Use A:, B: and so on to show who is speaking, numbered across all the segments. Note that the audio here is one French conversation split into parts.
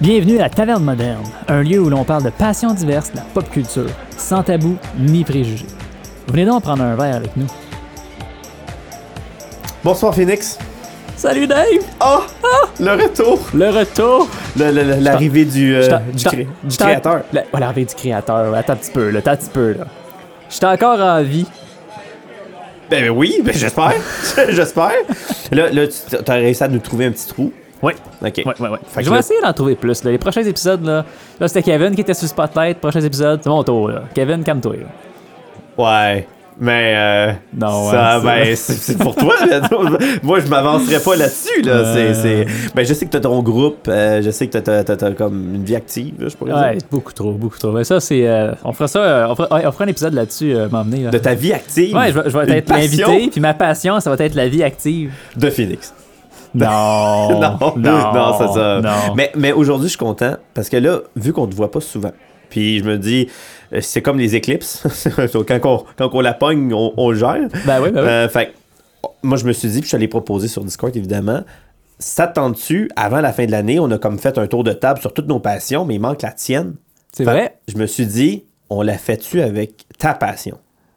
A: Bienvenue à la Taverne Moderne, un lieu où l'on parle de passions diverses, de la pop culture, sans tabou ni préjugés. Venez donc prendre un verre avec nous.
B: Bonsoir Phoenix.
A: Salut Dave!
B: Ah! Le retour!
A: Le retour!
B: Le- le- le- L'arrivée du, euh,
A: Je t'en-
B: du,
A: je t'en-
B: cré- du
A: je t'en-
B: créateur.
A: La- ouais, l'arrivée du créateur, ouais, attends un petit peu, là, attends un petit peu, là. J'étais encore en vie.
B: Ben oui, ben j'espère. j'espère. Là, là tu as réussi à nous trouver un petit trou.
A: Oui.
B: Ok.
A: Ouais, ouais, ouais.
B: Fait que
A: je vais
B: là-
A: essayer d'en trouver plus. Là. Les prochains épisodes, là, là c'était Kevin qui était sur le spotlight. Prochains épisodes, c'est mon tour. Là. Kevin, calme-toi. là.
B: Ouais. Mais euh,
A: Non,
B: ça,
A: ouais,
B: ben,
A: c'est-
B: c'est c'est pour toi. là. Moi, je m'avancerais pas là-dessus. Là.
A: Euh.
B: C'est- c'est- Ben, je sais que t'as ton groupe, euh, je sais que t'as- t'as t'as- t'as comme une vie active, là, je pourrais
A: Ouais,
B: dire.
A: beaucoup trop, beaucoup trop. Mais ça, c'est. euh, on fera ça. euh, on, fera, ouais, on fera un épisode là-dessus, euh, m'emmener. Là.
B: De ta vie active
A: Ouais, je vais, je vais
B: une
A: être
B: passion
A: l'invité, puis ma passion, ça va être la vie active.
B: de Phoenix.
A: Non.
B: non, non, c'est ça.
A: non.
B: Mais, mais aujourd'hui, je suis content parce que là, vu qu'on te voit pas souvent, puis je me dis, euh, c'est comme les éclipses. quand, on, quand on la pogne, on, on le gère.
A: Ben oui, ben oui.
B: Euh, fait que, moi, je me suis dit, puis je suis allé proposer sur Discord, évidemment. S'attends-tu, avant la fin de l'année, on a comme fait un tour de table sur toutes nos passions, mais il manque la tienne.
A: c'est
B: Fait que
A: vrai.
B: Je me suis dit, on la fait-tu avec ta passion?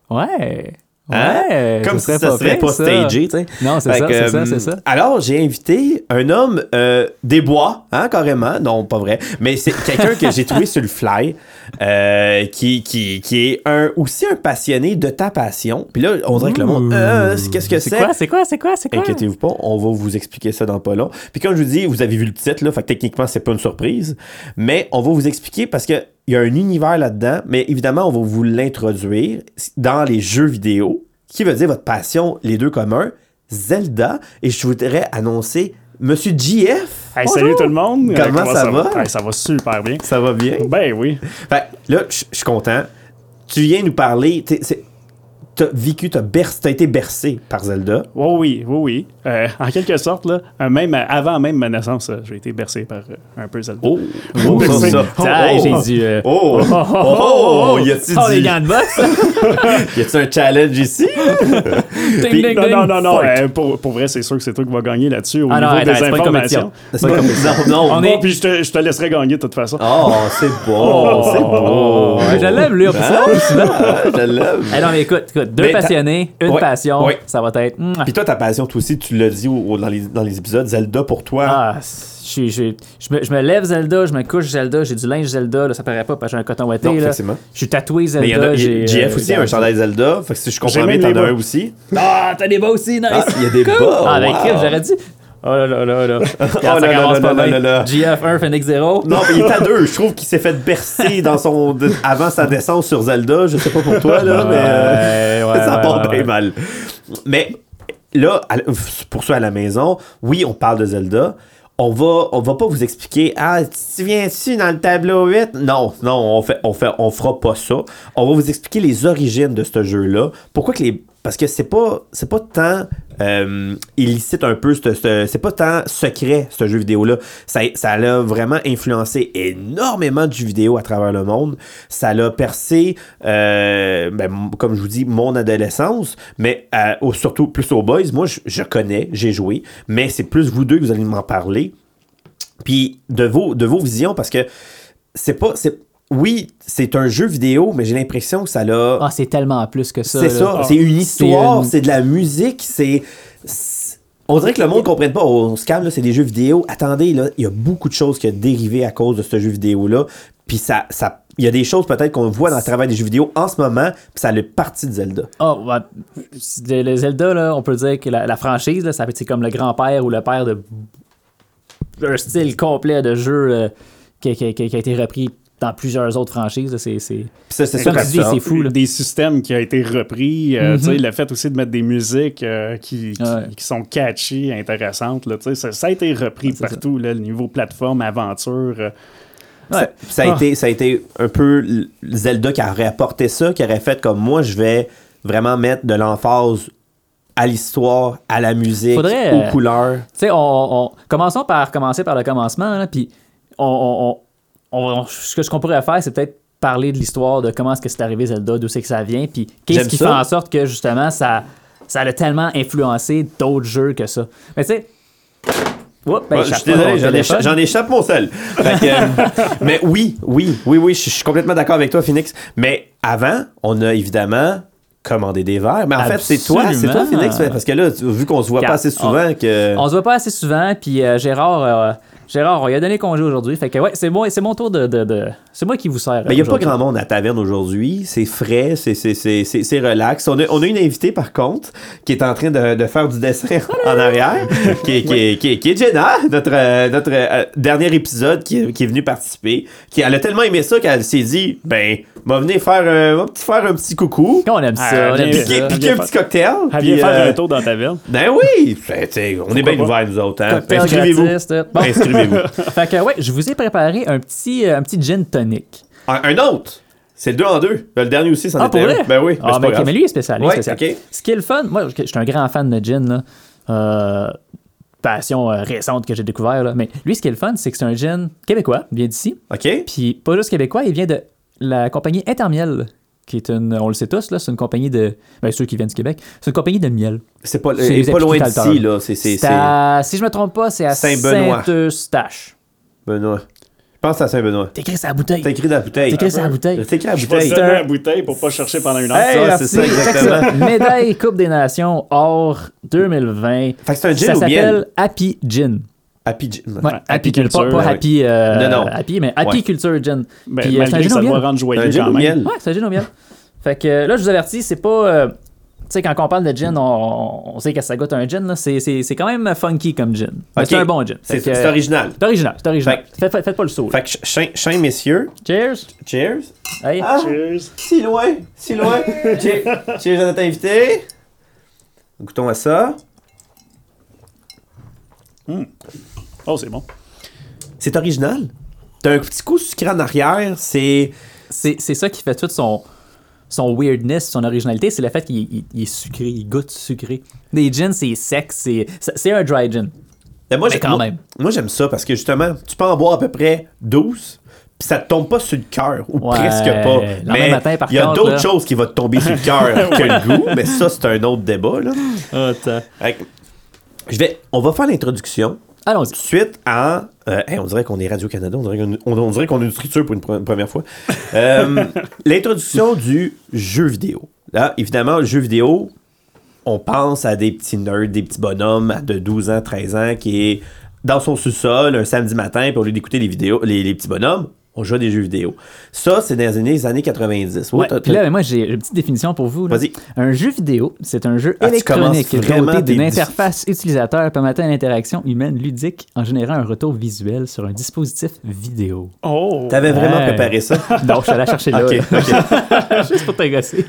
A: Ouais.
B: Hein?
A: Ouais.
B: Comme
A: ça
B: si ça serait
A: pire,
B: pas
A: ça.
B: stagé, tu sais.
A: Non, c'est
B: Fait
A: ça,
B: que,
A: c'est ça,
B: euh,
A: c'est ça.
B: Alors, j'ai invité un homme euh, des bois, hein, carrément. Non, pas vrai. Mais c'est quelqu'un que j'ai trouvé sur le fly, euh, qui, qui, qui est un, aussi un passionné de ta passion. Puis là, on dirait que le
A: Ouh.
B: monde, euh, c'est- qu'est-ce que c'est?
A: C'est quoi, c'est quoi, c'est quoi, c'est quoi?
B: Inquiétez-vous pas, on va vous expliquer ça dans pas long. Puis comme je vous dis, vous avez vu le titre, là, fait que techniquement, c'est pas une surprise, mais on va vous expliquer parce que il y a un univers là-dedans, mais évidemment, on va vous l'introduire dans les jeux vidéo, qui veut dire votre passion, les deux communs, Zelda, et je voudrais annoncer Monsieur JF.
C: Hey,
B: Bonjour.
C: salut tout le monde! Euh,
B: Comment ça va?
C: Hey, ça va super bien.
B: Ça va bien?
C: Ben oui.
B: Fait que là, je je suis content. Tu viens nous parler, t'es- c'est- t'as vécu, t'as bercé- t'as été bercé par Zelda.
C: Oh oui, oui, oui. Euh, en quelque sorte, là, euh, même euh, avant même ma naissance, euh, j'ai été bercé par euh, un peu Zelda.
B: Oh,
C: Bercé.
B: ça.
C: Oh,
A: Putain,
C: oh,
A: j'ai
C: oh.
A: dit. euh,
B: Oh! Oh! oh, Y a-t-il
A: Oh,
B: du-
A: les gants de boxe!
B: y a-t-il un challenge ici?
A: Ding, ding,
C: Non,
A: ding.
C: non, non, non.
A: Fight.
C: euh, pour, pour vrai, c'est sûr que c'est toi qui vas gagner là-dessus au
A: Ah non,
C: niveau
A: attends,
C: des
A: c'est pas une
C: informations.
B: C'est pas comme ça. Non,
C: Bon,
A: On
B: non.
A: est- Ah,
C: puis je te, je te laisserai gagner de toute façon.
B: Oh, c'est bon, c'est bon.
A: Ouais, je l'aime, lui, en plus.
B: Hein? Ah, je l'aime.
A: Eh non, mais écoute, écoute, deux
B: Mais t'as-
A: passionnés, une
B: Ouais,
A: passion,
B: ouais.
A: ça va être. hmm, Mouah.
B: Puis toi, ta passion, toi aussi, tu l'as dit au- au- dans, les, dans les épisodes, Zelda pour toi.
A: Ah, je, suis- je, je, me, je me lève Zelda, je me couche Zelda, j'ai du linge Zelda, là, ça paraît pas parce que j'ai un coton ouaté.
B: Non,
A: là.
B: effectivement.
A: Je suis tatoué Zelda.
B: Mais il y en a,
A: j'ai,
B: JF
A: euh,
B: aussi a un chandail Zelda, fait que si je comprends
C: J'ai
B: bien,
C: même
B: t'en
C: les
B: as
C: bas.
B: un aussi.
A: Ah, t'as des bas aussi, nice!
B: Ah, il y a des bas,
A: Ah, ben,
B: wow.
A: crime, j'aurais dit. Oh là là là là. Regarde, ça
B: là là
A: commence
B: là
A: pas
B: là
A: bien.
B: là là.
A: JF 1, Phoenix 0.
B: Non, mais il est à deux. Je trouve qu'il s'est fait bercer dans son, de- avant sa descente sur Zelda. Je sais pas pour toi, là, mais. euh, ça part bien mal. Mais là, à la- pour ceux à la maison, oui, on parle de Zelda. On va, on va pas vous expliquer, ah, tu viens-tu dans le tableau 8? Non, non, on fait, on fait, on fera pas ça. On va vous expliquer les origines de ce jeu-là. Pourquoi que les, parce que c'est pas, c'est pas tant euh, illicite un peu, ce- ce- c'est pas tant secret, ce jeu vidéo-là. Ça, ça l'a vraiment influencé énormément de jeux vidéo à travers le monde. Ça l'a percé, euh, ben, m- comme je vous dis, mon adolescence, mais euh, au- surtout plus aux boys. Moi, je, je connais, j'ai joué, mais c'est plus vous deux que vous allez m'en parler. Puis de vos, de vos visions, parce que c'est pas... c'est Oui, c'est un jeu vidéo, mais j'ai l'impression que ça l'a...
A: Ah, c'est tellement plus que ça.
B: C'est
A: là.
B: ça, c'est une histoire,
A: une-
B: c'est de la musique, c'est. c'est- On dirait que le monde ne comprenne pas. On se calme, là, c'est des jeux vidéo. Attendez, là, il y a beaucoup de choses qui ont dérivé à cause de ce jeu vidéo-là. Puis ça. ça il y a des choses peut-être qu'on voit dans le travail des jeux vidéo en ce moment, puis ça le parti de Zelda.
A: Oh, bah, le le Zelda, là, on peut dire que la, la franchise, là, ça c'est comme le grand-père ou le père de un style complet de jeu euh, qui, a- qui a- qui a été repris dans plusieurs autres franchises. là, C'est, c'est...
B: Puis ça, c'est
A: Comme
B: sûr
A: tu dis,
B: que ça-
A: c'est fou. là. Mm-hmm.
C: Des systèmes qui ont été repris, euh, tu sais, le fait aussi de mettre des musiques euh, qui, qui,
A: Ouais.
C: qui sont catchy, intéressantes, là, tu sais, ça, ça a été repris
A: c'est ça.
C: partout, là, le niveau plateforme, aventure. euh,
B: Ça, ça a
A: Ah.
B: été, ça a été un peu l- Zelda qui aurait apporté ça, qui aurait fait comme moi, je vais vraiment mettre de l'emphase à l'histoire, à la musique,
A: Faudrait, euh,
B: aux couleurs.
A: Tu sais, on, on- commençons par commencer par le commencement, là, puis on, on- on- on- ce que- ce qu'on pourrait faire, c'est peut-être parler de l'histoire de comment est-ce que c'est arrivé Zelda, d'où c'est que ça vient, puis qu'est-ce
B: J'aime
A: qui
B: ça.
A: fait en sorte que justement ça ça l'a tellement influencé d'autres jeux que ça. Mais tu sais, Oups, ben,
B: Ouais, Bah, je
A: échappe pas
B: suis désolé,
A: ton
B: j'en
A: téléphone.
B: écha- j'en échappe mon seul. Fait que, euh, mais oui, oui, oui, oui, je je suis complètement d'accord avec toi, Phoenix. Mais avant, on a évidemment commandé des verres. Mais en fait, c'est toi, c'est toi,
A: Absolument.
B: Phoenix, parce que là, tu- vu qu'on se voit pas
A: Car-
B: assez souvent, que
A: On se voit pas assez souvent, puis euh, Gérard, euh, Gérard, on lui a donné congé aujourd'hui. Fait que ouais, c'est bon, c'est mon tour de, de- de- c'est moi qui vous sers.
B: Mais Ben, il n'y a pas
A: aujourd'hui.
B: grand monde à la taverne aujourd'hui. C'est frais, c'est- c'est c'est- c'est- c'est relax. On a, on a une invitée, par contre, qui est en train de, de faire du dessin en arrière, qui est, qui est- qui est- qui est Jenna, notre, euh, notre euh, dernier épisode qui, est- qui est venue participer. Qui, elle a tellement aimé ça qu'elle s'est dit ben, va venir faire, un- va petit- faire un petit coucou,
A: On aime
C: Ah,
A: ça, on
C: bien
A: aime
C: vu.
A: ça.
B: piquer,
C: elle
B: piquer
C: vient
B: un petit cocktail.
C: Elle
B: puis,
C: vient faire
B: euh,
C: un tour dans ta ville.
B: Ben oui, fait, t'sais, on est bien
C: Pourquoi
B: ouverts, nous autres. hein.
A: Cocktail
B: Inscrivez-vous. Ben,
A: gratis, tout. Bon.
B: Inscrivez-vous.
A: fait que ouais, je vous ai préparé un petit, euh, un petit gin tonic.
B: un, un autre. C'est le 2 en 2. Le dernier aussi, c'en
A: Ah,
B: était
A: pour
B: un.
A: vrai?
B: Ben oui.
A: Ah,
B: c'est
A: mais,
B: pas
A: ok,
B: grave.
A: mais lui, il est spécial. lui,
B: Ouais,
A: est spécial.
B: ok.
A: Ce qui est le fun, moi, je je suis un grand fan de gin, là. Euh, passion euh, récente que j'ai découvert, là. Mais lui, ce qui est le fun, c'est que c'est un gin québécois, il vient d'ici.
B: OK?
A: Puis pas juste québécois, il vient de la compagnie Intermiel, qui est une, on le sait tous, là, c'est une compagnie de, ben ceux qui viennent du Québec, c'est une compagnie de miel.
B: C'est pas,
A: C'est
B: et
A: les
B: pas loin
A: apiculteurs.
B: d'ici, là. C'est, c'est,
A: C'est à- si je me trompe pas, c'est à
B: Saint-Benoît.
A: Saint-Eustache.
B: c'est- Benoît. Je pense à Saint-Benoît.
A: T'écris sa bouteille.
B: T'as écrit dans la bouteille.
A: T'as écrit sur la bouteille.
B: T'as écrit dans la
C: Je vais
B: bouteille.
A: ça.
C: donner la bouteille pour pas chercher pendant une heure.
B: Hey,
A: Hey,
B: ça,
A: merci.
B: c'est ça, exactement.
A: Check ça. Médaille Coupe des Nations or 2020.
B: Fait que c'est un gin
A: ça
B: ou miel?
A: s'appelle Happy Gin.
B: Happy Gin.
A: Ouais,
C: Ouais,
A: Happy Culture. Pas,
C: Culture,
A: pas
B: ouais.
A: Happy, euh,
B: Non, non.
A: Happy, mais Happy
B: Ouais.
A: Culture Gin.
C: Ben,
A: Puis, euh, c'est un
C: malgré
A: gin
C: que
A: au
C: ça doit
A: miel.
B: C'est
C: rendre
B: un
C: joyeux
B: gin
C: quand
B: au
C: même.
B: miel.
A: Ouais, c'est un gin au miel. Fait que euh, là, je vous avertis, c'est pas. euh, tu sais, quand on parle de gin, on, on sait que ça goûte un gin. là. C'est- C'est c'est quand même funky comme gin. Mais
B: Ok.
A: C'est un bon gin.
B: C'est,
A: Fait que,
B: c'est
A: euh,
B: original.
A: C'est original. C'est original.
B: Fait
A: Faites, faites- faites pas le saut. là.
B: Fait que, ch- chin, chin, messieurs.
A: Cheers.
B: Cheers.
A: Hey.
B: Ah,
C: Cheers.
B: si loin, si loin. Che- Cheers à notre invité. Goûtons à ça.
C: Oh, c'est bon.
B: C'est original. T'as un petit coup sucré en arrière. C'est.
A: C'est c'est ça qui fait tout son, son weirdness, son originalité, c'est le fait qu'il il- il est sucré, il goûte sucré. Des gins, c'est sec, c'est c'est- c'est un dry gin.
B: Ben, moi,
A: Mais
B: j'ai-
A: quand
B: moi-
A: même.
B: Moi, j'aime ça parce que justement, tu peux en boire à peu près 12, puis ça te tombe pas sur le cœur, ou
A: Ouais.
B: presque pas.
A: Le
B: mais
A: lendemain matin, par
B: il y a
A: contre,
B: d'autres
A: là.
B: choses qui vont te tomber sur le cœur que le goût, mais ça, c'est un autre débat. Là. Fait que, je vais, on va faire l'introduction
A: Allons-y.
B: tout de suite à. euh, hey, on dirait qu'on est Radio-Canada, on dirait qu'on on- on dirait qu'on a une structure pour une, pre- une première fois. Euh, L'introduction du jeu vidéo. Là, évidemment, le jeu vidéo, on pense à des petits nerds, des petits bonhommes à de 12 ans, 13 ans qui est dans son sous-sol un samedi matin pour lui d'écouter les vidéos, les, les petits bonhommes. On joue à des jeux vidéo. Ça, c'est dans les années- les années 90. Ouais,
A: Ouais,
B: t'as-
A: puis là, moi, j'ai une petite définition pour vous. là.
B: Vas-y.
A: Un jeu vidéo, c'est un jeu
B: Ah, tu
A: électronique
B: commences vraiment
A: doté d'une
B: tes
A: interface utilisateur permettant une interaction humaine ludique en générant un retour visuel sur un dispositif vidéo.
C: Oh.
B: T'avais vraiment
A: Ouais.
B: préparé ça.
A: Donc, je suis allé la chercher là.
B: Ah. Ok,
A: là.
B: ok.
A: Juste pour t'agacer.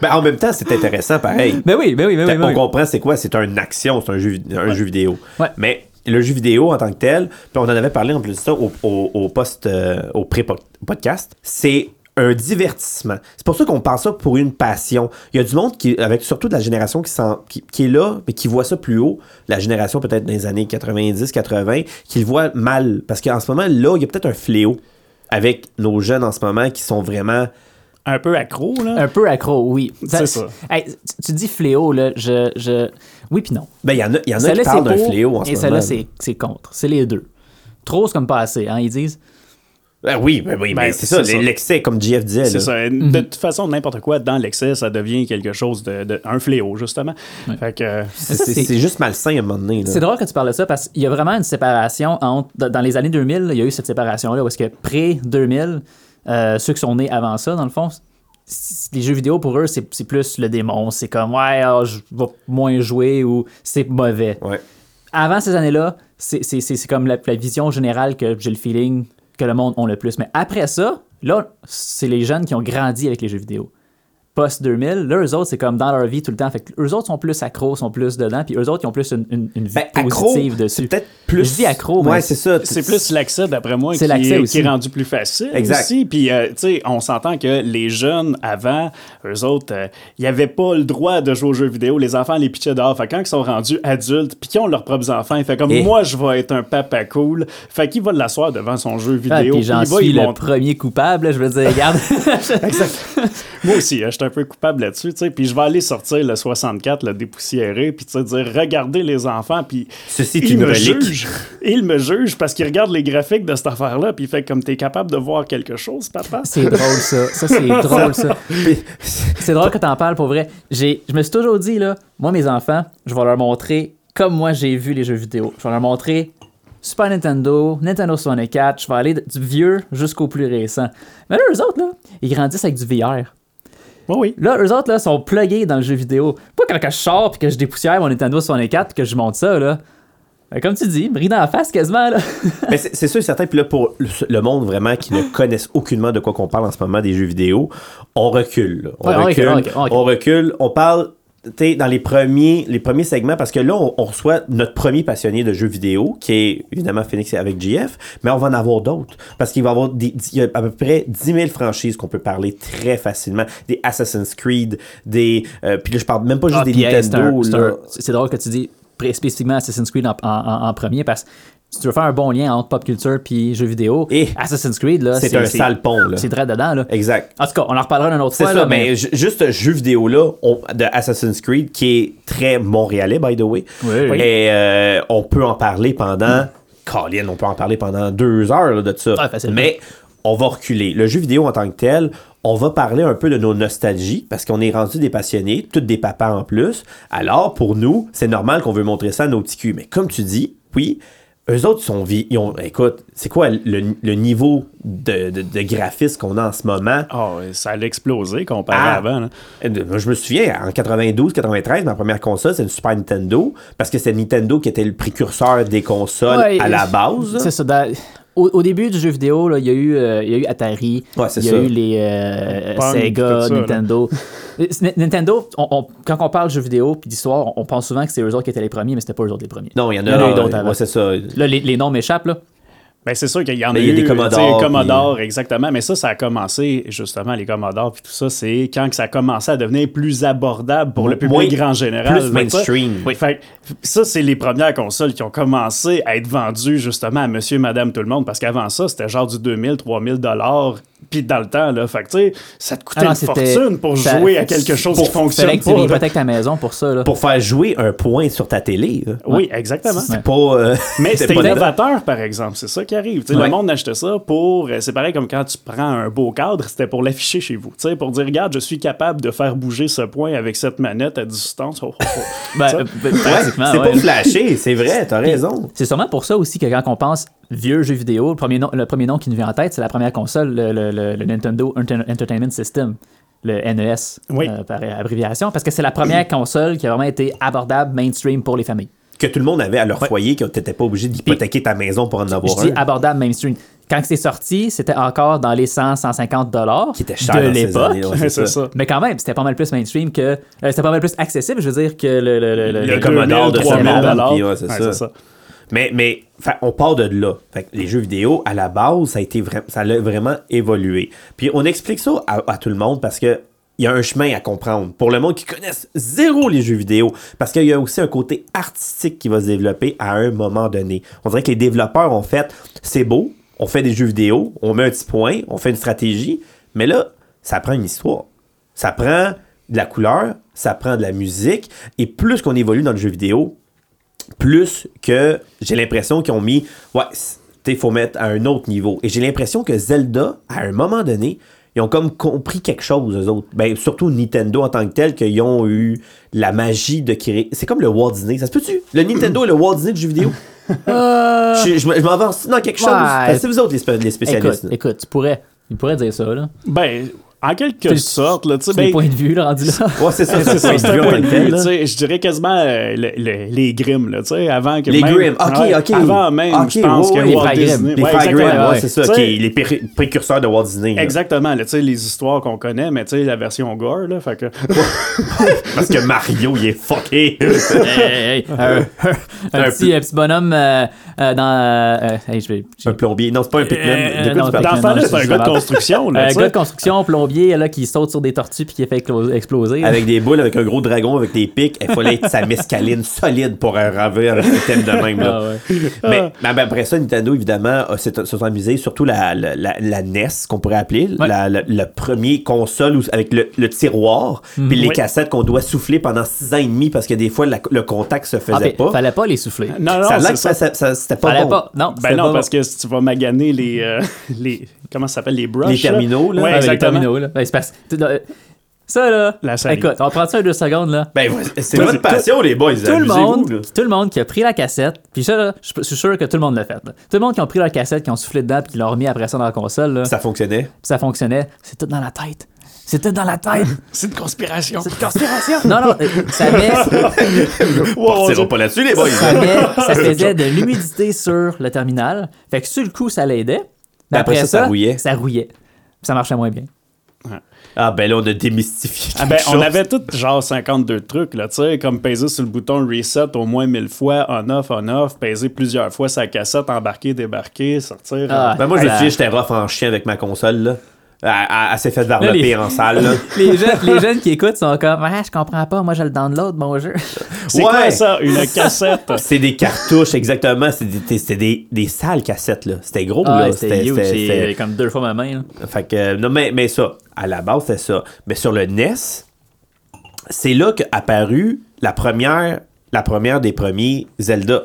B: Ben, en même temps, c'est intéressant pareil.
A: Ben oui, ben oui, ben oui.
B: Fait-
A: ben
B: on
A: oui.
B: comprend c'est quoi, c'est une action, c'est un jeu, vid- un jeu vidéo.
A: Ouais.
B: Mais le jeu vidéo en tant que tel, puis on en avait parlé en plus de ça au, au, au post, euh, au pré-podcast, c'est un divertissement. C'est pour ça qu'on parle ça pour une passion. Il y a du monde qui, avec surtout de la génération qui, s'en- qui, qui est là, mais qui voit ça plus haut, la génération peut-être des années 90, 80, qui le voit mal. Parce qu'en ce moment, là, il y a peut-être un fléau avec nos jeunes en ce moment qui sont vraiment...
C: Un peu accro, là.
A: Un peu accro, oui.
C: C'est ça.
A: Hey, tu- tu dis fléau, là. Je, je... Oui, puis non.
B: Ben, il y en a, il y en a qui
A: Celle-là, c'est
B: parlent d'un
A: pour,
B: fléau en ce
A: Et
B: moment.
A: celle-là, c'est c'est contre. C'est les deux. Trop, c'est comme pas assez, hein, ils disent.
B: Ben oui, ben oui, mais
C: Ben,
B: c'est ça,
C: c'est ça.
B: l'excès, comme JF disait.
C: C'est
B: là.
C: ça.
A: Mm-hmm.
C: De toute façon, n'importe quoi dans l'excès, ça devient quelque chose de, de- un fléau, justement. Fait que euh,
B: C'est-
A: Ça,
B: C'est
A: c'est-
B: c'est juste malsain à un moment donné. là.
A: C'est drôle que tu parles de ça parce qu'il y a vraiment une séparation entre. dans- Dans les années 2000, il y a eu cette séparation-là où est-ce que pré-2000, euh, ceux qui sont nés avant ça, dans le fond, c- c- les jeux vidéo pour eux, c'est c'est plus le démon. C'est comme, ouais, ah, je vais moins jouer ou c'est mauvais.
B: Ouais.
A: avant ces années-là, c'est- c'est c'est- c'est comme la, la vision générale que j'ai le feeling que le monde ont le plus. Mais après ça, là, c'est les jeunes qui ont grandi avec les jeux vidéo. Post-2000, là, eux autres, c'est comme dans leur vie tout le temps. Fait que eux autres sont plus accros, sont plus dedans, puis eux autres, ils ont plus une, une, une vie
B: Ben, accro,
A: positive
B: c'est
A: dessus.
B: peut-être plus.
A: Je dis accro, mais
B: Ouais, c'est ça.
C: c'est plus l'accès, d'après moi, qui,
A: C'est l'accès
C: est,
A: aussi.
C: qui est rendu plus facile
B: Exact.
C: aussi. Puis, euh, tu sais, on s'entend que les jeunes, avant, eux autres, euh, ils n'avaient pas le droit de jouer aux jeux vidéo. Les enfants les pitchaient dehors. Fait que quand ils sont rendus adultes, puis qu'ils ont leurs propres enfants, ils font comme,
B: Et-
C: moi, je vais être un papa cool. Fait qu'il va l'asseoir devant son jeu
A: Ah,
C: vidéo.
A: puis
C: puis
A: j'en
C: il va
A: suis
C: y
A: le
C: montrer.
A: premier coupable, là, je veux dire, regarde.
C: Moi aussi, hein, je suis suis un peu coupable là-dessus, tu sais. Puis je vais aller sortir le 64, le dépoussiérer, puis tu sais, dire regardez les enfants, puis
B: Ceci est
C: il
B: une
C: me
B: relique.
C: juge. Il me juge parce qu'il regarde les graphiques de cette affaire-là, puis il fait comme t'es capable de voir quelque chose, papa.
A: C'est drôle, ça. Ça, c'est drôle, ça. C'est drôle que t'en parles, pour vrai. J'ai, je me suis toujours dit, là, moi, mes enfants, je vais leur montrer comme moi j'ai vu les jeux vidéo. Je vais leur montrer Super Nintendo, Nintendo 64, je vais aller de- du vieux jusqu'au plus récent. Mais là, eux autres, là, ils grandissent avec du VR.
C: Oui, oui.
A: Là, eux autres, là, sont pluggés dans le jeu vidéo. Pas quand que je sors puis que je dépoussière mon Nintendo 64 puis que je monte ça, là. Ben, Comme tu dis, bris dans la face quasiment, là.
B: Mais c'est c'est sûr et certain, puis là, pour le- le monde vraiment qui ne connaissent aucunement de quoi qu'on parle en ce moment des jeux vidéo, on recule. là. On,
A: Ouais, on recule,
B: recule
A: on recule, on recule.
B: on recule, on parle tu sais, dans les premiers, les premiers segments, parce que là, on, on reçoit notre premier passionné de jeux vidéo, qui est évidemment Phoenix avec GF, mais on va en avoir d'autres, parce qu'il va y avoir des, il y a à peu près 10 000 franchises qu'on peut parler très facilement, des Assassin's Creed, des... euh, puis là, je parle même pas juste
A: Ah,
B: des
A: puis, hey, c'est
B: Nintendo.
A: un- c'est
B: là.
A: un- C'est c'est drôle que tu dis pré- spécifiquement Assassin's Creed en, en- en- en premier parce que si tu veux faire un bon lien entre pop culture puis jeux vidéo,
B: Et
A: Assassin's Creed, là,
B: c'est un sale pont, là.
A: C'est très dedans, là.
B: Exact.
A: En tout cas, on en reparlera une autre
B: C'est
A: fois.
B: ça,
A: là,
B: mais, ju- juste ce jeu vidéo-là on- de Assassin's Creed, qui est très montréalais, by the way.
A: Oui. Oui.
B: Et euh, on peut en parler pendant. Colin, on peut en parler pendant deux heures là, de ça.
A: Ah, facilement.
B: mais on va reculer. Le jeu vidéo en tant que tel, on va parler un peu de nos nostalgies, parce qu'on est rendu des passionnés, toutes des papas en plus. Alors, pour nous, c'est normal qu'on veut montrer ça à nos petits culs. Mais comme tu dis, oui. Eux autres sont vi- ils ont- écoute, c'est quoi le, le niveau de, de- de graphisme qu'on a en ce moment?
C: Oh, ça allait exploser comparé à
B: Ah!
C: avant. là.
B: Euh, moi, Je me souviens, en 92-93, ma première console, c'est une Super Nintendo, parce que c'est Nintendo qui était le précurseur des consoles
A: Ouais,
B: à la base.
A: C'est ça. dans- au, au début du jeu vidéo, là, il y, a eu, euh, il y a eu Atari,
B: Ouais, c'est
A: il y a
B: ça.
A: eu les euh,
C: Pong,
A: Sega,
C: tout ça, là.
A: Nintendo. Euh, N- Nintendo, on- on- quand on parle de jeux vidéo puis d'histoire, on, on pense souvent que c'est eux autres qui étaient les premiers, mais c'était pas eux autres les premiers.
B: Non, il y en a,
A: Il y en a eu
B: euh,
A: d'autres avant.
B: ouais, c'est ça.
A: Là, les, les noms m'échappent, là.
C: Ben, c'est sûr qu'il y en
B: Mais
C: a
B: il y a
C: eu,
B: des
C: tu sais,
B: Commodore,
C: Commodore, exactement. Mais ça, ça a commencé, justement, les Commodores, puis tout ça, c'est quand que ça a commencé à devenir plus abordable pour le public
B: Moins-
C: grand général.
B: plus
C: Fait que ça-
B: mainstream.
C: Oui, fait que ça, c'est les premières consoles qui ont commencé à être vendues, justement, à monsieur, madame, tout le monde, parce qu'avant ça, c'était genre du 2000, 3000 dollars. Puis dans le temps, là, fait que, tu sais, ça te coûtait
A: Ah non,
C: une
A: c'était-
C: fortune pour
A: ça-
C: jouer à quelque chose
A: pour-
C: qui fonctionne
A: Fallait que tu
C: pas, là.
A: hypothèques ta maison pour ça, là.
B: Pour faire jouer un point sur ta télé. là.
C: Oui, exactement.
B: C'est pas. euh,
C: Mais
B: c'est
C: c'était
B: pas dedans.
C: innovateur, par exemple. C'est ça qui arrive. Tu sais,
B: Ouais.
C: Le monde achetait ça pour. euh, C'est pareil comme quand tu prends un beau cadre, c'était pour l'afficher chez vous. Tu sais, pour dire, regarde, je suis capable de faire bouger ce point avec cette manette à distance. Oh, oh, oh.
A: Ben,
C: Ça,
A: euh, ben,
B: Ouais,
A: pratiquement,
B: c'est
A: ouais.
B: pas flashé, c'est vrai, t'as raison.
A: C'est sûrement pour ça aussi que quand on pense vieux jeux vidéo, le premier nom, le premier nom qui nous vient en tête, c'est la première console, le, le- le- le Nintendo Enter- Entertainment System, le NES,
C: Oui.
A: euh, par abréviation, parce que c'est la première console qui a vraiment été abordable mainstream pour les familles.
B: Que tout le monde avait à leur foyer, que t'étais pas obligé d'hypothéquer ta maison pour en avoir
A: Je dis
B: un.
A: abordable mainstream. Quand c'est sorti, c'était encore dans les 100, 150 dollars
B: Qui était cher
A: de
B: dans ces
A: l'époque.
B: années, ouais, c'est
C: c'est
B: ça.
C: ça.
A: Mais quand même, c'était pas mal plus mainstream que. euh, c'était pas mal plus accessible, je veux dire, que le. le, le- le-
B: Le Commodore de
C: 2000,
A: 3000
B: dollars, puis ouais,
C: Ouais,
B: c'est
C: c'est
B: ça.
C: ça.
B: Mais, mais fait, on part de là. Fait que les jeux vidéo, à la base, ça a, été vra- ça a vraiment évolué. Puis on explique ça à, à tout le monde parce que il y a un chemin à comprendre. Pour le monde qui connaissent zéro les jeux vidéo, parce qu'il y a aussi un côté artistique qui va se développer à un moment donné. On dirait que les développeurs ont fait, c'est beau, on fait des jeux vidéo, on met un petit point, on fait une stratégie, mais là, ça prend une histoire. Ça prend de la couleur, ça prend de la musique, et plus qu'on évolue dans le jeu vidéo, plus que j'ai l'impression qu'ils ont mis ouais il faut mettre à un autre niveau et j'ai l'impression que Zelda à un moment donné ils ont comme compris quelque chose eux autres ben surtout Nintendo en tant que tel qu'ils ont eu la magie de créer c'est comme le Walt Disney ça se peut-tu le Nintendo et le Walt Disney du jeu vidéo je, je m- je m'en vais en- dans quelque chose
A: Ouais.
B: Parce que c'est vous autres les, spé- les spécialistes
A: Écoute, écoute, tu pourrais. Il pourrait dire ça, là.
C: Ben, en quelque
A: C'est-
C: sorte, là, tu sais,
A: C'est des
C: ben,
A: points de vue, là, rendu là.
B: ouais c'est ça
C: c'est ça,
B: c'est
C: c'est
B: un
C: un
B: en
C: point
B: tant
C: de
B: que
C: vue,
B: tel
C: tu
B: là.
C: sais, je dirais quasiment euh, le- le- les Grimm, là, tu sais, avant que
B: les
C: même-
B: Grimm ok
C: ouais,
B: ok
C: Avant même,
B: Ok,
C: je pense
B: ouais,
C: que
B: ouais.
C: Walt
A: Frères Grimm.
C: Disney...
B: les
C: Ouais,
B: frères Grimm,
C: exactement,
B: ouais,
A: ouais.
B: c'est ça
C: Tu sais,
B: qui est les pré- précurseurs de Walt Disney là.
C: Exactement, là, tu sais, les histoires qu'on connaît, mais tu sais, la version gore, là, fait que...
B: parce que Mario il est fucké
A: Hey, hey, hey, un, un
B: Un
A: petit, un petit bonhomme euh, euh, dans. euh, euh, hey, je vais. j'ai-
B: Un plombier. Non, c'est pas un Pikmin.
A: Euh,
B: De quoi
A: non,
B: tu
A: Pikmin.
B: parles?
C: Dans ce temps-là,
A: je
C: c'est un
A: sais
C: gars de
A: pas.
C: construction,
A: Euh,
C: là, tu sais.
A: gars de construction, plombier là, qui saute sur des tortues puis qui les fait éclo- exploser. là.
B: Avec des boules, avec un gros dragon, avec des pics, il fallait être sa mescaline solide pour un raveur un thème de même. là.
A: Ah ouais.
B: mais, mais après ça, Nintendo, évidemment, a- s'est- se sont amusés, surtout la, la, la- la NES, qu'on pourrait appeler,
A: Ouais.
B: la, la- la première console où- avec le, le tiroir,
A: Mhm.
B: puis les
C: Oui.
B: cassettes qu'on doit souffler pendant six ans et demi parce que des fois, la- le contact se faisait
A: Ah, ben,
B: pas.
A: fallait pas les souffler.
C: Non, non,
B: ça a l'air
C: c'est
B: que
C: ça.
B: ça- ça- ça- c'était pas
A: fallait
B: bon.
A: pas. Non,
C: Ben non, parce que si tu vas maganer les. euh, les comment ça s'appelle Les brushes.
B: Les terminaux, là.
C: Ouais,
A: les
B: Ah,
C: exactement.
A: terminaux, là. Ben, c'est parce- tu- euh, Ça, là.
C: La série.
A: écoute, on prend ça deux secondes, là.
B: Ben, ouais, c'est
C: Tout-
B: votre passion, les boys.
A: tout le
B: amusez-vous,
A: monde,
B: là.
A: tout le monde qui a pris la cassette, puis ça, là, je je suis sûr que tout le monde l'a fait. là. Tout le monde qui a pris la cassette, qui ont soufflé dedans, puis qui l'ont remis après ça dans la console, là,
B: Ça fonctionnait.
A: puis ça fonctionnait. C'est tout dans la tête. C'est tout dans la tête.
C: C'est une conspiration.
A: C'est une conspiration. non, non, euh, ça avait,
C: Wow, on
B: Partira
C: dirait-
B: pas là-dessus, les boys.
A: ça, avait- ça faisait de l'humidité sur le terminal. Fait que sur le coup, ça l'aidait. Mais
B: Après
A: après,
B: ça, ça rouillait.
A: Ça rouillait. Puis ça marchait moins bien.
B: Ah, ben là, on a démystifié.
C: Ah ben,
B: quelque
C: on
B: chose.
C: avait tout genre 52 trucs, là, tu sais, comme peser sur le bouton reset au moins 1000 fois, on-off, on-off, peser plusieurs fois sa cassette, embarquer, débarquer, sortir. euh.
A: Ah.
B: Ben moi, je me
A: Ah.
B: suis dit, j'étais rough en chien avec ma console, là. Elle, elle- elle s'est faite
A: Là,
B: varloper
A: les-
B: en salle, là.
A: Les jeunes, les jeunes qui écoutent sont comme Ah, je comprends pas, moi je le download, mon jeu.
C: C'est
B: Ouais.
C: quoi ça, une cassette?
B: C'est des cartouches, exactement. C'est des, c'était des, des sales cassettes, là. C'était gros,
A: Ah,
B: là. c'était-
A: comme deux fois ma main.
B: Fait que, euh, non, mais, mais ça, à la base, c'était ça. Mais sur le NES, c'est là qu'est apparue la première, la première des premiers Zelda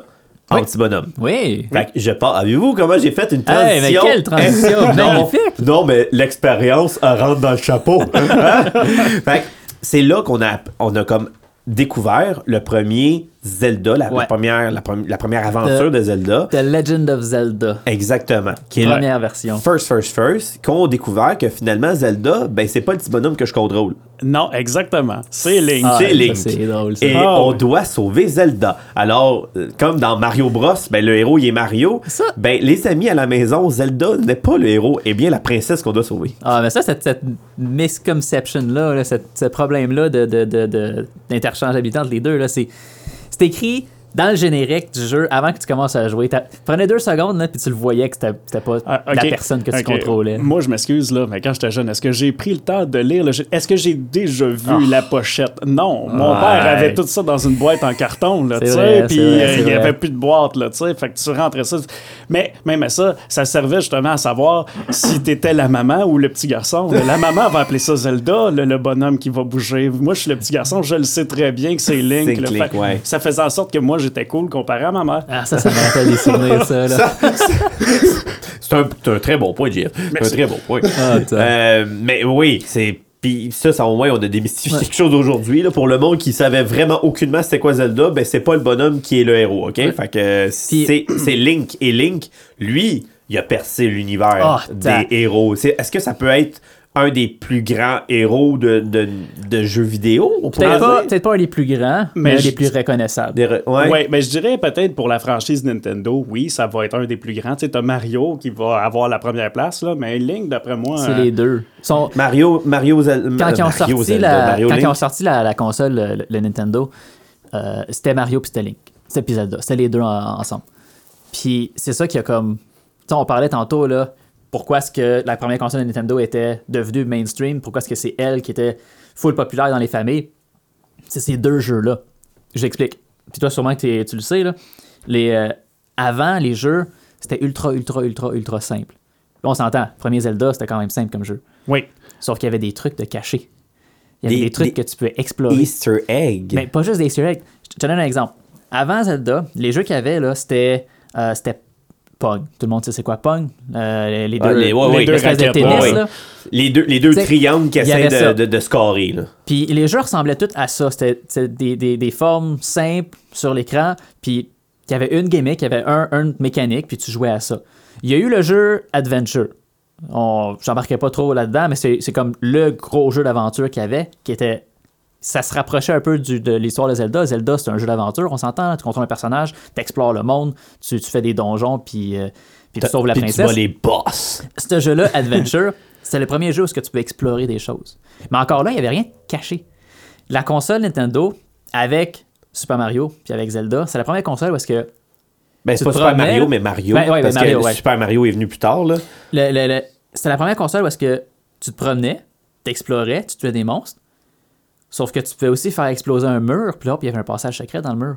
B: en
A: Oui.
B: petit bonhomme.
A: Oui.
B: Fait que je pars. Avez-vous comment j'ai fait une transition?
A: Hey, mais quelle transition magnifique!
B: Non, mais l'expérience elle rentre dans le chapeau. Hein? fait que c'est là qu'on a, on a comme découvert le premier Zelda, la, la
A: Ouais.
B: première, la, premi- la première aventure de, Zelda.
A: The Legend of Zelda.
B: Exactement. Qui est la
A: Première version.
B: First, first, first, qu'on a découvert que finalement Zelda, ben c'est pas le petit bonhomme que je contrôle.
C: non, exactement. C'est Link.
A: Ah,
B: c'est
A: ça,
B: Link.
A: c'est drôle, ça.
B: Et
C: Ah,
B: on
C: ouais.
B: doit sauver Zelda. Alors, euh, comme dans Mario Bros, ben, le héros, il est Mario.
A: Ça-
B: Ben, les amis à la maison, Zelda n'est pas le héros, et bien la princesse qu'on doit sauver.
A: Ah, mais ça, cette, cette misconception-là, là, cette- ce problème-là de- de- de- de- d'interchange habitant entre les deux, là, c'est c'est écrit dans le générique du jeu avant que tu commences à jouer. T'as- Prenais deux secondes, là, puis tu le voyais que c'était c'était pas
C: Ah, ok.
A: la personne que tu
C: Ok.
A: contrôlais.
C: Moi, je m'excuse, là, mais quand j'étais jeune, est-ce que j'ai pris le temps de lire le. Est-ce que j'ai déjà vu la pochette? Non.
A: Ah.
C: Mon
A: Ouais.
C: père avait tout ça dans une boîte en carton, là,
A: C'est
C: tu sais,
A: vrai,
C: puis
A: c'est vrai,
C: euh,
A: c'est
C: il n'y
A: vrai.
C: avait plus de boîte, là, tu sais. Fait que tu rentrais ça. Mais même à ça, ça servait justement à savoir si t'étais la maman ou le petit garçon. La maman va appeler ça Zelda, le, le bonhomme qui va bouger. Moi, je suis le petit garçon, je le sais très bien que c'est Link.
B: C'est
C: là.
B: Link,
C: Fait-
B: ouais.
C: Ça faisait en sorte que moi, j'étais cool comparé à ma mère.
A: Ah, ça, ça me rappelle des souvenirs, ça. Là.
B: C'est un, c'est un très bon point, JF. C'est un
C: Merci.
B: très bon point.
A: Ah, t'as-
B: Euh, mais oui, c'est. Puis ça, ça, au moins, on a démystifié
A: Ouais.
B: quelque chose aujourd'hui. là. Pour le monde qui savait vraiment aucunement c'était quoi Zelda, ben c'est pas le bonhomme qui est le héros, OK? Fait que euh, c'est c'est Link. Et Link, lui, il a percé l'univers
A: Oh,
B: des
A: t'as-
B: héros. C'est- Est-ce que ça peut être un des plus grands héros de, de, de jeux vidéo? on pourrait
A: Peut-être pas,
B: dire?
A: peut-être pas un des plus grands, mais,
C: Mais
A: un des
C: je-
A: plus reconnaissables.
B: Des re- ouais.
C: Oui, mais je dirais peut-être pour la franchise Nintendo, oui, ça va être un des plus grands. Tu sais, t'as Mario qui va avoir la première place, là, mais Link, d'après moi.
A: C'est
C: euh,
A: les deux. Sont-
B: Mario, Mario, Zel-
A: quand,
B: euh,
A: ils ont
B: Mario
A: sorti
B: Zelda,
A: la,
B: Mario
A: quand
B: Link.
A: ils ont sorti la, la console, le, le Nintendo, euh, c'était Mario puis c'était Link. C'était puis Zelda. C'était les deux en- ensemble. Puis c'est ça qui a comme. Tu sais, on parlait tantôt, là, pourquoi est-ce que la première console de Nintendo était devenue mainstream, pourquoi est-ce que c'est elle qui était full populaire dans les familles. C'est ces deux jeux-là. J'explique. Puis toi, sûrement que t'es- tu le sais, là. Les, euh, avant, les jeux, c'était ultra, ultra, ultra, ultra simple. On s'entend, premier Zelda, c'était quand même simple comme jeu.
C: Oui.
A: Sauf qu'il y avait des trucs de cachés. Il y avait
B: Des-
A: des, trucs
B: des-
A: que tu peux explorer.
B: Easter Egg.
A: Mais pas juste des easter eggs. Je te donne un exemple. Avant Zelda, les jeux qu'il y avait, là, c'était, euh, c'était Pong. Tout le monde sait c'est quoi Pong? Euh, les- les deux,
B: Ah, les- ouais, ouais,
A: deux
B: les
A: espèces de
C: raquettes,
A: tennis.
B: ouais,
A: là.
B: ouais. Les deux, les deux
A: T'sais,
B: triangles qui
A: il y avait
B: essaient de,
A: ça.
B: de, de scorer. Là.
A: Puis les jeux ressemblaient tous à ça. C'était c'était des, des- des formes simples sur l'écran. Puis il y avait une gimmick, il y avait un, une mécanique, puis tu jouais à ça. Il y a eu le jeu Adventure. On, j'embarquais pas trop là-dedans, mais c'est, c'est comme le gros jeu d'aventure qu'il y avait, qui était. Ça se rapprochait un peu du- de l'histoire de Zelda. Zelda, c'est un jeu d'aventure, on s'entend. Tu contrôles un personnage, tu explores le monde, tu, tu fais des donjons, puis, euh, puis tu sauves la
B: Puis tu
A: princesse
B: vois les boss.
A: ce jeu-là, Adventure, c'est le premier jeu où est-ce que tu peux explorer des choses. Mais encore là, il n'y avait rien de caché. La console Nintendo, avec Super Mario puis avec Zelda, c'est la première console où est-ce que
B: Ben,
A: Tu
B: c'est pas
A: te
B: Super
A: promènes.
B: Mario, mais Mario.
A: Ben, ouais, ben,
B: parce
A: Mario,
B: que
A: ouais.
B: Super Mario est venu plus tard. Là.
A: le- le- le- c'était la première console où est-ce que tu te promenais, t'explorais, tu tuais des monstres. Sauf que tu pouvais aussi faire exploser un mur, puis là, puis il y avait un passage secret dans le mur.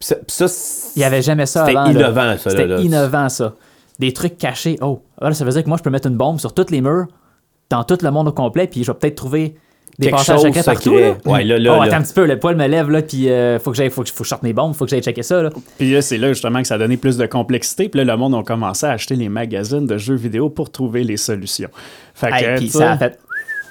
B: Pis ça, pis ça, c-
A: Il n'y avait jamais ça
B: C'était
A: avant. là.
B: innovant, ça, là,
A: C'était
B: là.
A: innovant, ça. Des trucs cachés. Oh, Ah, là, ça veut dire que moi, je peux mettre une bombe sur tous les murs, dans tout le monde au complet, puis je vais peut-être trouver des
B: Quelque
A: passages
B: chose
A: secrets partout.
B: secret.
A: là.
B: Ouais, là, là,
A: oh,
B: là.
A: attends un petit peu, le poil me lève, là, puis euh, faut que j'aille, faut que, faut que je sorte mes bombes, faut que j'aille checker ça, là.
C: Puis là, c'est là justement que ça a donné plus de complexité. Puis là, le monde a commencé à acheter les magazines de jeux vidéo pour trouver les solutions. Fait que,
A: Hey, puis
C: tu sais,
A: ça a fait.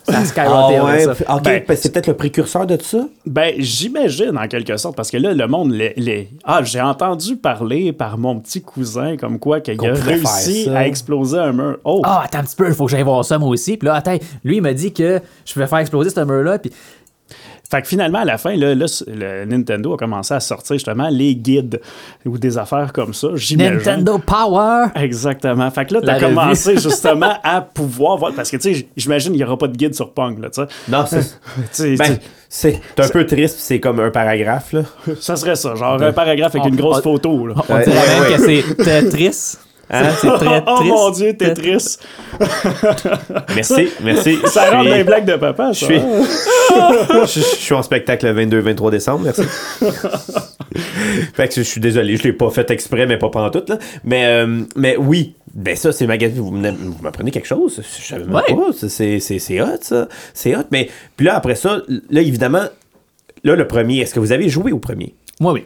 A: Ça a
B: Ah
A: skyrocketé,
B: ouais,
A: là,
B: puis-
A: ça.
B: ok,
C: Ben,
B: parce que c'est peut-être le précurseur de ça.
C: Ben, j'imagine en quelque sorte, parce que là, le monde, les, les- ah, j'ai entendu parler par mon petit cousin comme quoi qu'il
B: Qu'on
C: a
B: pourrait
C: réussi
B: faire ça.
C: à exploser un mur. Oh,
A: Ah, attends un petit peu, faut que j'aille voir ça, moi aussi. Puis là, attends, lui, il m'a dit que je pouvais faire exploser ce mur-là, puis
C: Fait que finalement, à la fin, là, là, le Nintendo a commencé à sortir justement les guides ou des affaires comme ça. J'imagine.
A: Nintendo Power!
C: Exactement. Fait que là, t'as
A: La revue.
C: commencé justement à pouvoir voir. Parce que, tu sais, j'imagine qu'il n'y aura pas de guide sur Pong, là, tu sais.
B: Non, c'est.
C: Tu sais.
B: ben,
C: tu-
B: c'est c'est un peu triste, c'est comme un paragraphe, là.
C: Ça serait ça, genre un paragraphe avec
A: On-
C: une grosse
A: on-
C: photo, là.
A: On
B: Ouais,
A: dirait
B: ouais,
A: même
B: ouais. Hein?
A: que c'est Tetris. C'est très
C: Oh
A: triste.
C: mon Dieu, t'es triste.
B: Merci, merci.
C: Ça
B: Je
C: rentre
B: suis-
C: dans les blagues de papa,
B: Je
C: ça.
B: suis, je, je suis en spectacle le 22-23 décembre, merci. fait que je suis désolé, je l'ai pas fait exprès, mais pas pendant tout. Là. Mais, euh, mais oui, ben ça, c'est magazine. Vous, m'en- vous m'apprenez quelque chose? Je savais même
A: Ouais.
B: pas. C'est- C'est c'est- c'est hot, ça. C'est hot. Mais puis là, après ça, là, évidemment, là, le premier, est-ce que vous avez joué au premier?
A: Moi, oui.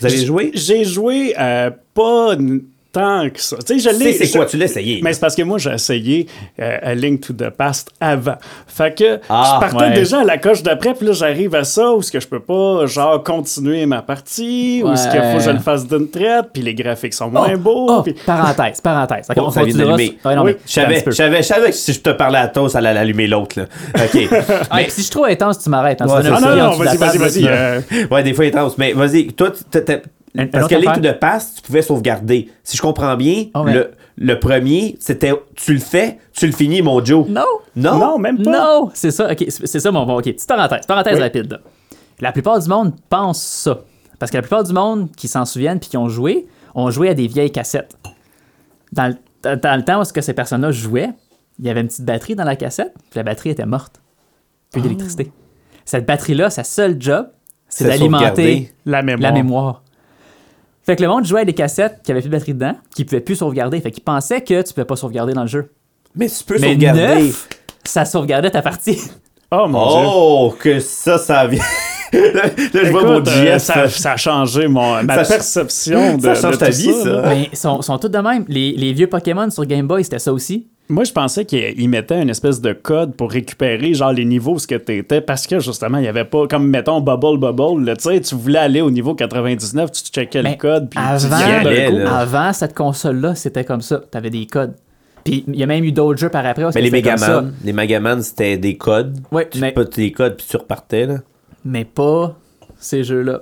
B: Vous avez joué?
C: J'ai joué euh, pas n- tant que ça. Tu sais, je
B: Tu sais,
C: l'ai.
B: c'est
C: je-
B: quoi? Tu l'as essayé.
C: Mais c'est parce que moi, j'ai essayé euh, A Link to the Past avant. Fait que
B: Ah,
C: je partais
A: ouais.
C: déjà à la coche d'après, puis là, j'arrive à ça où ce que je peux pas, genre, continuer ma partie, ou ce qu'il
A: Ouais.
C: faut que je le fasse d'une traite, puis les graphiques sont moins
A: Oh,
C: beaux.
A: oh,
C: puis-
A: Parenthèse, parenthèse. Ok,
B: Oh,
A: on
B: ça vient
A: continuera
B: d'allumer.
A: sur- Ouais, non,
C: Oui,
A: mais
B: Je savais,
A: attends un petit
B: je
A: peu.
B: savais, je savais que si je te parlais à toi, ça allait allumer l'autre. là. OK.
A: Ah,
B: Mais-
A: et puis si je suis trop intense, tu m'arrêtes. hein,
B: Ouais,
A: tu vas
B: c'est
C: Ah
A: me
C: non,
A: crier en
C: non,
A: dessous de la
C: vas-y,
A: table,
C: vas-y,
A: là,
C: vas-y.
A: tu vas-
C: euh,
B: Ouais, des fois intense. Mais vas-y, toi, tu- t'as- t'as-
A: Une- une
B: parce que
A: autre
B: Link to
A: affaire.
B: the Past, tu pouvais sauvegarder. Si je comprends bien,
A: Oh, ouais.
B: le, le premier, c'était tu le fais, tu le finis, mon Joe.
A: Non.
B: Non?
C: Non, même pas.
A: Non, c'est ça. Ok, c'est c'est ça mon bon. Ok, petite parenthèse, parenthèse
C: Oui.
A: rapide. là. La plupart du monde pense ça. Parce que la plupart du monde qui s'en souviennent puis qui ont joué, ont joué à des vieilles cassettes. Dans le, dans- dans le temps où est-ce que ces personnes-là jouaient, il y avait une petite batterie dans la cassette, puis la batterie était morte.
C: Ah.
A: Plus d'électricité. Cette batterie-là, sa seule job, c'est
B: C'est
A: d'alimenter
B: sauvegarder.
C: La mémoire.
A: la mémoire. Fait que le monde jouait à des cassettes qui avaient plus de batterie dedans, qui pouvaient plus sauvegarder. Fait qu'ils pensaient que tu pouvais pas sauvegarder dans le jeu.
B: Mais tu peux
A: Mais
B: sauvegarder.
A: neuf, ça sauvegardait ta partie.
C: Oh mon dieu.
B: Oh, que ça, ça vient. là, là, je vois mon
C: Écoute, euh,
B: GF.
C: ça, ça a changé mon, ma
B: Ça-
C: perception de.
B: ça change
C: de
B: ta
C: tout
B: vie, ça.
C: là.
A: Mais ils sont, sont tous de même. Les, les vieux Pokémon sur Game Boy, c'était ça aussi.
C: Moi, je pensais qu'ils mettaient une espèce de code pour récupérer genre les niveaux où ce que t'étais parce que justement, il y avait pas comme mettons Bubble Bubble, là, tu sais, tu voulais aller au niveau 99, tu checkais le
A: Mais
C: code puis tu
A: avant,
C: y allais d'un
B: allais,
C: coup.
B: là.
A: avant cette console-là, c'était comme ça. T'avais des codes. Puis il y a même eu d'autres jeux par après. où
B: Mais les
A: c'était comme
B: Megaman, les Megaman, c'était des codes.
A: Ouais,
B: tu
A: mais-
B: peux des codes, puis tu repartais. Là.
A: ça. Mais pas ces jeux-là.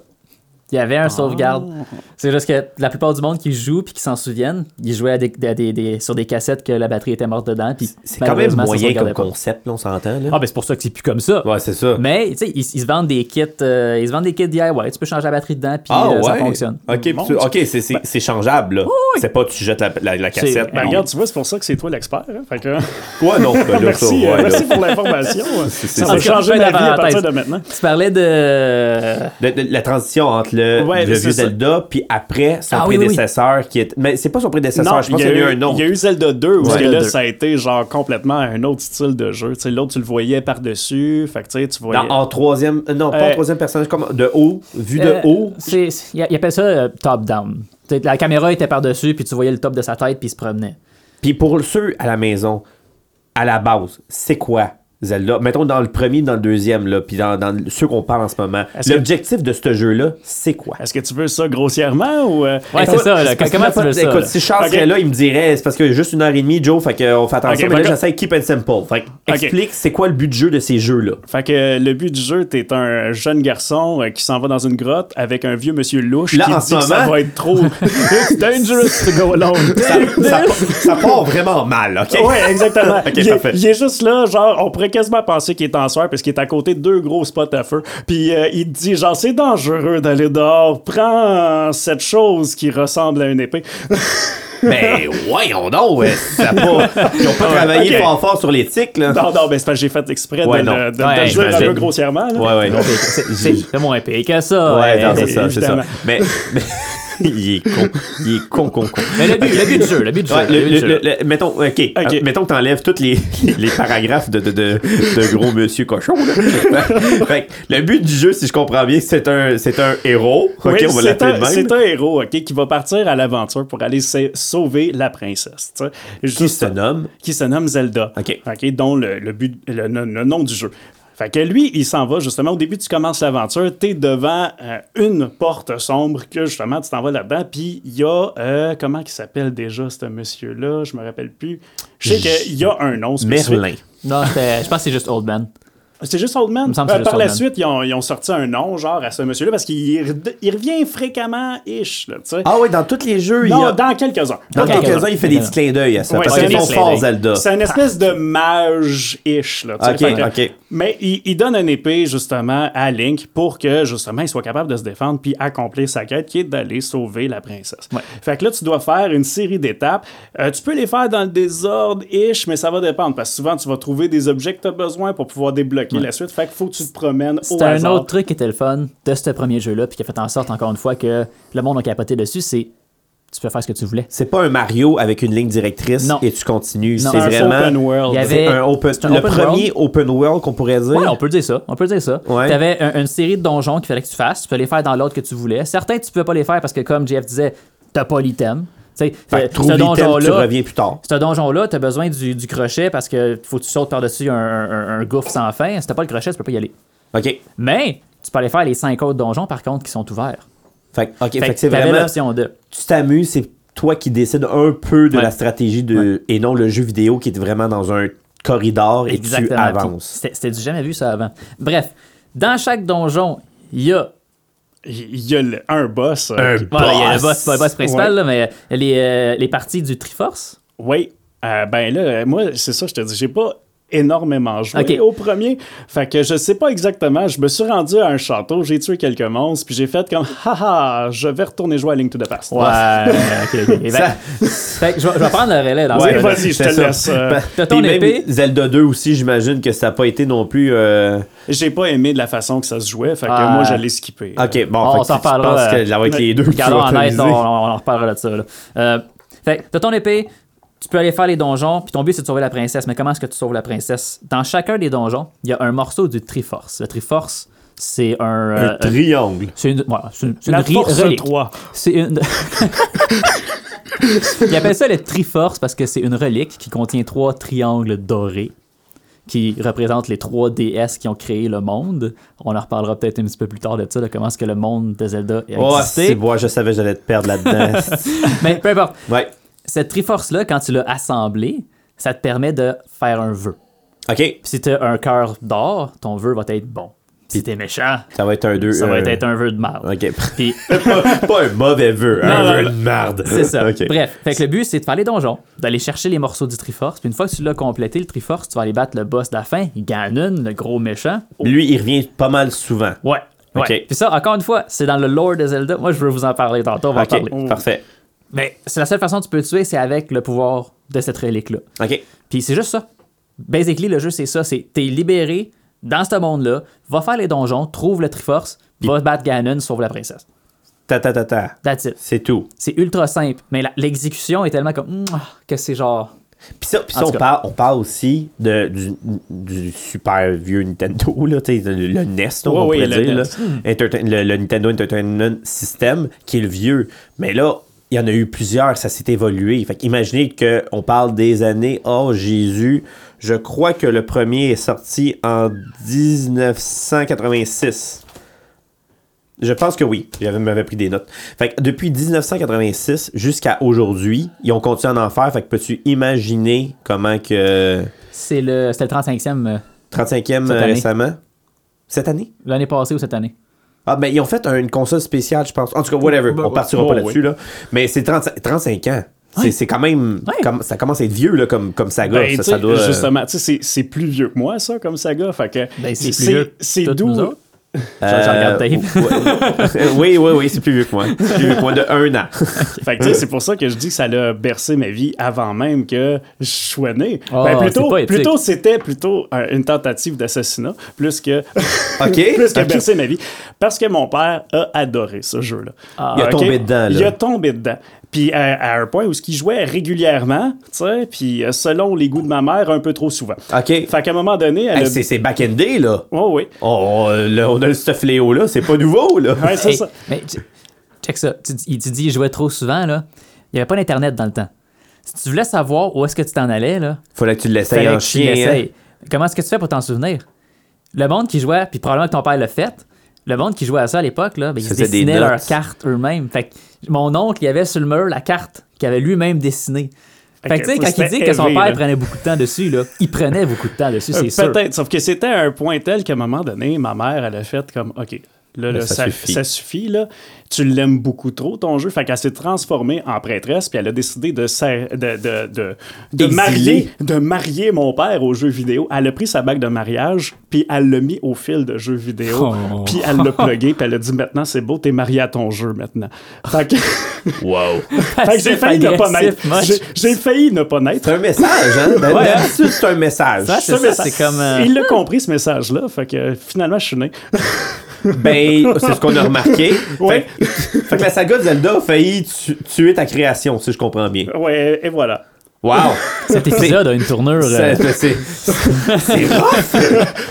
A: Il y avait
B: Ah.
A: un sauvegarde. C'est juste que la plupart du monde qui joue puis qui s'en souviennent, ils jouaient à des- à des- des- sur des cassettes que la batterie était morte dedans. puis
B: C'est quand même
A: malheureusement, ça
B: moyen
A: sauvegardait
B: comme
A: pas.
B: concept, là, on s'entend. là.
A: Ah, ben c'est pour ça que c'est plus comme ça.
B: Ouais, c'est ça.
A: Mais, tu sais, ils, ils se vendent des kits, euh, ils se vendent des kits DIY. Tu peux changer la batterie dedans, puis
B: Ah,
A: euh,
B: ouais.
A: ça fonctionne.
B: Ok, puis tu- ben ok, c'est- c'est c'est changeable. là. C'est pas tu jettes la, la- la cassette.
A: Ben,
C: Ben,
B: non.
C: regarde, tu vois, c'est pour ça que c'est toi l'expert. hein. Fait que,
B: Ouais, non. ben, là, ça,
C: merci,
B: ouais,
C: euh,
B: là,
C: merci pour l'information. ça
A: En
C: va
A: tout cas,
C: changer
A: plein
C: ma vie à
A: d'avantages.
C: partir de maintenant.
A: Tu parlais de.
B: Le- le- la transition entre le,
C: Ouais,
B: le
C: c'est
B: vieux
C: ça.
B: Zelda puis après son
A: Ah oui, oui, oui.
B: prédécesseur qui est mais c'est pas son prédécesseur je pense qu'il y a eu un
C: Il y
B: autre
C: a eu Zelda 2 où
B: Ouais.
C: parce que
A: Zelda
C: là,
A: 2.
C: ça a été genre complètement un autre style de jeu. Tu sais, l'autre, tu le voyais par-dessus. Fait que tu sais, tu voyais.
B: Dans- en troisième euh, non pas en
C: Euh,
B: troisième personnage comme de haut vu de
A: Euh,
B: haut
A: c'est- c'est- Ils appellent ça euh, top-down. La caméra était par-dessus, puis tu voyais le top de sa tête, puis il se promenait.
B: puis pour ceux à la maison à la base c'est quoi Zelda mettons dans le premier dans le deuxième là puis dans, dans ceux qu'on parle en ce moment
C: Est-ce que-
B: l'objectif de ce jeu là c'est quoi
C: Est-ce que tu veux ça grossièrement ou. euh,
A: Ouais,
B: Écoute,
A: c'est ça, là.
B: parce que
A: Comment
B: la
A: tu veux
B: fois-
A: ça?
B: écoute
A: là?
B: si Charles
C: Ok.
B: serait là il me dirait c'est parce que juste une heure et demie Joe fait qu'on fait attention mais
C: Ok,
B: là
C: fait que-
B: j'essaie keep and simple fait que explique c'est quoi le but de jeu de ces jeux là
C: Fait que euh, le but du jeu, t'es un jeune garçon euh, qui s'en va dans une grotte avec un vieux monsieur louche
B: Là,
C: qui
B: en
C: dit
B: ce
C: que ça
B: moment-
C: va être trop It's dangerous to go alone.
B: ça, ça part vraiment mal, OK?
C: Ouais, exactement.
B: Ok,
C: il, est,
B: parfait.
C: il est juste là, genre, on pourrait quasiment penser qu'il est en soir parce qu'il est à côté de deux gros spots à feu. Puis euh, il te dit, genre, c'est dangereux d'aller dehors, prends cette chose qui ressemble à une épée.
B: Mais voyons donc, ouais, ça a pas, ils ont pas travaillé
C: ok.
B: fort fort sur l'éthique, là.
C: Non, non, mais c'est parce que j'ai fait exprès
B: Ouais,
C: de,
B: non.
C: le- de- de
A: Ouais,
C: le dire un
B: j'imagine.
C: peu grossièrement. là.
B: Ouais, ouais.
A: Donc, C'est c'est- c'est moins pire que ça.
B: Oh. Ouais,
A: hein.
B: non, c'est ça, c'est ça.
C: évidemment.
B: Mais, mais il est con. Il est con, con, con.
A: Mais le but, le but du jeu, le but du
B: Ouais,
A: jeu.
B: le-
A: le but du
B: le-
A: jeu.
B: le- le- mettons, ok, euh, mettons que t'enlèves tous les, les paragraphes de, de, de, de gros monsieur cochon. là. Fait- fait que le but du jeu, si je comprends bien, c'est un, c'est un héros. Ok,
C: Oui,
B: on va
C: c'est
B: l'appeler de
C: un,
B: même.
C: c'est un héros ok, qui va partir à l'aventure pour aller sa- sauver la princesse. tu sais.
B: Qui
C: Juste-
B: se nomme
C: qui se nomme Zelda.
B: OK.
C: dont le, le but, le, le- le nom du jeu. Fait que lui, il s'en va justement. Au début, tu commences l'aventure, t'es devant euh, une porte sombre que justement tu t'en vas là-dedans. Puis il y a euh, comment il s'appelle déjà ce monsieur-là Je me rappelle plus. Je sais qu'il y a un nom. spécifique.
B: Merlin.
A: Non, c'était- je pense que c'est juste Old Man.
C: C'est juste Old Man.
A: me semble que c'est
C: Euh, par
A: juste
C: la
A: Old Man.
C: suite, ils ont, ils ont sorti un nom genre à ce monsieur-là parce qu'il re- il revient fréquemment ish. Là, tu sais.
B: Ah ouais, dans tous les jeux, il
C: non,
B: y a-
C: dans quelques-uns.
B: dans
A: quelques-
B: quelques-uns, il fait des petits clins d'œil à ça.
C: Ouais,
B: parce
C: c'est
B: qu'ils
C: un
B: sont
A: clin
B: forts,
A: d'œil.
B: Zelda.
C: C'est une espèce de mage-ish. Là, tu sais.
B: Ok,
C: Fait que-
B: ok.
C: Mais il, il donne une épée, justement, à Link pour que, justement, il soit capable de se défendre puis accomplir sa quête qui est d'aller sauver la princesse. Fait que là, tu dois faire une série d'étapes. Euh, tu peux les faire dans le désordre-ish, mais ça va dépendre parce que souvent, tu vas trouver des objets que tu as besoin pour pouvoir débloquer la suite. Fait que faut que tu te promènes au
A: C'était un
C: hasard.
A: autre truc qui était le fun de ce premier jeu-là, puis qui a fait en sorte, encore une fois, que le monde a capoté dessus, c'est tu peux faire ce que tu voulais.
B: C'est pas un Mario avec une ligne directrice
A: Non.
B: et tu continues.
A: Non.
B: C'est
A: Un
B: vraiment
C: open world.
A: Il y avait-
B: c'est un open,
A: C'est un
B: le
A: open
B: premier open world qu'on pourrait dire.
A: Ouais, on peut dire ça. On peut dire ça.
B: Ouais.
A: Tu avais une série de donjons qu'il fallait que tu fasses. Tu peux les faire dans l'ordre que tu voulais. Certains, tu ne pouvais pas les faire parce que, comme JF disait, t'as pas l'item. Tu sais,
B: Fait
A: fait-
B: que trouve l'item, tu
A: donjon-là-
B: reviens plus tard.
A: Ce donjon-là, t'as besoin du, du crochet parce que faut que tu sautes par-dessus un, un- un gouffre sans fin. Si t'as pas le crochet, tu peux pas y aller.
B: OK.
A: Mais tu peux aller faire les cinq autres donjons, par contre, qui sont ouverts.
B: Fait, que- ok, fait
A: Fait
B: que c'est
A: que t'avais
B: vraiment.
A: l'option de.
B: Tu t'amuses, c'est toi qui décides un peu de
A: Ouais.
B: la stratégie de, et non le jeu vidéo qui est vraiment dans un corridor et tu
A: Exactement. Puis
B: avances.
A: C'était c'était du jamais vu ça avant. Bref, dans chaque donjon, il y a.
C: Il y a le- un boss. euh,
B: Un
C: qui-
A: Bon, il y a le boss, pas le boss principal,
C: Ouais.
A: là, mais les, euh, les parties du Triforce.
C: Oui. Euh, ben là, euh, moi, c'est ça, je te dis, j'ai pas énormément joué
A: Ok.
C: au premier. Fait que je sais pas exactement. Je me suis rendu à un château, j'ai tué quelques monstres, puis j'ai fait comme, haha, je vais retourner jouer à Link to the Past.
A: ok, ok. Et ben- fait que je, vais, je vais prendre le relais dans ce
C: Ouais,
A: cas-là.
C: vas-y, je
B: C'est
C: te
B: ça.
C: laisse, euh,
B: Ben,
A: t'as ton
B: et même
A: épée.
B: Zelda 2 aussi, j'imagine que ça n'a pas été non plus. euh,
C: J'ai pas aimé de la façon que ça se jouait, fait que
A: Ah.
C: moi, j'allais skipper.
B: Ok, bon,
A: On
B: fait que
A: s'en
B: tu- tu
A: reparlera,
B: penses
A: euh,
B: que avec les deux. que tu
A: Regardons
B: vas
A: en net, on,
B: optimiser.
A: on- on en reparlera de ça. là. Euh, fait que t'as ton épée, tu peux aller faire les donjons, puis ton but c'est de sauver la princesse. Mais comment est-ce que tu sauves la princesse Dans chacun des donjons, il y a un morceau du Triforce. Le Triforce, c'est un. euh,
B: Un triangle.
A: c'est une, ouais, c'est une, c'est
C: La
A: une ri-
C: Force
A: relique.
C: 3.
A: C'est une. Ils appellent ça le Triforce parce que c'est une relique qui contient trois triangles dorés qui représentent les trois déesses qui ont créé le monde. On en reparlera peut-être un petit peu plus tard de ça, de comment est-ce que le monde de Zelda a
B: Oh, c'est
A: existé.
B: bon, je savais que j'allais te perdre là-dedans.
A: Mais peu importe.
B: ouais.
A: Cette Triforce-là, quand tu l'as assemblée, ça te permet de faire un vœu.
B: OK.
A: Puis si tu un cœur d'or, ton vœu va être bon. Puis si t'es méchant,
B: Ça va être un 2.
A: ça va être un vœu de mal.
B: OK.
A: Puis
B: pas, pas un mauvais vœu, hein, un
A: Non, non,
B: vœu de marde.
A: C'est ça.
B: OK.
A: Bref, fait que le but, c'est de faire les donjons, d'aller chercher les morceaux du Triforce. Puis une fois que tu l'as complété, le Triforce, tu vas aller battre le boss de la fin, Ganon, le gros méchant.
B: Lui, il revient pas mal souvent.
A: Ouais. ouais.
B: Ok.
A: Puis ça, encore une fois, c'est dans le lore de Zelda. Moi, je veux vous en parler tantôt, on va
B: OK,
A: en parler.
B: parfait.
A: Mais c'est la seule façon que tu peux le tuer, c'est avec le pouvoir de cette relique-là.
B: OK.
A: Puis c'est juste ça. Basically, le jeu, c'est ça. C'est t'es libéré dans ce monde-là, va faire les donjons, trouve le Triforce, va battre Ganon, sauve la princesse.
B: Ta ta ta ta.
A: That's it.
B: C'est tout.
A: C'est ultra simple, mais la- l'exécution est tellement comme... Mouah que c'est genre...
B: Puis ça, puis ça,
A: En tout cas.
B: on, parle, on parle aussi de, du, du super vieux Nintendo, là, tu sais, le, le NES, là, on
C: Ouais, E ouais,
B: pourrait
C: le
B: dire. là.
C: NES.
B: Entertain- le, le Nintendo Entertainment System, qui est le vieux. Mais là, il y en a eu plusieurs, ça s'est évolué. Fait imaginez qu'on parle des années hors Jésus. Je crois que le premier est sorti en 1986. Je pense que oui. J'avais m'avais pris des notes. Fait que depuis 1986 jusqu'à aujourd'hui, ils ont continué à en faire. Fait que peux-tu imaginer comment que
A: C'est le, c'était le 35e... euh,
B: 35e euh,
A: année.
B: récemment cette année
A: L'année passée ou cette année?
B: Ah, ben, ils ont fait un- une console spéciale, je pense. En tout cas, whatever.
A: Ben,
B: On partira
C: oh,
B: pas
C: oui.
B: là-dessus, là. Mais c'est 35 35 ans. C'est- C'est quand même.
A: Ouais.
B: comme- ça commence à être vieux, là, comme, comme saga.
C: Ben,
B: ça,
C: tu
B: ça
C: sais,
B: doit. euh,
C: Justement, tu sais, c'est- c'est plus vieux que moi, ça, comme saga. Fait que
A: Ben, c'est plus
C: c'est
A: vieux que
C: c'est
A: toutes
C: d'où
A: nous autres.
B: euh,
A: regarde Dave.
B: ouais. oui, oui, oui, c'est plus vieux que moi. C'est plus vieux que moi de un an.
C: Fait que tu sais, c'est pour ça que je dis que ça l'a bercé ma vie avant même que je sois né.
A: Ah,
C: Ben,
A: c'est
C: plutôt,
A: pas éthique.
C: plutôt, c'était plutôt euh, une tentative d'assassinat, plus que,
B: OK.
C: plus que
B: OK.
C: bercer ma vie. Parce que mon père a adoré ce jeu-là.
B: Il a
A: Ah.
C: Ok?
B: tombé dedans, là.
C: Il a tombé dedans. Puis à, à un point où ce qu'il jouait régulièrement, tu sais, puis euh, selon les goûts de ma mère, un peu trop souvent.
B: OK.
C: Fait qu'à un moment donné, elle
B: Ah. Hey,
C: a-
B: c'est, c'est back in day, là.
C: Oh oui.
B: Oh, là, on a ce fléau-là, c'est pas nouveau, là.
C: Ouais, c'est
A: Hey,
C: ça.
A: mais tu- check ça. Tu, tu- tu dis, je jouais trop souvent, là. Il n'y avait pas d'Internet dans le temps. Si tu voulais savoir où est-ce que tu t'en allais, là,
B: Fallait que tu l'essayes
A: fallait
B: en
A: que tu
B: chien. hein.
A: l'essayes. Comment est-ce que tu fais pour t'en souvenir? Le monde qui jouait, puis probablement que ton père l'a fait, le monde qui jouait à ça à l'époque, là, ben, ils
B: Faisait des
A: dessinaient
B: notes.
A: leurs cartes eux-mêmes. Fait que mon oncle, il avait sur le mur la carte qu'il avait lui-même dessinée. Fait que,
C: Ok,
A: tu sais, quand il
C: c'était
A: dit que son
C: élevé,
A: père
C: là.
A: prenait beaucoup de temps dessus, là, il prenait beaucoup de temps dessus, c'est
C: Euh,
A: sûr.
C: Peut-être, sauf que c'était à un point tel qu'à un moment donné, ma mère, elle a fait comme, OK, là, là,
B: ça
C: ça, ça
B: suffit.
C: suffit. là. Tu l'aimes beaucoup trop, ton jeu. Fait qu'elle s'est transformée en prêtresse, puis elle a décidé de, sa- de, de, de, de
B: Exiler.
C: marier, de marier mon père aux jeux vidéo. Elle a pris sa bague de mariage, puis elle l'a mis au fil de jeux vidéo.
A: Oh.
C: Puis elle l'a plugué, puis elle a dit, maintenant, c'est beau, t'es marié à ton jeu, maintenant. Fait que, fait
B: Wow.
C: que j'ai failli ne pas naître.
A: Passif, moche.
C: J'ai- J'ai failli ne pas naître.
B: C'est un message, hein? Ben, D'habitude, c'est un message.
A: Ça, c'est
C: Ce
A: ça,
C: message-
A: c'est comme. euh,
C: Il l'a compris, ce message-là. Fait que euh, finalement, je suis né.
B: Ben, c'est ce qu'on a remarqué.
C: Ouais.
B: Fait, que- fait que la saga de Zelda a failli tu- tuer ta création, si je comprends bien.
C: Ouais, et voilà.
B: Wow!
A: Cet épisode a une tournure. euh,
B: C'est c'est- c'est rough!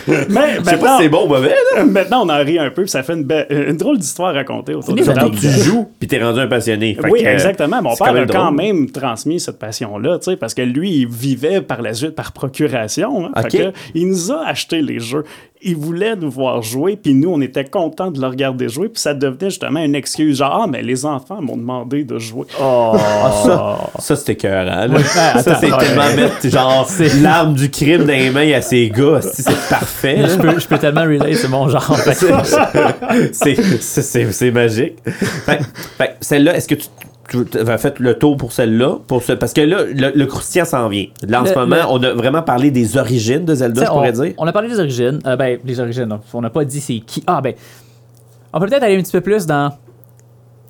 C: Mais
B: Je sais pas
C: maintenant,
B: si c'est bon ou mauvais, là.
C: maintenant, on en rit un peu, puis ça fait une, be- une drôle d'histoire à raconter autour
A: des
C: de la
A: anecdotes.
C: table.
B: Tu joues, puis t'es rendu un passionné. Fait
C: Oui,
B: que, euh,
C: exactement. Mon
B: c'est
C: père a quand
B: drôle.
C: même transmis cette passion-là, tu sais, parce que lui, il vivait par la suite par procuration. hein. Fait
B: Ok.
C: que, il nous a acheté les jeux. Il voulait nous voir jouer, puis nous, on était contents de le regarder jouer, puis ça devenait justement une excuse. Genre, ah, mais les enfants m'ont demandé de jouer.
B: Ah, ça, ça c'était écœurant. là. ça, c'est
A: attends.
B: tellement mettre genre l'arme du crime dans les mains à ces gars. C'est c'est parfait. là.
A: je, peux, je peux tellement relate, c'est mon genre. Fait que-
B: C'est- c'est- C'est c'est magique. Fait, fait que celle-là, est-ce que tu, tu as fait le tour pour celle-là? Pour ce, parce que là, le, le croustillant s'en vient. Là, en
A: Le-
B: ce moment,
A: le-
B: on a vraiment parlé des origines de Zelda,
A: T'sais,
B: je
A: on,
B: pourrais dire.
A: on a parlé des origines. Euh, ben, les origines, non. on n'a pas dit c'est qui. Ah, ben, on peut peut-être aller un petit peu plus dans.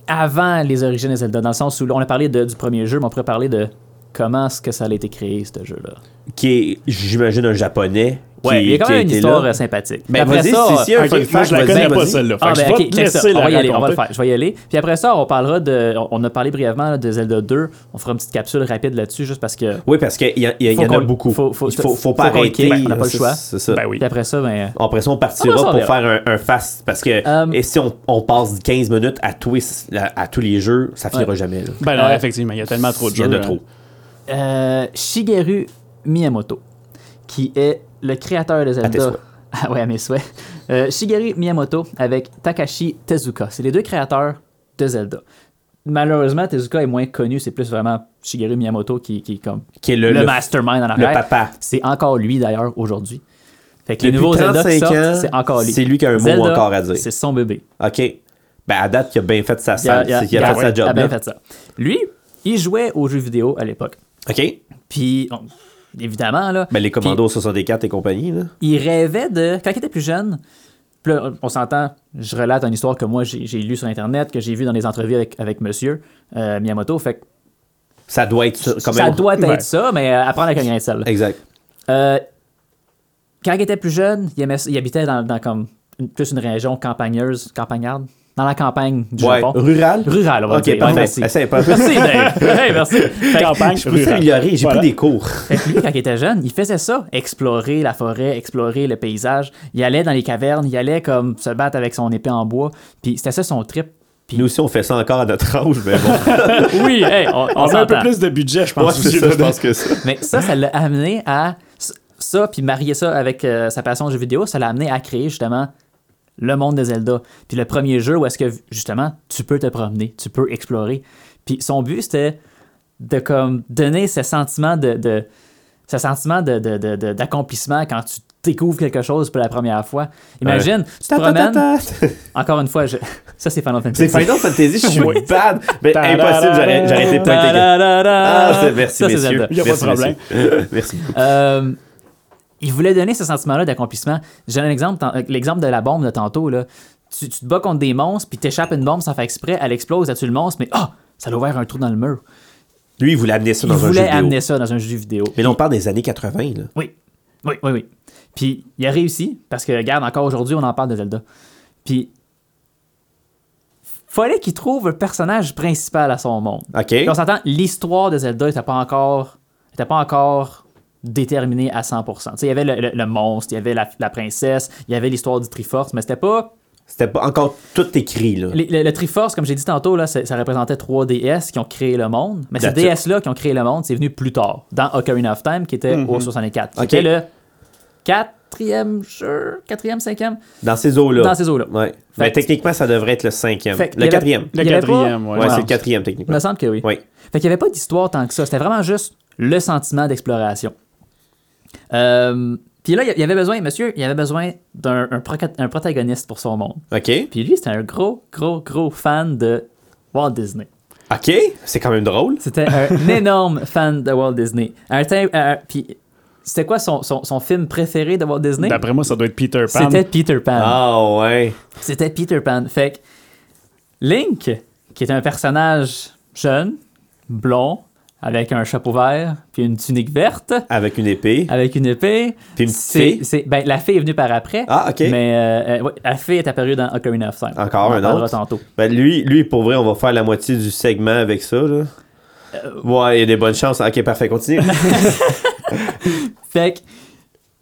A: Avant les origines de Zelda, dans le sens où là, on a parlé de- du premier jeu, mais on pourrait parler de comment est-ce que ça a été créé, ce jeu-là.
B: Qui est, j'imagine, un japonais.
A: Ouais,
B: qui,
A: il y a quand
B: qui
A: même une
B: été
A: histoire
B: là.
A: euh, sympathique.
B: Ben,
A: Après
B: vas-y,
A: ça,
B: si,
A: euh,
B: si, un
C: Ok,
B: fun
C: moi,
B: fact,
C: je la
B: vas-y,
C: connais pas,
B: vas-y.
C: celle-là. Fait
A: Ah,
C: que je
A: ben,
C: vais
A: ok, check
C: te
A: ça.
C: laisser
A: On
C: la
A: va y aller, on va le
C: raconter.
A: faire. Je vais y aller. Puis après ça, on parlera de. on- On a parlé brièvement là, de Zelda 2. On fera une petite capsule rapide là-dessus, juste parce que.
B: Oui, parce qu'il y, a- il y a- il y
A: Faut
B: en a
A: qu'on-
B: beaucoup.
A: faut- faut-
B: Il faut,
A: faut
B: pas
A: qu'on
B: arrêter.
A: quitte, on n'a pas le
B: C'est-
A: choix.
B: C'est ça.
C: Ben oui.
A: Puis après ça, ben.
B: Après ça, on partira
A: Ah, ben, ça, on
B: pour
A: verra.
B: faire un, un fast. Parce que
A: Euh,
B: et si on, on passe 15 minutes à, tous- à, à tous les jeux, ça finira
A: Ouais.
B: jamais. là.
C: Ben non,
A: Euh,
C: effectivement, il y a tellement trop de
B: Il y
C: jeux.
B: en a
C: hein.
B: trop.
A: Euh, Shigeru Miyamoto, qui est le créateur de Zelda.
B: À tes souhaits.
A: Ah ouais, à mes souhaits. Euh, Shigeru Miyamoto avec Takashi Tezuka. C'est les deux créateurs de Zelda. Malheureusement, Tezuka est moins connu. C'est plus vraiment Shigeru Miyamoto qui, qui est comme
B: Qui est
A: le,
B: le, le-
A: mastermind en
B: le
A: arrière.
B: papa.
A: C'est encore lui d'ailleurs aujourd'hui. Fait que les
B: Depuis
A: nouveaux Zelda qui
B: 35
A: sortent,
B: ans,
A: c'est encore lui.
B: c'est lui qui a un mot
A: Zelda,
B: encore à dire.
A: C'est son bébé.
B: OK. Ben, à date, il a bien fait sa
A: Il a,
B: salle.
A: il a-
B: c'est qu'il a
A: il a-
B: fait sa job.
A: il a bien
B: là.
A: fait ça. Lui, il jouait aux jeux vidéo à l'époque.
B: OK.
A: Puis, on- évidemment, là.
B: Ben, les commandos 64 et compagnie, là.
A: puis, il rêvait de. Quand il était plus jeune, puis là, on s'entend, je relate une histoire que moi j'ai j'ai lue sur Internet, que j'ai vue dans des entrevues avec, avec monsieur euh, Miyamoto. Fait que
B: Ça doit être ça. Quand
A: ça
B: même.
A: doit être
C: Ouais.
A: ça, mais euh, apprendre avec un grain de sel.
B: Exact.
A: Euh, quand il était plus jeune, il, aimait ça- il habitait dans, dans comme une- plus une région campagneuse, campagnarde, dans la campagne du
B: Ouais.
A: Japon.
B: Rural?
A: Rural, on va
B: OK,
A: dire. Ouais,
B: parfait.
A: merci.
B: Essaye pas. Je
A: Merci, Dave. Hey, merci. Fait que-
C: Campagne,
B: me suis
C: rurale.
B: amélioré. J'ai
C: Voilà.
B: pris des cours.
A: Fait que lui, quand il était jeune, il faisait ça, explorer la forêt, explorer le paysage. Il allait dans les cavernes, il allait comme se battre avec son épée en bois. Puis c'était ça son trip. Puis
B: Nous aussi, on fait ça encore à notre âge, mais bon.
A: oui, hey, on, on
C: On a un peu
A: s'entend.
C: plus de budget, je
B: Ouais,
C: pense.
B: c'est
C: aussi,
B: ça,
C: là,
B: je pense que ça.
A: Mais ça, ça l'a amené à ça, puis marier ça avec euh, sa passion de jeux vidéo, ça l'a amené à créer justement le monde de Zelda. Puis le premier jeu où est-ce que justement tu peux te promener, tu peux explorer. Puis son but c'était de comme donner ce sentiment de, de- ce sentiment de, de- de- de- d'accomplissement quand tu découvres quelque chose pour la première fois. Imagine, tu te promènes. Encore une fois, je- ça c'est Final Fantasy.
B: C'est Final Fantasy, je suis
C: Oui.
B: bad. Mais impossible, j'aurais j'aurais été pas intégré.
A: Ta-da-da-da.
B: Ah, c'est merci,
A: Ça, c'est
B: messieurs.
A: Zelda.
C: Il y a pas de
B: Merci, messieurs. Merci beaucoup.
A: Euh, il voulait donner ce sentiment-là d'accomplissement. J'ai un exemple, tant- euh, l'exemple de la bombe de tantôt. Là. Tu, tu te bats contre des monstres, puis t'échappes une bombe sans faire exprès, elle explose, elle tue le monstre, mais ah, ça l'a ouvert un trou dans le mur.
B: Lui, il voulait amener ça
A: Il
B: dans un jeu
A: voulait
B: vidéo.
A: amener ça dans un jeu vidéo.
B: Mais là, on parle des années 80, là.
A: Oui, oui, oui, oui. Puis il a réussi, parce que, regarde, encore aujourd'hui, on en parle de Zelda. Puis, fallait qu'il trouve un personnage principal à son monde.
B: OK.
A: Puis on s'entend, l'histoire de Zelda n'était pas encore, était pas encore déterminée à 100%. Tu sais, il y avait le, le- le monstre, il y avait la, la princesse, il y avait l'histoire du Triforce, mais c'était pas...
B: C'était pas encore tout écrit, là.
A: les- Le, le Triforce, comme j'ai dit tantôt, là, c'est- ça représentait trois DS qui ont créé le monde, mais ces
B: That's it.
A: DS-là qui ont créé le monde, c'est venu plus tard, dans Ocarina of Time, qui était au 64, qui
B: Mm-hmm. Ok.
A: était le quatrième jeu, quatrième, cinquième,
B: Dans ces eaux-là.
A: dans ces eaux-là.
B: Ouais.
A: Fait
B: Mais
A: que-
B: techniquement, ça devrait être le cinquième.
A: Fait que il y
B: Euh, le
A: avait-
B: quatrième.
A: il y avait pas-
C: quatrième, ouais.
B: Ouais, c'est le quatrième, techniquement.
A: Il me semble que oui.
B: Oui.
A: Fait qu'il n'y avait pas d'histoire tant que ça. C'était vraiment juste le sentiment d'exploration. Euh, puis là, il y avait besoin, monsieur, il y avait besoin d'un un proca- un protagoniste pour son monde.
B: OK.
A: Puis lui, c'était un gros, gros, gros fan de Walt Disney.
B: OK. C'est quand même drôle.
A: C'était un énorme fan de Walt Disney. Un teint- un- puis c'était quoi son, son- son film préféré de Walt Disney?
C: D'après moi, ça doit être Peter Pan.
A: C'était Peter Pan.
B: Ah, ouais.
A: C'était Peter Pan. Fait que Link, qui est un personnage jeune, blond, avec un chapeau vert, puis une tunique verte,
B: Avec une épée.
A: avec une épée.
B: Puis une petite
A: c'est,
B: fille.
A: c'est- ben, la fille est venue par après.
B: Ah, ok.
A: Mais euh, euh, ouais, la fille est apparue dans Ocarina of Time.
B: Encore
A: On en
B: un
A: parlera
B: autre.
A: tantôt.
B: Ben, lui, lui, pour vrai, on va faire la moitié du segment avec ça, là.
A: Euh,
B: Ouais, il y a des bonnes chances. OK, parfait, continue.
A: Fait que,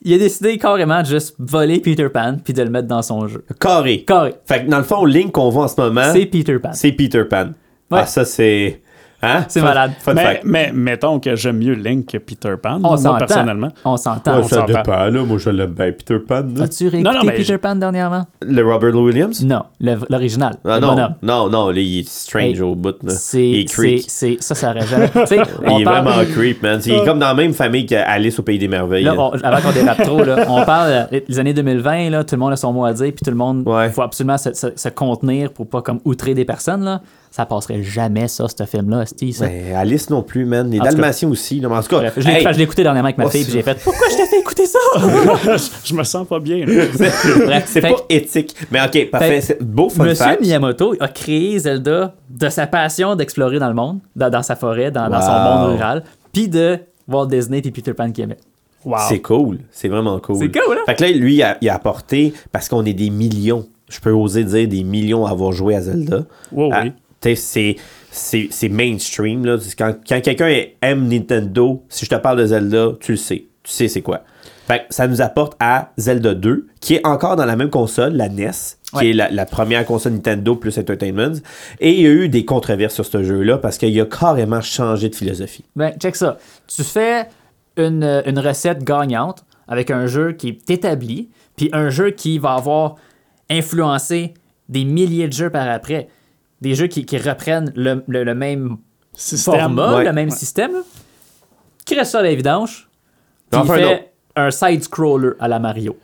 A: il a décidé carrément de juste voler Peter Pan puis de le mettre dans son jeu.
B: Carré.
A: Carré.
B: Fait que dans le fond, Link qu'on voit en ce moment,
A: C'est Peter Pan.
B: Hein? c'est Peter Pan.
A: Ouais.
B: Ah, ça, c'est... Hein?
A: C'est
B: Fun-
A: malade.
B: Fun
C: mais,
B: fact.
C: mais mettons que j'aime mieux Link que Peter Pan,
A: On
C: moi,
A: s'entend.
C: personnellement.
A: On s'entend.
B: Ouais,
A: On
B: ça
A: s'entend.
B: dépend, là. Moi, je l'aime bien, Peter Pan. là.
A: As-tu réécouté
C: Non, non, mais
A: Peter
C: je-
A: Pan dernièrement?
B: Le Robert Louis Williams?
A: Non, le- l'original.
B: Ah
A: le
B: non,
A: bonhomme.
B: non, non, là, il est strange
A: Hey,
B: au bout, là. Il
A: C'est,
B: est
A: c'est,
B: creep.
A: c'est- ça, ça aurait jamais. tu sais,
B: Il
A: on
B: est
A: parle-
B: vraiment creep, man. Il est comme dans la même famille qu'Alice au Pays des Merveilles.
A: Là,
B: là.
A: on- avant qu'on dérape trop, là, on parle euh, les- les années 2020, là, tout le monde a son mot à dire, puis tout le monde, il
B: Ouais.
A: faut absolument se, se- se contenir pour pas comme outrer des personnes. Là. Ça passerait jamais, ça, ce film-là, hostie, ça.
B: Mais Alice non plus, man.
A: En
B: Les
A: tout cas.
B: Dalmatiens aussi. là. Mais En tout cas,
A: Bref, je l'ai
B: Ben, hey,
A: je l'ai écouté dernièrement avec ma
B: Oh,
A: fille, puis
B: c'est-
A: j'ai fait Pourquoi je t'ai fait écouter ça
C: je me sens pas bien. là.
A: Bref,
B: c'est
A: fait
B: pas
A: que
B: éthique. Mais OK, parfait.
A: Fait-
B: c'est Beau fun
A: Monsieur
B: fact.
A: Miyamoto a créé Zelda de sa passion d'explorer dans le monde, dans, dans sa forêt, dans, dans son
B: Wow.
A: monde rural, puis de Walt Disney et Peter Pan qui aimait.
C: Wow.
B: C'est cool. C'est vraiment cool.
A: Ah. C'est cool, hein?
B: Fait que là, lui, il a, il a apporté, parce qu'on est des millions, je peux oser dire des millions à avoir joué à Zelda.
C: Ouais,
B: Ah,
C: oui.
B: t'sais, c'est- c'est c'est mainstream. Là. C'est Quand, quand quelqu'un aime Nintendo, si je te parle de Zelda, tu le sais. Tu sais c'est quoi. Fait que ça nous apporte à Zelda 2, qui est encore dans la même console, la NES, qui
A: Ouais.
B: est la, la première console Nintendo plus Entertainment. Et il y a eu des controverses sur ce jeu-là parce qu'il a carrément changé de philosophie.
A: Ben, check ça. Tu fais une, euh, une recette gagnante avec un jeu qui est établi, puis un jeu qui va avoir influencé des milliers de jeux par après. Des jeux qui, qui reprennent le, le- le même
C: Système.
A: format,
B: Ouais.
A: le même
C: Ouais.
A: système. là. Crée ça à la vidange, puis
B: J'en fais un autre.
A: fait un side-scroller à la Mario.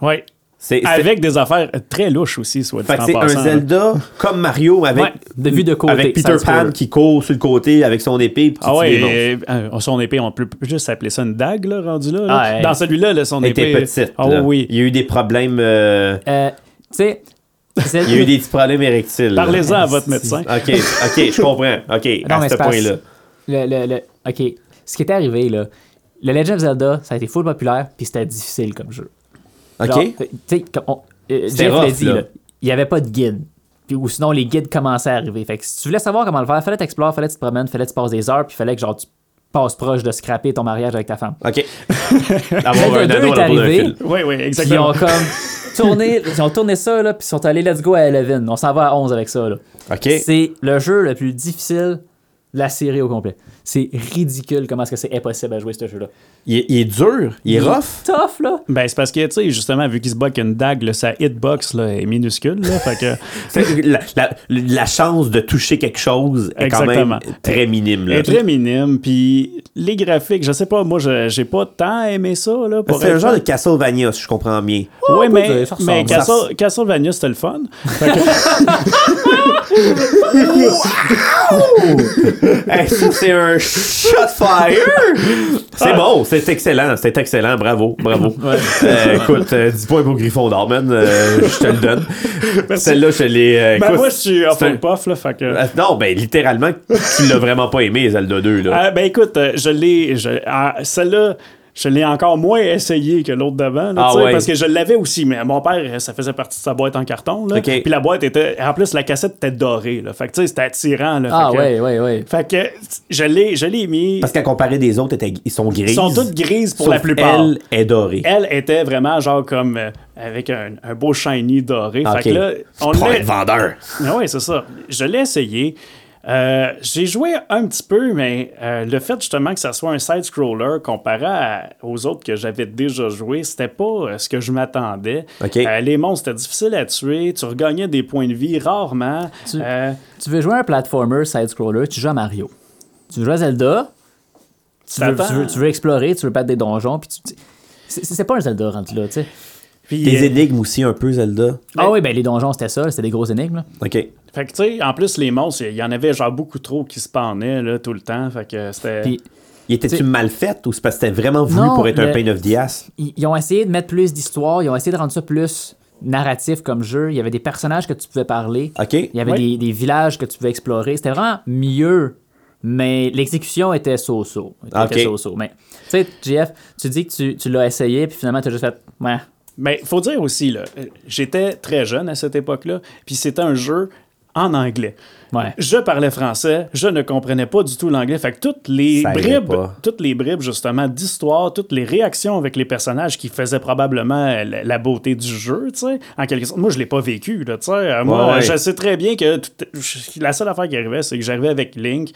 C: Ouais.
B: C'est, c'est-
C: Avec des affaires très louches aussi, soit dit
B: fait que
C: en
B: c'est un
C: passant. hein.
B: Zelda comme Mario avec,
A: Ouais, de vue de côté,
B: avec Peter
A: side-scroller.
B: Pan qui court sur le côté avec son épée. puis qui
C: Ah
B: tue
C: ouais,
B: les monstres.
C: et, euh, son épée, on peut juste appeler ça une dague, là, rendu là. là.
A: Ah, ouais.
C: Dans celui-là, là, son
B: Elle était
C: épée.
B: petite.
C: Ah
B: là.
C: oui.
B: Il y a eu des problèmes. euh,
A: Euh, tu sais, c'est-
B: Il y a eu des petits problèmes érectiles. là.
C: Parlez-en à votre médecin.
B: OK, OK, je comprends. OK, à
A: mais
B: ce
A: c'est parce-
B: point-là.
A: Le, le- le- OK. Ce qui est arrivé, là, le Legend of Zelda, ça a été full populaire, puis c'était difficile comme jeu. Genre,
B: OK?
A: Tu sais, comme on- euh,
B: C'était
A: Jeff
B: rough,
A: l'a dit,
B: là.
A: là, il n'y avait pas de guide. Puis, ou sinon, les guides commençaient à arriver. Fait que si tu voulais savoir comment le faire, fallait t'explorer, fallait que tu te promènes, fallait que tu passes des heures, puis fallait que genre tu passes proche de scraper ton mariage avec ta femme.
B: OK. Avoir
A: Zelda 2 est
B: ado dans le bout d'un
A: arrivé.
B: fil.
C: Oui, oui,
A: Puis ils
C: exactement.
A: ont comme tourné, ils ont tourné ça, là, puis ils sont allés let's go à Eleven. On s'en va à 11 avec ça. Là.
B: OK.
A: C'est le jeu le plus difficile de la série au complet. C'est ridicule comment est-ce que c'est impossible à jouer ce jeu-là.
B: Il, est- il est dur, il est rough.
A: Tough, là!
C: Ben, c'est parce que, tu sais, justement, vu qu'il se bat avec une dague, là, sa hitbox là, est minuscule. Là, fait que,
B: C'est- La, la- la chance de toucher quelque chose est
C: Exactement.
B: quand même très minime.
C: elle
B: là.
C: est très minime. Puis les graphiques, je sais pas, moi, je- j'ai pas tant aimé ça. Là, pour
B: C'est un
C: être-
B: genre de Castlevania, si je comprends bien.
C: Oui,
A: on peut
C: mais,
A: dire, ça
C: mais
A: ressemble.
C: Castle- Castlevania, c'était le fun.
B: Hey, ça, c'est un shot fire! Ah. C'est bon, c'est excellent, c'est excellent, bravo, bravo. Euh, écoute, euh, 10 points pour Griffon Dorman, euh, je te le donne.
C: Merci.
B: Celle-là, je l'ai. euh,
C: Ben,
B: écoute,
C: moi, je suis
B: c'est un-
C: Hufflepuff, là, fait que...
B: Euh, Non, ben littéralement, tu l'as vraiment pas aimé, Zelda 2, là.
C: Ah, ben écoute, euh, je l'ai. je- ah, Celle-là. Je l'ai encore moins essayé que l'autre d'avant, là,
B: Ah
C: tu sais,
B: ouais.
C: parce que je l'avais aussi, mais mon père, ça faisait partie de sa boîte en carton. Là.
B: Ok.
C: Puis la boîte était. En plus, la cassette était dorée. Là. Fait que tu sais, c'était attirant. Là.
A: Ah
C: fait que,
A: ouais, ouais, ouais.
C: Fait que je l'ai, je l'ai mis.
B: Parce qu'à comparer des autres, était- ils sont grises.
C: Ils sont toutes grises pour
B: Sauf
C: la plupart.
B: Elle est dorée.
C: Elle était vraiment genre comme euh, avec un, un beau shiny doré.
B: Ah, Ok.
C: Fait que là, on
B: Prends
C: l'a.
B: le vendeur.
C: Ah ouais, c'est ça. Je l'ai essayé. Euh, j'ai joué un petit peu, mais euh, le fait justement que ça soit un side-scroller comparé à- aux autres que j'avais déjà joué, c'était pas euh, ce que je m'attendais.
B: Ok.
C: Euh, les monstres, c'était difficile à tuer. Tu regagnais des points de vie rarement.
A: Tu-
C: Euh,
A: Tu veux jouer à un platformer side-scroller, tu joues à Mario. Tu veux jouer à Zelda, tu veux,
C: t'attends.
A: tu veux- tu veux explorer, tu veux battre des donjons, puis tu- tu- c'est- C'est pas un Zelda rendu là, tu sais.
C: puis,
B: Des
C: euh,
B: énigmes aussi, un peu, Zelda.
A: Ah oui, ben les donjons, c'était ça, c'était des grosses énigmes. là.
B: OK.
C: fait que, tu sais, en plus, les monstres, il y en avait genre beaucoup trop qui se panaient là, tout le temps. Fait que c'était.
A: Puis
B: Il était-tu
A: T'sais-
B: mal fait ou c'est parce que c'était vraiment voulu
A: Non,
B: pour être un
A: le-
B: pain of the ass?
A: ils, ils ont essayé de mettre plus d'histoire, ils ont essayé de rendre ça plus narratif comme jeu. Il y avait des personnages que tu pouvais parler,
B: OK.
A: il y avait
C: Oui.
A: des, des villages que tu pouvais explorer. C'était vraiment mieux, mais l'exécution était so-so. Était
B: Ok.
A: so-so. Mais tu sais, JF, tu dis que tu, tu l'as essayé, puis finalement, tu as juste fait. Ouais.
C: Mais faut dire aussi, là, euh, j'étais très jeune à cette époque-là, puis c'était un jeu en anglais.
A: Ouais.
C: Je parlais français, je ne comprenais pas du tout l'anglais. Fait que toutes les
B: Ça aidait
C: bribes,
B: pas.
C: toutes les bribes justement d'histoire, toutes les réactions avec les personnages qui faisaient probablement euh, la la beauté du jeu, tu sais, en quelque sorte. Moi, je l'ai pas vécu, là, tu sais. Euh, Moi,
B: Ouais, ouais.
C: je sais très bien que tout- je- la seule affaire qui arrivait, c'est que j'arrivais avec Link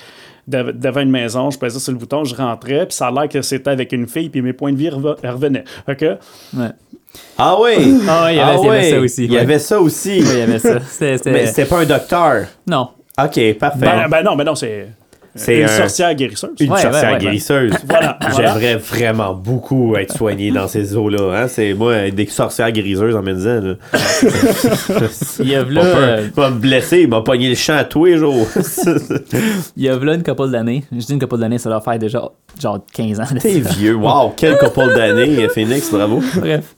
C: dev- devant une maison, je pesais sur le bouton, je rentrais, puis ça a l'air que c'était avec une fille, puis mes points de vie reve- revenaient. Fait que,
A: ouais.
B: Ah oui!
A: Ah ouais, il y avait- il y avait ça aussi,
B: Il y
A: ouais.
B: avait ça aussi.
A: Il y avait ça. C'était- c'était-
B: Mais c'était pas un docteur.
A: Non.
B: OK, parfait.
C: Ben, ben non, ben non, c'est
B: C'est
C: une
B: un-
C: sorcière guérisseuse.
B: Une
A: Ouais,
B: sorcière
A: ouais, ouais, ouais.
B: guérisseuse.
C: Voilà, voilà.
B: J'aimerais vraiment beaucoup être soigné dans ces eaux-là. Hein? C'est moi, des sorcières guérisseuses en me disant. là.
A: Il y a v'là,
B: Pas peur.
A: euh,
B: Il va me blesser, il m'a pogné le champ tous les jours.
A: il y a v'là une couple d'années. Je dis une couple d'années, ça doit faire déjà genre 15 ans. de
B: T'es
A: ça.
B: vieux. Wow, quel couple d'années, euh, Phoenix, bravo.
A: Bref,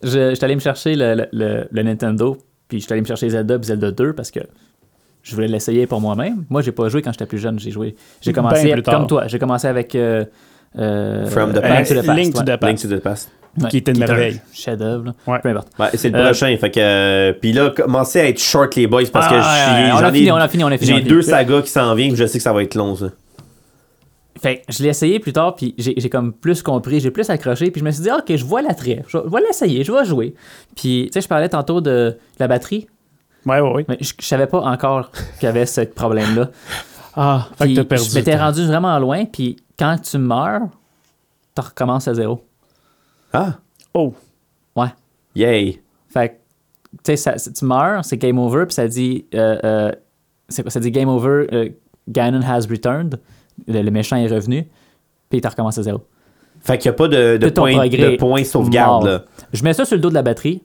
A: je, je suis allé me chercher le, le- le- le Nintendo, puis je suis allé me chercher Zelda puis Zelda 2 parce que je voulais l'essayer pour moi-même. Moi, j'ai pas joué quand j'étais plus jeune, j'ai joué. J'ai
C: Ben
A: commencé
C: plus tard.
A: comme toi, j'ai commencé avec euh, euh,
B: From the
A: euh, Link
B: Past.
A: to the Past,
C: Link to
A: ouais.
C: the Past.
B: Link to the past.
A: Ouais,
C: Qui était une
A: est un
C: merveille.
A: Chef-d'œuvre, là.
C: Ouais.
A: peu importe.
B: Ouais, Ben, c'est le
A: Euh,
B: prochain. Fait que. euh, Puis là, commencez à être short, les boys, parce que
A: Ah, ouais,
B: j'ai-
A: ouais, on
B: j'en
A: a
B: ai-
A: fini, on a fini, on a fini, on
B: J'ai
A: a fini.
B: deux sagas qui s'en viennent, puis je sais que ça va être long, ça.
A: Fait que je l'ai essayé plus tard, puis j'ai j'ai comme plus compris, j'ai plus accroché, puis je me suis dit, Ah, ok, je vois l'attrait, je vais- je vais l'essayer, je vais jouer. Puis, tu sais, je parlais tantôt de la batterie,
C: Ouais, ouais, ouais.
A: mais je, je savais pas encore qu'il y avait ce problème-là.
C: Ah, fait
A: Puis
C: que t'as perdu.
A: Je m'étais rendu vraiment loin, puis quand tu meurs, tu recommences à zéro.
B: Ah,
C: Oh,
A: Ouais.
B: yay.
A: Fait que, tu sais, ça- si tu meurs, c'est game over, puis ça dit, euh, euh, c'est quoi, ça dit game over, euh, Ganon has returned, le, le méchant est revenu, puis tu recommences à zéro.
B: Fait qu'il n'y a pas de, de,
A: Tout ton
B: point,
A: progrès
B: de point
A: mort.
B: sauvegarde, là.
A: Je mets ça sur le dos de la batterie,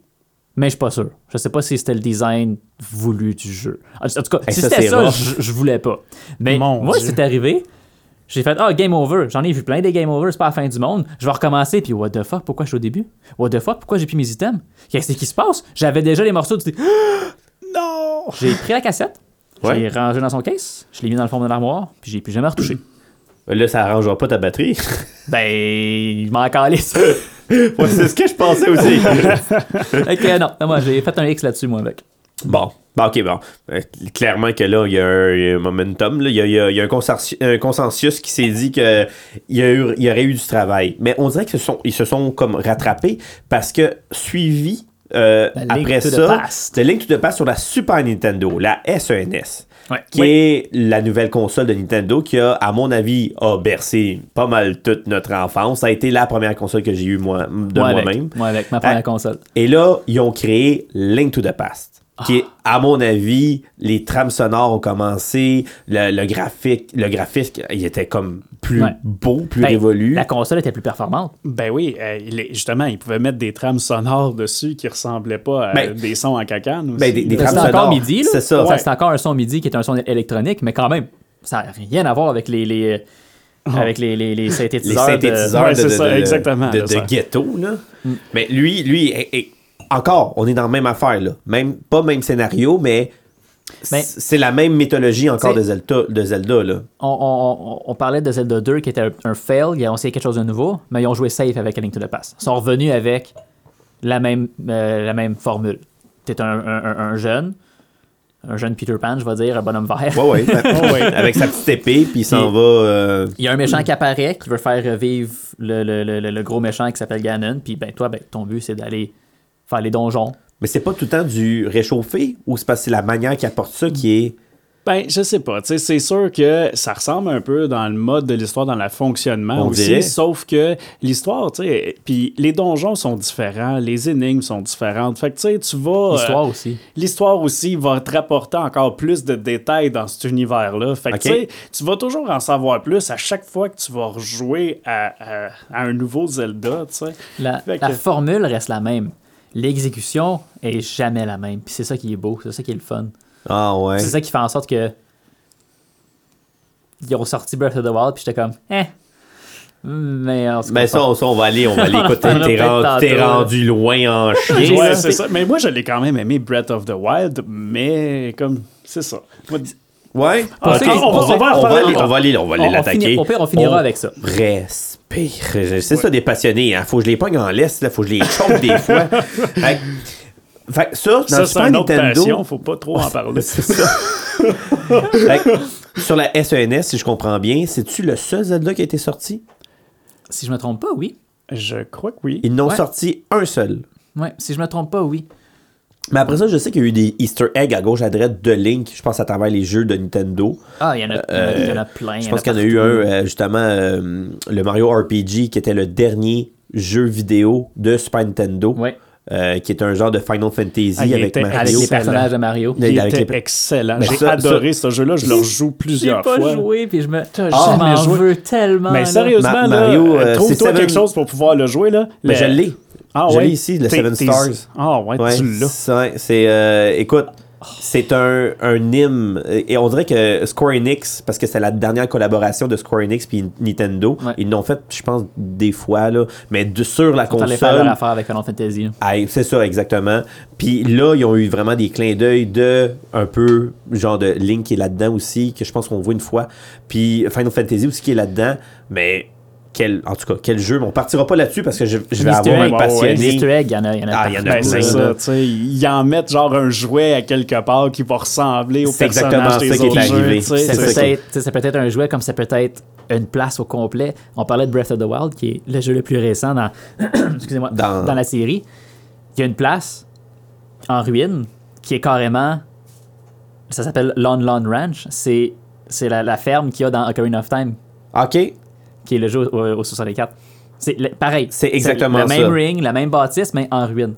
A: mais je suis pas sûr. Je sais pas si c'était le design voulu du jeu. En en tout cas,
B: Hey,
A: si
B: ça,
A: c'était
B: c'est
A: ça,
B: rough.
A: je je voulais pas. Mais
C: Mon
A: moi,
C: Dieu.
A: c'est arrivé. J'ai fait Ah, game over. J'en ai vu plein des game over, c'est pas la fin du monde. Je vais recommencer. Puis, what the fuck, pourquoi je suis au début What the fuck, pourquoi j'ai plus mes items Qu'est-ce qui se passe J'avais déjà les morceaux du.
C: non!
A: J'ai pris la cassette, je
B: Ouais.
A: l'ai rangée dans son case, je l'ai mis dans le fond de l'armoire, puis j'ai plus jamais retouché.
B: Là, ça arrangera pas ta batterie.
A: ben, il m'en calisse.
B: ouais, c'est ce que je pensais aussi.
A: ok, non, non, moi, j'ai fait un X là-dessus, moi, mec.
B: bon. Bah, ok, bon. Euh, clairement que là, il y, a un- il y a un momentum. là. Il y a, il y a- il y a un, consorti- un consensus qui s'est dit que il y, a eu- il y aurait eu du travail. Mais on dirait qu'ils se sont, ils se sont comme rattrapés parce que suivi euh,
A: Ben, Link
B: après
A: to the
B: ça,
A: Past.
B: c'était Link to the Past sur la Super Nintendo, la E SNES.
A: Ouais.
B: qui est la nouvelle console de Nintendo qui a, à mon avis, a bercé pas mal toute notre enfance. Ça a été la première console que j'ai eue moi, de
A: Moi, avec.
B: moi-même.
A: Moi, avec ma première
B: Ah.
A: console.
B: Et là, ils ont créé Link to the Past, qui est,
A: Ah.
B: à mon avis, les trames sonores ont commencé, le, le graphique, le graphique, il était comme plus
A: Ouais.
B: beau, plus
A: Ben,
B: révolu.
A: La console était plus performante.
C: Ben oui, euh, il est- justement, ils pouvaient mettre des trames sonores dessus qui ressemblaient pas à
B: Ben-
C: des sons en cacane. Aussi.
B: Ben, des- des
A: Mais
B: trames
A: C'est encore
B: sonores.
A: midi, là.
B: C'est ça.
A: C'était
C: Ouais.
A: encore un son midi qui est un son électronique, mais quand même, ça n'a rien à voir avec les, les, avec les, les, les
B: Oh. les
A: synthétiseurs. de-
B: synthétiseurs
C: Ouais,
B: de,
C: c'est
B: de-
C: ça,
B: de-
C: exactement,
B: de-
C: là,
B: de
C: ça.
B: ghetto. Là.
A: Mm.
B: Mais lui, lui est- est- encore, on est dans la même affaire. Là. Même, pas même scénario, mais
A: Mais-
B: c- c'est la même mythologie encore
A: C'est-
B: de Zelda. De Zelda là.
A: on, on- on- on parlait de Zelda 2 qui était un- un fail, ils ont essayé quelque chose de nouveau, mais ils ont joué safe avec A Link to the Past. Ils sont revenus avec la même, euh, la même formule. T'es un, un- un- un jeune, un jeune Peter Pan, je vais dire, un bonhomme vert.
B: Ouais, ouais,
C: ouais.
B: Avec sa petite épée, puis il s'en
A: Il-
B: va. euh,
A: Il y a un
C: Hmm.
A: méchant qui apparaît, qui veut faire revivre le, le- le- le- le gros méchant qui s'appelle Ganon, puis ben toi, ben, ton but c'est d'aller faire les donjons.
B: Mais c'est pas tout le temps du réchauffé ou c'est parce que c'est la manière qu'il apporte ça qui est.
C: Ben, je sais pas. Tu sais, c'est sûr que ça ressemble un peu dans le mode de l'histoire, dans le fonctionnement
B: On
C: aussi.
B: dirait.
C: Sauf que l'histoire, tu sais, puis les donjons sont différents, les énigmes sont différentes. Fait que, tu sais, tu vas.
A: L'histoire
C: euh,
A: aussi.
C: L'histoire aussi va te rapporter encore plus de détails dans cet univers-là. Fait que,
B: Ok.
C: tu sais, tu vas toujours en savoir plus à chaque fois que tu vas rejouer à, à- à un nouveau Zelda, tu sais.
A: La,
C: Fait que-
A: la formule reste la même. L'exécution est jamais la même. Puis c'est ça qui est beau, c'est ça qui est le fun.
B: Ah ouais.
A: C'est ça qui fait en sorte que. Ils ont sorti Breath of the Wild, puis j'étais comme. Eh. Mais en tout cas,
B: Mais Ben, ça, on, ça, on va aller, on va aller. Écoute,
A: On en a
B: t'es
A: peut-être
B: rendu, t'es
A: tantôt, là.
B: rendu loin en chien.
A: J'ai-
C: Ouais,
A: ça,
C: c'est
A: c'est-
C: ça. Mais moi, je l'ai quand même aimé Breath of the Wild, mais comme, c'est ça. Moi,
B: Ouais.
A: Ah,
B: Ok.
A: ok, on va-
B: On
A: on va en
B: va aller-
C: parler.
B: on va aller- on va
A: On-
B: aller
A: on
B: l'attaquer.
A: finit- au pire, on finira avec ça.
B: Respire. C'est ça des passionnés. Hein. Faut que je les pogne en laisse. Là. Faut que je les chope des fois. Fait, que- fait que ça, dans le
C: ça, c'est
B: Super
C: une autre
B: Nintendo.
C: passion, faut pas trop en parler.
B: C'est ça. Fait que sur la SENS, si je comprends bien, c'est-tu le seul Zelda qui a été sorti?
A: Si je me trompe pas, oui.
C: Je crois que oui.
B: Ils n'ont
A: Ouais.
B: sorti un seul.
A: Ouais, si je me trompe pas, oui.
B: Mais après ça, je sais qu'il y a eu des Easter eggs à gauche, à droite de Link, je pense à travers les jeux de Nintendo.
A: Ah, il y en a, il y en a- il y en a plein.
B: Euh, Je pense qu'il y en a eu un, euh, justement, euh, le Mario RPG, qui était le dernier jeu vidéo de Super Nintendo,
A: Ouais.
B: euh, qui est un genre de Final Fantasy
C: Ah, il
B: avec
C: était
B: Mario.
A: Avec les
C: Excellent.
A: personnages de Mario.
B: Mais-
C: Il
B: avec
C: était
B: les-
C: excellent.
B: Mais
C: J'ai
B: ça-
C: adoré ce jeu-là. Je le rejoue
A: J'ai
C: plusieurs
A: pas
C: fois.
A: joué, puis je me.
C: Ah,
A: je m'en
C: jamais joué.
A: veux tellement.
C: Mais
A: là.
C: sérieusement,
B: Ma-
C: là,
B: Mario, euh, c'est
C: trouve-toi
B: Seven-
C: quelque chose pour pouvoir le jouer. Là.
B: Mais
C: Le-
B: Ben, je l'ai.
C: Ah,
B: je
C: ouais.
B: l'ai ici, le
C: T'es-
B: Seven
C: t'es-
B: Stars.
C: Ah ouais,
B: Ouais,
C: tu l'as.
B: c'est- ouais, c'est, euh, écoute, c'est un, un hymne. Et on dirait que Square Enix, parce que c'est la dernière collaboration de Square Enix puis Nintendo,
A: Ouais.
B: ils l'ont fait, je pense, des fois, là, mais de- sur la
A: Ils allaient faire leur
B: console.
A: affaire avec Final Fantasy. hein. là.
B: Ah, c'est ça, exactement. Puis là, ils ont eu vraiment des clins d'œil de un peu, genre de Link qui est là-dedans aussi, que je pense qu'on voit une fois. Puis Final Fantasy aussi qui est là-dedans. Mais quel, en tout cas, quel jeu. Mais on partira pas là-dessus parce que je, je vais
A: Les
B: avoir
A: Easter
B: un
A: eggs,
B: passionné.
A: Les Easter eggs, il y en a. Il y en a,
B: Ah, il y en a
C: Ben,
A: partout,
C: c'est
B: plein,
A: là.
C: ça,
B: là.
C: tu sais, ils en mettent genre un jouet à quelque part qui va ressembler au
B: C'est
C: personnage
B: exactement
C: des
B: ça qui est
C: autres jeux.
B: arrivé.
C: tu sais,
A: Ça
B: C'est
A: peut,
B: ça qui-
A: être, tu sais, ça peut être un jouet comme ça peut être une place au complet. On parlait de Breath of the Wild, qui est le jeu le plus récent dans, excusez-moi,
B: Dans-
A: dans... la série. Il y a une place en ruine qui est carrément. Ça s'appelle Lon Lon Ranch. C'est, c'est la, la ferme qu'il y a dans Ocarina of Time,
B: OK.
A: qui est le jeu au, au 64. C'est le- pareil.
B: C'est exactement
A: le
B: ça.
A: même ring, la même bâtisse, mais en ruine.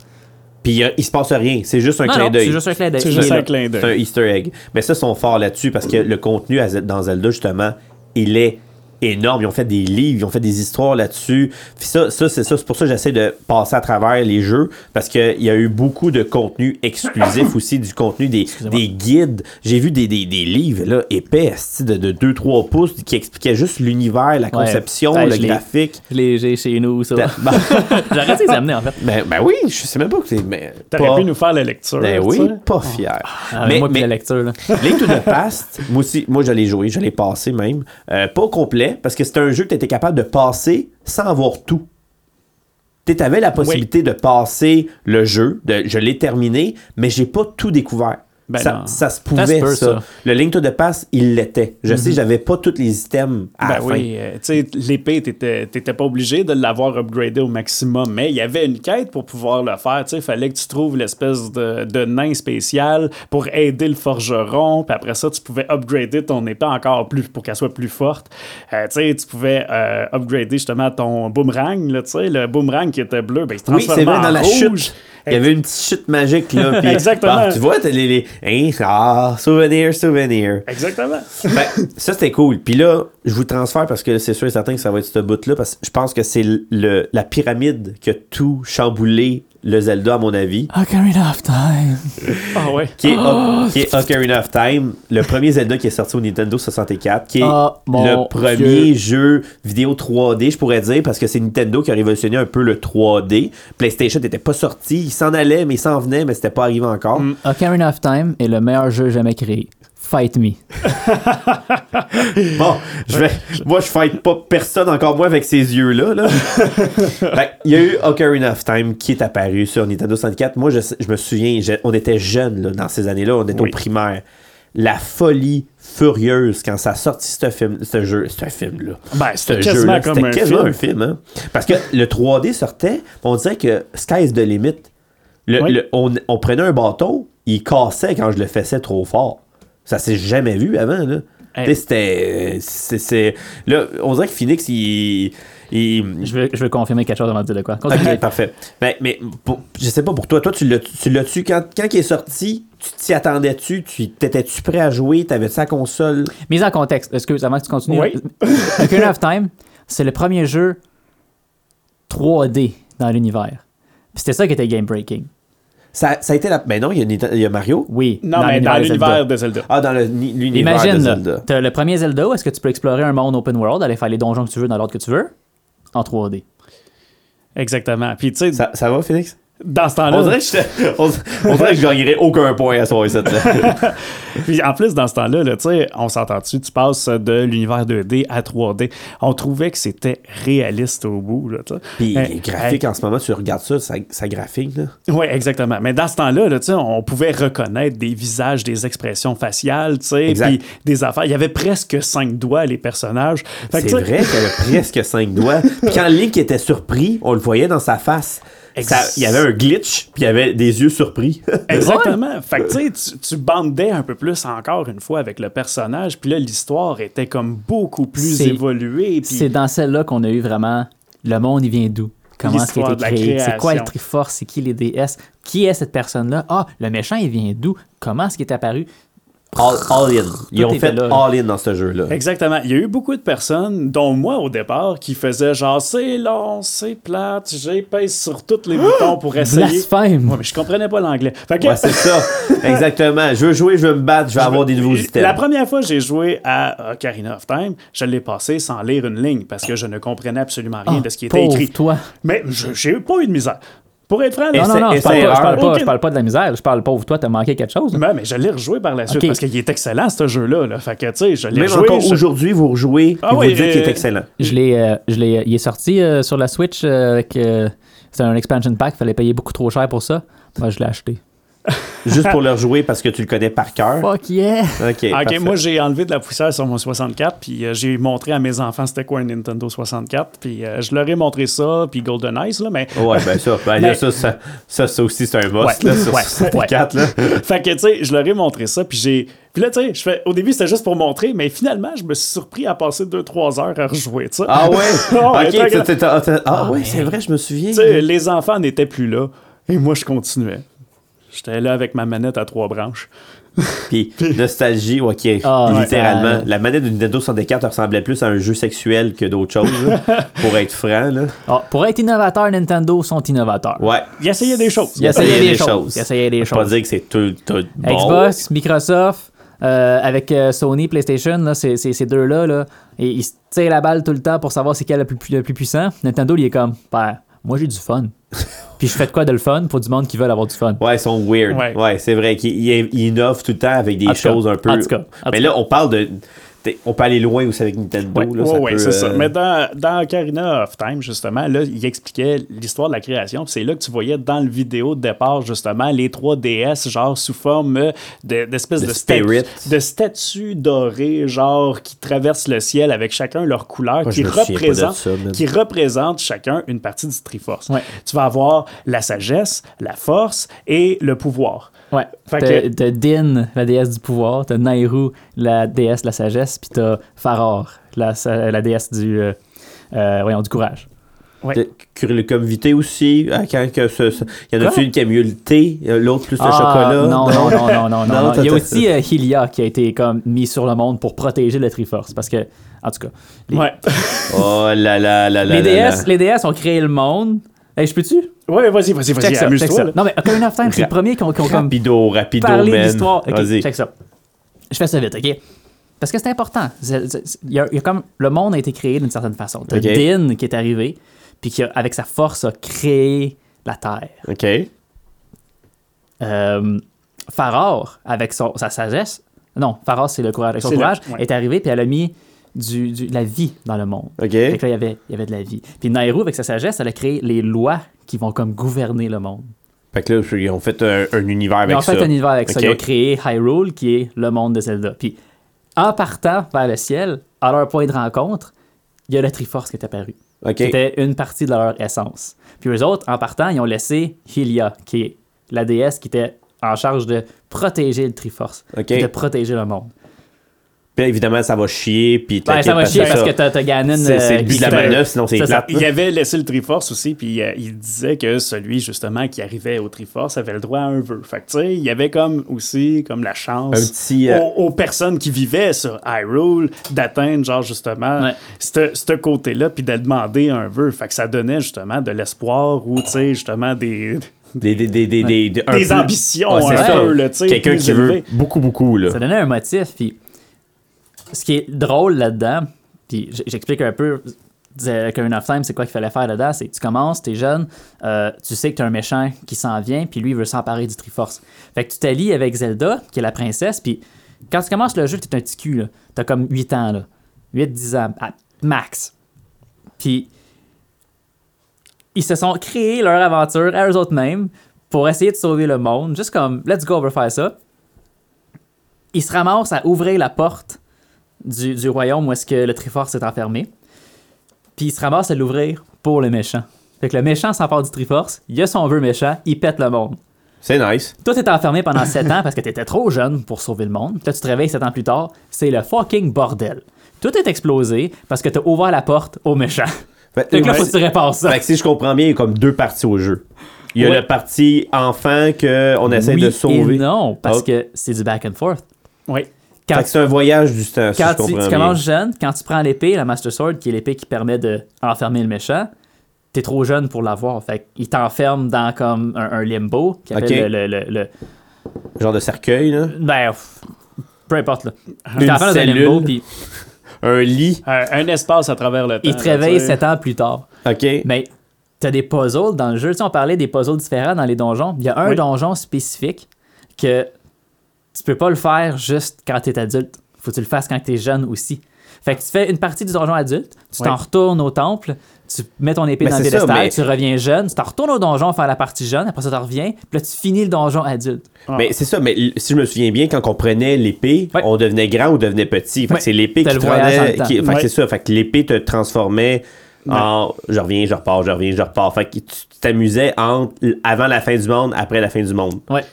B: Puis euh, il se passe rien. C'est juste un
A: Non,
B: clin
A: non,
B: d'œil.
A: c'est juste un clin d'œil.
C: C'est
A: Il
C: juste
A: est
C: un
A: là.
C: clin d'œil.
B: C'est un Easter egg. Mais ça, ils sont forts là-dessus parce que le contenu à Ze- dans Zelda, justement, il est énorme. Ils ont fait des livres, ils ont fait des histoires là-dessus. Puis ça, ça c'est ça. C'est pour ça que j'essaie de passer à travers les jeux parce qu'il y a eu beaucoup de contenu exclusif aussi, du contenu des, des guides. J'ai vu des, des- des livres là, épais, esti, de, de 2-3 pouces qui expliquaient juste l'univers, la conception,
A: Ouais,
B: le
A: je l'ai.
B: graphique.
A: Je l'ai- j'ai chez nous, ça.
B: Ben,
A: J'aurais dû les amener, en fait.
B: ben- ben oui, je sais même pas que c'est. mais pas-
C: T'aurais pu nous faire la lecture.
B: ben
C: tu
B: oui,
C: sais.
B: pas fier.
A: Ah, moi, puis la lecture, là.
B: Link to the Past, moi aussi, moi j'allais jouer, j'allais passer même. Euh, pas au complet, parce que c'était un jeu que tu étais capable de passer sans avoir tout. Tu avais la possibilité de passer le jeu, de, je l'ai terminé, mais j'ai pas tout découvert.
C: Ben
B: ça,
C: non.
B: ça se
A: Ça
B: pouvait,
A: se
B: ça. Mhm.
A: peut, ça.
B: Le Link to the Past, il l'était. Je sais, j'avais pas tous les items à la
C: Ben
B: fin.
C: oui, euh, tu sais, l'épée, t'étais t'étais pas obligé de l'avoir upgradé au maximum, mais il y avait une quête pour pouvoir le faire. Tu sais, fallait que tu trouves l'espèce de, de nain spécial pour aider le forgeron, puis après ça, tu pouvais upgrader ton épée encore plus pour qu'elle soit plus forte. Euh, tu sais, tu pouvais euh, upgrader justement ton boomerang, là, tu sais, le boomerang qui était bleu, ben, il se
B: Oui,
C: transformait
B: c'est vrai,
C: en
B: dans la
C: rouge.
B: chute. Il y avait une petite chute magique, là. puis-
C: Exactement.
B: Ah, tu vois, t'as les. les- hein, ah, souvenir, souvenir.
C: Exactement.
B: Ben, ça, c'était cool. Puis là, je vous transfère parce que c'est sûr et certain que ça va être ce bout-là, parce que je pense que c'est le, la pyramide qui a tout chamboulé le Zelda, à mon avis,
A: Ocarina of Time.
C: Ah ouais.
B: qui est, Oc- qui est Ocarina of Time, le premier Zelda qui est sorti au Nintendo 64, qui est
A: Ah, mon
B: le premier
A: Dieu.
B: jeu vidéo 3D, je pourrais dire, parce que c'est Nintendo qui a révolutionné un peu le 3D. PlayStation n'était pas sorti, il s'en allait, mais il s'en venait, mais c'était pas arrivé encore.
A: Ocarina of Time est le meilleur jeu jamais créé. Fight me.
B: Bon, je vais, moi, je fight pas personne, encore moins avec ces yeux-là. là. Fait que, Il y a eu Ocarina of Time qui est apparu sur Nintendo 64. Moi, je, sais- je me souviens, je- on était jeunes là, dans ces années-là, on était
C: Oui.
B: au primaire. La folie furieuse quand ça a sorti ce film, ce jeu, ce film-là.
C: Ben,
B: Ce
C: c'était quasiment
B: jeu-là,
C: comme
B: c'était
C: un
B: quasiment
C: film.
B: un film. hein. Parce que le 3D sortait, on dirait que sky's the limit. Le-
C: Oui.
B: le- on, on prenait un bâton, il cassait quand je le faisais trop fort. Ça s'est jamais vu avant. Là.
C: Hey.
B: Tu sais, C'était. c'est- c'est- Là, on dirait que Phoenix, il. il-
A: Je veux, je veux confirmer quelque chose avant de dire de quoi. Continue.
B: Ok, parfait. Mais, mais pour- je sais pas pour toi, toi, tu l'as- tu l'as-tu quand, quand il est sorti, tu t'y attendais-tu, tu t'étais-tu prêt à jouer, t'avais-tu la console?
A: Mise en contexte, excuse, avant que tu continues.
C: Oui.
A: Ocarina of Time, c'est le premier jeu 3D dans l'univers. Puis c'était ça qui était game breaking.
B: Ça, ça a été la. Ben non, il y a, Nita- il y a Mario.
A: Oui.
C: Non, mais dans l'univers de Zelda.
B: Ah, dans le- l'univers de
A: Imagine,
B: Zelda.
A: là, t'as le premier Zelda où est-ce que tu peux explorer un monde open world, aller faire les donjons que tu veux dans l'ordre que tu veux, en 3D.
C: Exactement. Puis, tu sais,
B: Ça, ça va, Phoenix?
C: dans ce
B: On
C: temps-là.
B: dirait que je, on, on dirait que je gagnerais aucun point à soir, cette là.
C: Puis en plus, dans ce temps-là, là, tu sais, on s'entend-tu, tu passes de l'univers 2D à 3D. On trouvait que c'était réaliste au bout. Là, tu sais. Euh,
B: Puis
C: Hey,
B: les graphiques, en ce moment, tu regardes ça, ça, ça graphique, là.
C: Oui, euh, exactement. Mais dans ce temps-là, là, tu sais, on pouvait reconnaître des visages, des expressions faciales, tu sais,
B: Exact.
C: puis des affaires. Il y avait presque cinq doigts, les personnages. Fait que,
B: C'est
C: tu sais,
B: vrai qu'elle a presque cinq doigts. Puis quand Link était surpris, on le voyait dans sa face.
C: Exact.
B: Ça- Il y avait un glitch, puis il y avait des yeux surpris.
C: Exactement. Fait que tu sais, tu- tu bandais un peu plus encore une fois avec le personnage, puis là, l'histoire était comme beaucoup plus
A: C'est-
C: évoluée. puis-
A: C'est dans celle-là qu'on a eu vraiment le monde, il vient d'où? Comment est-ce qu'il a été
C: L'histoire de la
A: créé? C'est quoi le
C: création.
A: Triforce? C'est qui les DS? Qui est cette personne-là? Ah, le méchant, il vient d'où? Comment est-ce qu'il est apparu?
B: All, all in. Ils
A: Tout
B: ont
A: était
B: fait
A: là, là.
B: all in dans ce jeu-là.
C: Exactement. Il y a eu beaucoup de personnes, dont moi au départ, qui faisaient genre c'est long, c'est plate, j'ai pèse sur tous les boutons pour essayer.
A: Blasphème!
C: Ouais, mais je comprenais pas l'anglais. Fait que-
B: Ouais, c'est ça. Exactement. Je veux jouer, je veux me battre, je veux avoir des nouveaux items.
C: La première fois que j'ai joué à euh, Ocarina of Time, je l'ai passé sans lire une ligne parce que je ne comprenais absolument rien
A: Ah,
C: de ce qui était
A: pauvre
C: écrit.
A: toi.
C: Mais je- j'ai eu pas eu de misère. Pour être franc, là,
A: Non, non, non,
B: et
A: je parle,
B: c'est
A: pas, je, parle
B: rare.
A: pas,
C: Aucune-
A: je parle pas de la misère. Je parle pauvre toi, t'as manqué quelque chose.
C: Mais, mais je l'ai rejoué par la suite
A: Ok.
C: parce qu'il est excellent ce jeu-là. là. Fait que tu sais, je l'ai
B: Même
C: joué.
B: encore
C: je-
B: aujourd'hui, vous rejouez, puis
C: Ah
B: vous
C: oui,
B: dites qu'il est
C: euh,
B: excellent.
A: Je l'ai, euh, je l'ai, euh, il est sorti euh, sur la Switch euh, avec. euh, c'était un expansion pack, fallait payer beaucoup trop cher pour ça. Moi, je l'ai acheté.
B: Juste pour le rejouer parce que tu le connais par cœur. Ok.
A: Fuck yeah!
C: Ah, Ok,
B: parfait.
C: moi j'ai enlevé de la poussière sur mon 64, puis euh, j'ai montré à mes enfants c'était quoi un Nintendo 64, puis euh, je leur ai montré ça, puis Golden Eyes, là, mais.
B: Ouais, ben ça, ben, là,
C: Mais-
B: ça, ça, ça, ça aussi, c'est un must,
C: Ouais,
B: là, sur
C: ouais,
B: 64, là.
C: fait que, tu sais, je leur ai montré ça, puis j'ai. Puis là, tu sais, je fais- au début c'était juste pour montrer, mais finalement, je me suis surpris à passer 2-3 heures à rejouer, tu sais.
B: Ah ouais?
C: Ah ouais,
B: ok,
C: t'as-
B: t'as- t'as- t'as- ah ouais, c'est vrai, je me souviens.
C: Tu sais, les enfants n'étaient plus là, et moi je continuais. J'étais là avec ma manette à trois branches.
B: Puis nostalgie, ok,
A: Ah, ouais.
B: littéralement.
A: Ouais.
B: La manette de Nintendo 64 ressemblait plus à un jeu sexuel que d'autres choses, là, pour être franc, là.
A: Ah, pour être innovateur, Nintendo sont innovateurs.
B: Ouais.
C: Ils essayaient des choses.
A: Ils essayaient des choses. Ils essayaient des
B: Faut Pas
A: choses.
B: dire que c'est tout, tout bon.
A: Xbox, Microsoft, euh, avec euh, Sony, PlayStation, là, c'est- c'est- ces deux-là, là, et ils se tirent la balle tout le temps pour savoir c'est quel le plus, pu- le plus puissant. Nintendo, il est comme, ben, moi j'ai du fun. Puis je fais de quoi de le fun pour du monde qui veut avoir du fun.
B: Ouais, ils sont weird. Ouais,
C: Ouais.
B: c'est vrai qu'ils ils- ils innovent tout le temps avec des
A: En tout cas,
B: choses un peu.
A: en tout cas, en
B: Mais
A: tout
B: là, on parle de. t'es- On peut aller loin aussi avec Nintendo.
C: Oui,
B: là, ça peut,
C: c'est ça.
B: euh,
C: Mais dans, dans Ocarina of Time, justement, là, il expliquait l'histoire de la création. puis C'est là que tu voyais dans le vidéo de départ, justement, les 3DS, genre sous forme euh, de- d'espèces
B: De
C: de, statu-
B: spirit.
C: de statues dorées, genre qui traversent le ciel avec chacun leur couleur,
B: Moi, je
C: qui,
B: me souviens pas de
C: représente,
B: ça, man.
C: qui représente chacun une partie du Triforce.
A: Ouais.
C: Tu vas avoir la sagesse, la force et le pouvoir.
A: Ouais.
C: Fait
A: T'as
C: que-
A: t'as Din, la déesse du pouvoir, t'as Nairu, la déesse de la sagesse, puis t'as Faror, la, sa- la déesse du, euh, euh, voyons, du courage.
B: Peut-être Curriculum vitae aussi. hein, quand que ce- ce- Il y en a
A: Quoi?
B: une qui a mieux le thé, euh, l'autre plus le
A: Ah,
B: chocolat.
A: Non, non, non, non, non, non,
B: Non,
A: non. Il y a
B: t'as-
A: aussi euh, Hylia qui a été comme mis sur le monde pour protéger le Triforce, parce que, en tout cas, les,
C: Ouais.
B: Oh là là là là.
A: les
B: là là.
A: déesses, les déesses ont créé le monde. Hey, je peux-tu?
C: Ouais, vas-y, vas-y, vas-y,
A: Check ça, check
C: amuse-toi.
A: ça.
C: là.
A: Non, mais Ocarina of Time, c'est le premier qu'on qu'on comme
B: Rapido, rapido,
A: parler
B: man.
A: d'histoire. Ok,
B: Vas-y.
A: check ça. Je fais ça vite, OK? Parce que c'est important. C'est- c'est- c'est- Il y, a- il y a comme le monde a été créé d'une certaine façon. T'as
B: Ok.
A: Din qui est arrivé, puis qui, a- avec sa force, a créé la Terre.
B: OK.
A: Euh, Farrar, avec son- sa sagesse, non, Farrar, c'est le courage. Avec son
C: C'est le-
A: courage,
C: ouais.
A: est arrivé, puis elle a mis du, du- de la vie dans le monde.
B: OK.
A: Fait que là, il y avait, il y avait de la vie. Puis Nairo, avec sa sagesse, elle a créé les lois qui vont comme gouverner le monde.
B: Fait que là, ils ont fait un, un univers avec
A: Ils ont
B: ça.
A: fait un univers avec ça.
B: Ok.
A: Ils ont créé Hyrule, qui est le monde de Zelda. Puis, en partant vers le ciel, à leur point de rencontre, il y a la Triforce qui est apparue.
B: OK.
A: C'était une partie de leur essence. Puis, eux autres, en partant, ils ont laissé Hylia, qui est la déesse qui était en charge de protéger le Triforce,
B: Ok.
A: puis de protéger le monde.
B: Puis évidemment, ça va chier. Puis
A: Ben, ça va
B: t'inquiète
A: chier
B: pas,
A: parce
B: ça.
A: que t'as t'as Ganon.
B: C'est c'est
A: euh,
B: le
A: qui
B: but de la
A: fait-
B: manœuvre, sinon c'est
A: Ça, ça-
B: plate.
C: Il avait laissé le Triforce aussi, puis euh, il disait que celui, justement, qui arrivait au Triforce avait le droit à un vœu. Fait que, tu sais, il y avait comme aussi comme la chance
B: Un petit, euh,
C: aux, aux personnes qui vivaient sur Hyrule d'atteindre, genre, justement,
A: Ouais.
C: ce ce côté-là, puis de demander un vœu. Fait que ça donnait, justement, de l'espoir ou, tu sais, justement, des,
B: Des, des, des, des, des, des, un
C: des
B: peu-
C: ambitions
B: Ouais, c'est
C: un
A: hein,
B: ça.
C: peu, là, tu sais.
B: Quelqu'un
C: plus
B: qui veut
C: élevées.
B: beaucoup, beaucoup, là.
A: Ça donnait un motif. Puis ce qui est drôle là-dedans, puis j- j'explique un peu euh, Ocarina of Time, c'est quoi qu'il fallait faire là-dedans. C'est que tu commences, t'es jeune, euh, tu sais que t'as un méchant qui s'en vient, puis lui, il veut s'emparer du Triforce. Fait que tu t'allies avec Zelda, qui est la princesse, puis quand tu commences le jeu, t'es un petit cul, là. T'as comme 8 ans, là. 8-10 ans, à max. Puis ils se sont créés leur aventure à eux autres mêmes pour essayer de sauver le monde. Juste comme, let's go, on va faire ça ils se ramassent à ouvrir la porte du, du royaume où est-ce que le Triforce est enfermé. Puis ils se ramassent à l'ouvrir pour le méchant. Fait que le méchant s'empare du Triforce, il a son vœu méchant, il pète le monde.
B: C'est nice.
A: Toi, t'es enfermé pendant 7 ans parce que t'étais trop jeune pour sauver le monde. Là, tu te réveilles 7 ans plus tard, c'est le fucking bordel. Tout est explosé parce que t'as ouvert la porte au méchant.
B: Fait-
A: Fait que là,
B: ouais.
A: faut que tu répares ça.
B: Fait que si je comprends bien, il y a comme deux parties au jeu. Il y a
A: Ouais.
B: la partie enfant qu'on essaie
A: Oui
B: de
A: et
B: sauver.
A: non, parce
B: Oh.
A: que c'est du back and forth.
C: Oui.
A: Quand
B: Fait que c'est un voyage du temps, si
A: quand
B: je
A: tu,
B: comprends
A: tu
B: bien.
A: commences jeune, quand tu prends l'épée, la Master Sword, qui est l'épée qui permet de enfermer le méchant, t'es trop jeune pour l'avoir. Fait qu'il t'enferme dans comme un, un limbo qui appelle
B: Ok.
A: le, le- le- le-
B: Genre de cercueil, là.
A: Ben, pff, peu importe. Là.
B: Une
A: Il t'enferme dans un
B: cellule.
A: limbo, puis
B: Un lit.
C: Un, un espace à travers le temps.
A: il te réveille
C: là, Ah, tu sais.
A: 7 ans plus tard.
B: OK.
A: Mais t'as des puzzles dans le jeu. Tu sais, on parlait des puzzles différents dans les donjons. Il y a un
C: Oui.
A: donjon spécifique que tu peux pas le faire juste quand t'es adulte. Faut que tu le fasses quand t'es jeune aussi. Fait que tu fais une partie du donjon adulte, tu
C: Oui.
A: t'en retournes au temple, tu mets ton épée
B: Mais
A: dans le
B: c'est ça,
A: pédestal,
B: mais-
A: tu reviens jeune, tu t'en retournes au donjon faire la partie jeune, après ça t'en reviens, puis là tu finis le donjon adulte.
B: Mais c'est ça, mais l- si je me souviens bien, quand on prenait l'épée,
A: ah. Ouais.
B: on devenait grand ou devenait petit. Fait que
A: Ouais.
B: c'est l'épée
A: T'as
B: qui
A: le
B: te
A: voyage
B: rendait-
A: dans le
B: qui-
A: temps.
B: Fait que
C: Ouais.
B: c'est ça. Fait que l'épée te transformait en je reviens, je repars, je reviens, je repars. Fait que tu t'amusais entre l- avant la fin du monde, après la fin du monde.
A: Ouais.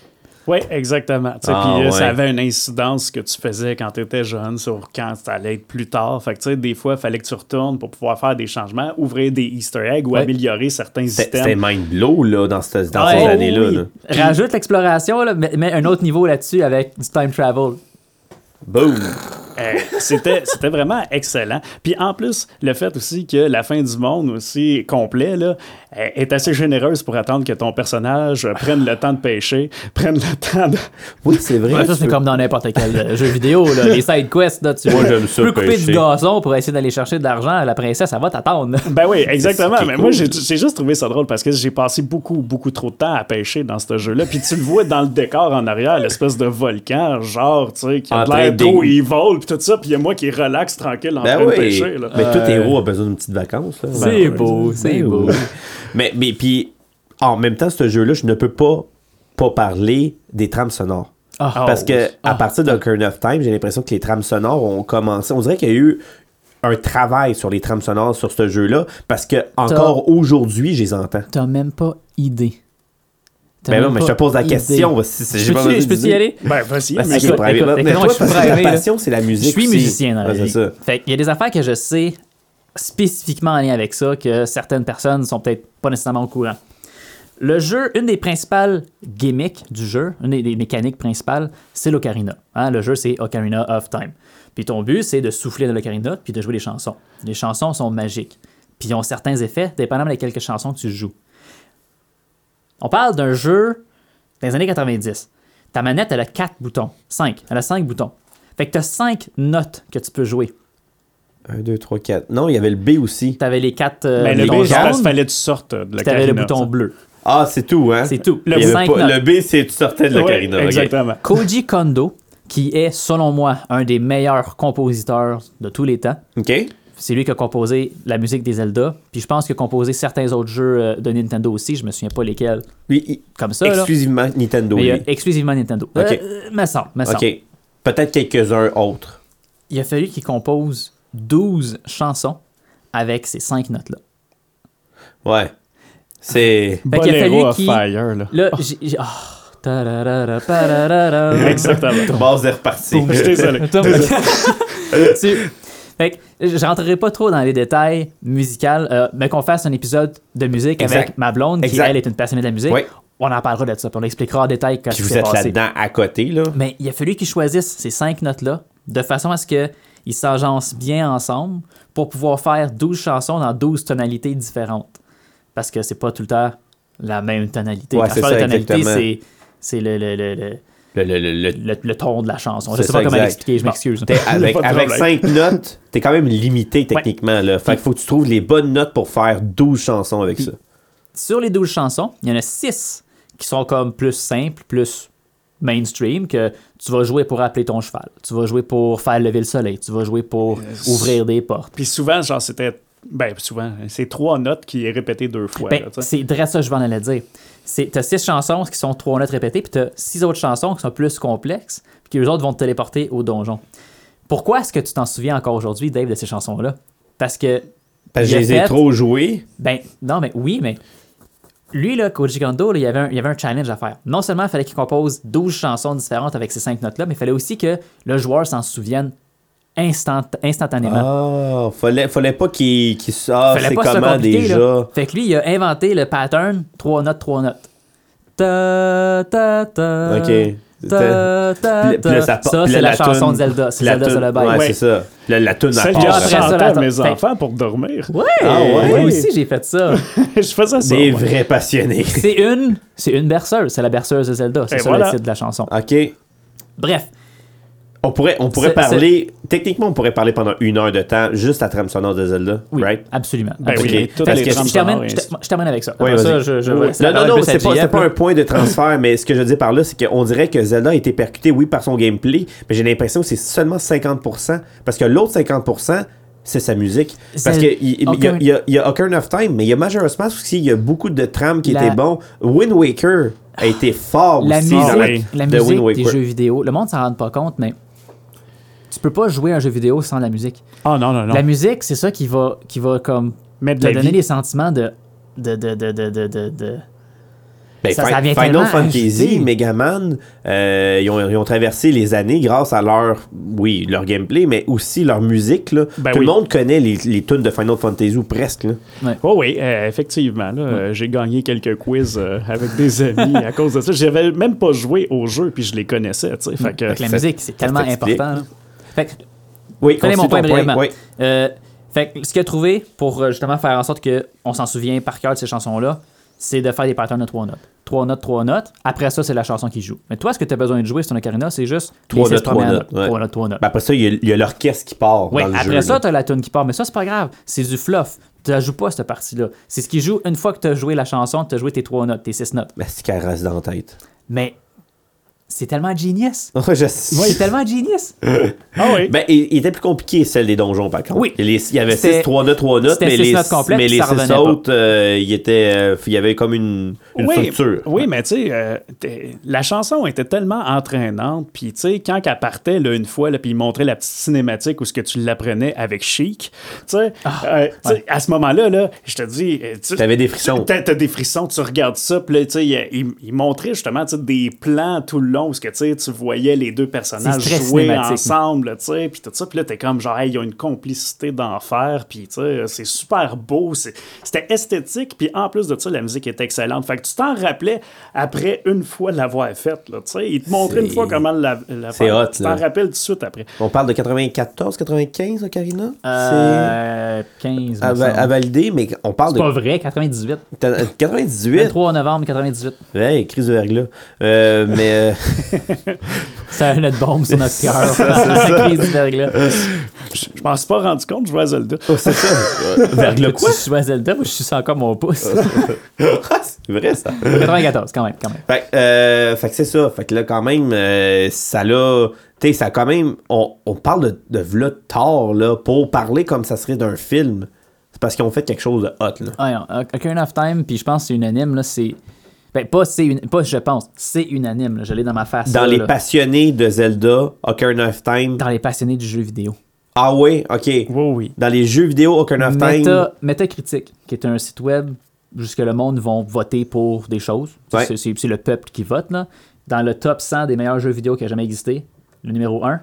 C: Oui, exactement. Tu sais,
B: Ah,
C: puis, euh,
B: ouais.
C: ça avait une incidence que tu faisais quand tu étais jeune sur quand ça allait être plus tard. Fait que, tu sais, des fois, il fallait que tu retournes pour pouvoir faire des changements, ouvrir des Easter eggs ou
A: Ouais.
C: améliorer certains
B: C'était c'était
C: items.
B: mind blow, là, dans, cette- dans
A: Ouais.
B: ces
A: Oh,
B: années-là.
C: oui.
B: là.
A: Rajoute l'exploration, là, mets, mets un autre niveau là-dessus avec du time travel.
B: Boom!
C: Euh, C'était c'était vraiment excellent. Puis en plus, le fait aussi que la fin du monde aussi complet là, euh, est assez généreuse pour attendre que ton personnage euh, prenne le temps de pêcher, prenne le temps de...
B: Oui, c'est vrai.
A: Ouais, ça,
B: tu
A: c'est
B: peux-
A: comme dans n'importe quel euh, jeu vidéo, là, les side quests. Là, tu,
B: Moi, j'aime
A: tu
B: ça
A: peux couper
B: pêcher.
A: du gazon pour essayer d'aller chercher de l'argent. La princesse, ça va t'attendre.
C: Ben oui, exactement.
B: C'est
C: Mais
B: cool.
C: moi, j'ai j'ai juste trouvé ça drôle parce que j'ai passé beaucoup, beaucoup trop de temps à pêcher dans ce jeu-là. Puis tu le vois dans le décor en arrière, l'espès de volcan, genre, tu sais, qui
B: En
C: a de
B: train
C: l'air
B: de-
C: trop evil, puis tout ça. Puis il y a moi qui relaxe tranquille en
B: Ben
C: train
B: oui.
C: de pêcher. Là.
B: Mais tout héros a besoin d'une petite vacance. là.
A: C'est
B: Ben,
A: beau,
B: ouais.
A: c'est
B: Ben
A: beau.
B: oui. Mais, mais puis, en même temps, ce jeu-là, je ne peux pas pas parler des trames sonores.
A: Ah.
B: Parce que à
A: Ah.
B: partir de Current of Time, j'ai l'impression que les trames sonores ont commencé. On dirait qu'il y a eu un travail sur les trames sonores sur ce jeu-là, parce que encore aujourd'hui, je les entends.
A: T'as même pas idée. T'as
B: Ben non,
A: même
B: mais je te
A: pas
B: pose la
A: idée.
B: question. Si, si-
A: Je
B: j'ai pas besoin
A: peux-tu
B: de
A: je peux-tu y
B: dire.
A: aller?
C: Ben vas-y,
B: Ben,
C: mais
B: c'est
A: écoute,
B: privée,
A: écoute,
B: là.
A: écoute,
B: Mais
A: non,
B: toi,
A: je suis
B: parce que
A: privée,
B: ta
A: là.
B: passion, c'est la
A: Je
B: musique.
A: suis
B: c'est-
A: musicien dans la
B: Ouais, c'est
A: vie.
B: ça.
A: Fait qu'il y a des affaires que je sais spécifiquement en lien avec ça, que certaines personnes sont peut-être pas nécessairement au courant. Le jeu, une des principales gimmicks du jeu, une des, des mécaniques principales, c'est l'ocarina. Hein, le jeu, c'est Ocarina of Time. Puis ton but, c'est de souffler dans l'ocarina puis de jouer des chansons. Les chansons sont magiques. Puis ils ont certains effets, dépendamment de quelques chansons que tu joues. On parle d'un jeu des années 90. Ta manette, elle a 4 boutons. 5. Elle a 5 boutons. Fait que t'as 5 notes que tu peux jouer.
B: 1, 2, 3, 4. Non, il y avait le B aussi.
A: T'avais les 4 euh,
C: Mais Ben, le
A: boutons
C: B, ça,
A: jaunes,
C: il fallait que tu sortes euh, de la
A: puis t'avais le
C: carina,
A: bouton
C: ça.
A: bleu.
B: Ah, c'est tout, hein?
A: C'est tout.
B: Le,
A: Le cinq notes.
B: le B, c'est tu sortais de la
C: Ouais,
B: Carina. ok.
C: Exactement.
A: Koji Kondo, qui est, selon moi, un des meilleurs compositeurs de tous les temps.
B: OK.
A: C'est lui qui a composé la musique des Zelda. Puis je pense qu'il a composé certains autres jeux euh, de Nintendo aussi. Je me souviens pas lesquels.
B: Lui, il-
A: Comme ça, là.
B: exclusivement Nintendo.
A: Mais euh, il y a
B: lui.
A: exclusivement Nintendo.
B: Ok.
A: Euh, me semble, me semble.
B: OK. Peut-être quelques-uns autres.
A: Il a fallu qu'il compose 12 chansons avec ces 5 notes-là.
B: Ouais. C'est.
A: Fait qu'il a fallu
C: Boléro of
A: qu'il-
C: Fire, là.
A: Là, j'ai. j'ai- ah, tararara, pararara.
C: Exactement.
B: Base est reparti.
C: Je suis désolé.
A: Attends, Tu- Fait que je rentrerai pas trop dans les détails musicaux, euh, mais qu'on fasse un épisode de musique
B: Exact.
A: avec ma blonde, qui
B: Exact.
A: elle est une passionnée de la musique.
B: Oui.
A: On en parlera de ça, puis on expliquera en détail quand
B: Puis
A: ça
B: vous
A: s'est
B: êtes
A: passé.
B: là-dedans à côté, là.
A: Mais il a fallu qu'ils choisissent ces cinq notes-là de façon à ce qu'ils s'agencent bien ensemble pour pouvoir faire 12 chansons dans 12 tonalités différentes. Parce que c'est pas tout le temps la même tonalité.
B: Ouais,
A: Quand
B: c'est
A: je parle de
B: ça,
A: tonalité,
B: exactement.
A: c'est, c'est le, le, le, le,
B: Le, le, le- le-
A: le- le ton de la chanson. Je
B: C'est
A: sais
B: ça,
A: pas comment
B: exact.
A: l'expliquer, je m'excuse.
B: T'es avec,
C: pas de
B: avec
C: problème.
B: cinq notes, t'es quand même limité techniquement. Là. Fait qu'il faut que tu trouves les bonnes notes pour faire 12 chansons avec ça.
A: sur les 12 chansons, il y en a 6 qui sont comme plus simples, plus mainstream, que tu vas jouer pour appeler ton cheval, tu vas jouer pour faire lever le soleil, tu vas jouer pour ouvrir des portes.
C: Puis souvent, genre, c'était. Ben, souvent, c'est trois notes qui est répétée deux fois.
A: Ben,
C: là, tu sais.
A: c'est vrai ça que je m'en allais dire. C'est- T'as six chansons qui sont trois notes répétées, puis t'as six autres chansons qui sont plus complexes, puis qui eux autres vont te téléporter au donjon. Pourquoi est-ce que tu t'en souviens encore aujourd'hui, Dave, de ces chansons-là? Parce que
B: Parce que
A: Il
B: je
A: a
B: les ai
A: fait-
B: trop joués.
A: Ben, non, mais oui, mais lui, là, Koji Kondo, là, il, y avait un, il y avait un challenge à faire. Non seulement il fallait qu'il compose 12 chansons différentes avec ces 5 notes-là, mais il fallait aussi que le joueur s'en souvienne instant- instantanément.
B: Ah, fallait, fallait pas qu'ils qu'ils sortent.
A: fallait
B: Ah, C'est
A: pas se
B: comment
A: compliquer,
B: déjà?
A: là. Fait que lui, il a inventé le pattern 3 notes, 3 notes. Ta, ta, ta.
B: Ok.
A: Ta, ta,
B: Puis là,
A: ta.
B: ça
A: Ça,
B: part- puis là,
A: c'est la,
B: la
A: chanson
B: toune-
A: de Zelda. C'est
B: la
A: Zelda
B: toune-
A: Lullaby.
B: Ouais,
C: Ouais.
B: c'est ça. Puis là, la toune à
C: Celle que
A: part,
C: j'ai
A: après ça,
C: chantais
A: la-
C: à mes
A: fait-
C: enfants pour dormir.
A: Ouais,
B: Ah ouais?
A: moi aussi j'ai fait ça.
C: je faisais ça.
B: Des
C: moi.
B: vrais passionnés.
A: C'est une, c'est une berceuse, c'est la berceuse de Zelda, c'est
C: Et
A: ça le
C: voilà.
A: titre de la chanson.
B: OK.
A: Bref,
B: On pourrait, on pourrait
A: C'est-
B: parler. Techniquement, on pourrait parler pendant une heure de temps juste la trame sonore de Zelda.
A: Oui,
B: Right?
A: absolument.
C: Ben
A: absolument.
B: oui,
A: Fait
B: toutes
A: que
B: les
A: je-
C: trames
A: je, termine,
C: sonores et
A: je,
C: ainsi de
A: te- je termine avec ça.
B: Ouais,
A: Après ça,
B: vas-y.
A: je, je-
C: Ouais.
A: c'est la
B: Non, non,
A: parole
B: non,
A: plus à
B: c'est pas,
A: JF,
B: c'est pas
A: là.
B: un point de transfert, mais ce que je dis par là, c'est qu'on dirait que Zelda a été percuté, oui, par son gameplay, mais j'ai l'impression que c'est seulement 50%, parce que l'autre 50%, c'est sa musique. Parce
A: Zel-
B: qu'il y, il y a-
A: Ocarina-
B: il y a- il y a Ocarina of Time, mais il y a Majora's Mask aussi, il y a beaucoup de trames qui
A: La-
B: étaient bons. Wind Waker a été fort
A: La
B: aussi dans
A: musique, la
B: la, de Wind
A: musique des
B: Waker.
A: jeux vidéo, le monde s'en rend pas compte, mais tu peux pas jouer à un jeu vidéo sans la musique.
C: Ah non, non, non.
A: La musique, c'est ça qui va, qui va comme
C: Mettre
A: te
C: de la
A: donner
C: vie.
A: les sentiments de... de, de, de, de, de, de-
B: Euh,
A: de-
B: Ben,
A: Ça,
B: Fin-
A: ça vient tellement
B: Final Fantasy,
A: ajouter.
B: Megaman, euh, ils, ont, ils ont traversé les années grâce à leur, oui, leur gameplay, mais aussi leur musique. Là.
C: Ben
B: Tout
C: oui.
B: le monde connaît les, les tunes de Final Fantasy ou presque. Là.
C: Oh oui, euh, effectivement. là, euh, j'ai gagné quelques quiz euh, avec des amis à cause de ça. J'avais même pas joué au jeu, puis je les connaissais. tu sais. Fait que,
A: Fait que la musique, c'est tellement
B: t'explique.
A: important. là. Fait que
B: Oui,
A: Fallait
B: continue
A: mon point
B: ton point,
A: brièvement.
B: oui.
A: Euh, fait que ce qu'il a trouvé pour euh, justement faire en sorte qu'on s'en souvient par cœur de ces chansons-là, c'est de faire des patterns de trois notes. Trois notes, trois notes. Après ça, c'est la chanson qui joue. Mais toi, ce que tu as besoin de jouer sur ton ocarina, c'est juste
B: Trois
A: les six
B: notes, trois
A: premières
B: notes, ouais.
A: Trois notes, trois notes.
B: Ben, après ça, il y a- il y a, l'orchestre qui part.
A: Ouais,
B: dans le
A: après
B: jeu,
A: ça,
B: là.
A: tu as la tune qui part. Mais ça, c'est pas grave. C'est du fluff. Tu la joues pas, cette partie-là. C'est ce qui joue une fois que tu as joué la chanson, tu as joué tes trois notes, tes six notes.
B: Ben, c'est qu'elle reste dans la tête.
A: Mais c'est tellement genius.
B: Oh, je sais.
A: C'est tellement genius.
C: Ah oui.
B: Ben, il, il était plus compliqué, celle des donjons, par contre.
A: Oui.
B: Les- il y avait
A: C'était-
B: 6, 3 notes, 3 notes,
A: c'était
B: mais
A: six
B: les,
A: notes complètes,
B: mais
A: puis
B: les
A: ça
B: 6
A: revenait pas.
B: autres, euh, il, était, euh, il y avait comme une, une
C: oui,
B: structure.
C: Oui, mais tu sais, euh, t'es- la chanson était tellement entraînante. Puis tu sais, quand elle partait là, une fois, là, puis il montrait la petite cinématique où ce que tu l'apprenais avec Chic, tu sais,
A: Ah,
C: euh, tu sais, à ce moment-là, là, je te dis... euh, tu-
B: T'avais des frissons.
C: T'as t'as des frissons, tu regardes ça, puis là, tu sais, il, il- il montrait justement tu sais, des plans tout le long moment où ce que, tu sais, tu voyais les deux personnages
A: C'est très
C: jouer
A: cinématique.
C: ensemble, tu sais, puis tout ça. Puis là, t'es comme genre, Hey, ils ont une complicité d'enfer, puis tu sais, euh, c'est super beau. c'est- C'était esthétique, puis en plus de ça, la musique est excellente. Fait que tu t'en rappelais après une fois l'avoir faite, là, tu sais. Ils te montraient une
B: C'est-
C: fois comment la, la
B: C'est
C: faire.
B: hot,
C: Tu t'en
B: là.
C: rappelles tout de suite après.
B: On parle de 94, 95, Ocarina?
A: Euh, 15.
B: C'est à,
A: me
B: va-
A: semble.
B: à valider, mais on parle
A: Pas
B: de
A: vrai, 98.
B: 98.
A: 23 novembre 98.
B: Hey, crise de verglas. Euh, mais euh,
A: Ça a une autre bombe sur notre cœur. Crise du verglas.
C: Je m'en suis pas rendu compte, je vois Zelda.
B: oh, c'est ça. Euh, verglas quoi?
A: Je suis à Zelda, moi je suis sur encore mon pouce.
B: Ah, c'est vrai, ça.
A: 94, quand même, quand même.
B: Fait, que, euh, fait que c'est ça. Fait que là, quand même, euh, ça l'a. Tu sais, ça a quand même. On, on parle de, de v'là tard, là, pour parler comme ça serait d'un film. C'est parce qu'ils ont fait quelque chose de hot, là.
A: Ah non, Ocarina of Time, puis je pense que c'est unanime, là, c'est... Ben, pas, c'est une- pas je pense, c'est unanime, là, je l'ai dans ma face.
B: Dans
A: là,
B: les
A: là.
B: passionnés de Zelda, Ocarina of Time.
A: Dans les passionnés du jeu vidéo.
B: Ah ouais, ok.
C: Oui, oui.
B: Dans les jeux vidéo, Ocarina of Time.
A: Meta, Metacritic, qui est un site web jusque le monde vont voter pour des choses.
B: Ouais.
A: C'est- C'est c'est le peuple qui vote, là. Dans le top 100 des meilleurs jeux vidéo qui a jamais existé, le numéro 1,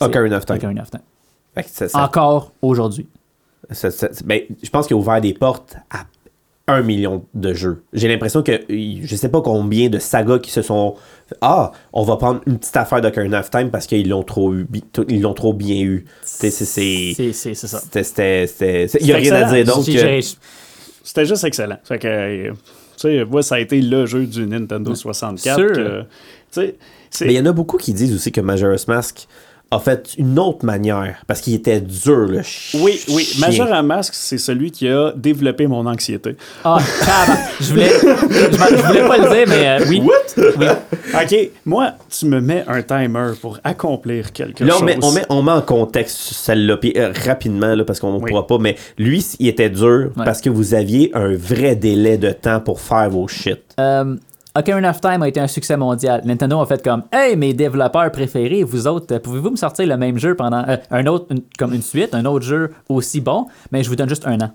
B: Ocarina of Time.
A: Ocarina of Time.
B: Fait que ça- ça-
A: Encore aujourd'hui.
B: ça- ça- ben, je pense qu'il a ouvert des portes à un million de jeux. J'ai l'impression que euh, je sais pas combien de sagas qui se sont ah on va prendre une petite affaire d'Ocarina of Time parce qu'ils l'ont trop eu, bi- tout- ils l'ont trop bien eu. C'est c'est- c'est-
A: C'est c'est- c'est ça.
B: c'était- c'était- c'était- c'est- il y a rien à
C: excellent.
B: dire donc
A: J'ai-
B: euh,
A: j'ai-
C: C'était juste excellent. Fait que, euh, tu sais, moi, ça a été le jeu du Nintendo 64.
A: Sûr.
C: que, tu sais, c'est-
B: mais il y en a beaucoup qui disent aussi que Majora's Mask a fait une autre manière parce qu'il était dur le ch-
C: Oui, oui.
B: chien.
C: Majora's Mask, c'est celui qui a développé mon anxiété.
A: Ah, tabarnak. je voulais, je, m'en- je voulais pas le dire, mais euh, oui.
C: OK, moi, tu me mets un timer pour accomplir quelque
B: Là,
C: chose.
B: on met, on, met, on met en contexte celle-là, puis euh, rapidement, là, parce qu'on ne
C: Oui.
B: pourra pas, mais lui, il était dur
A: Ouais.
B: parce que vous aviez un vrai délai de temps pour faire vos shit.
A: Euh, Ocarina of Time a été un succès mondial. Nintendo a fait comme Hey, mes développeurs préférés, vous autres, euh, pouvez-vous me sortir le même jeu pendant euh, un autre, une- comme une suite, un autre jeu aussi bon, mais je vous donne juste un an.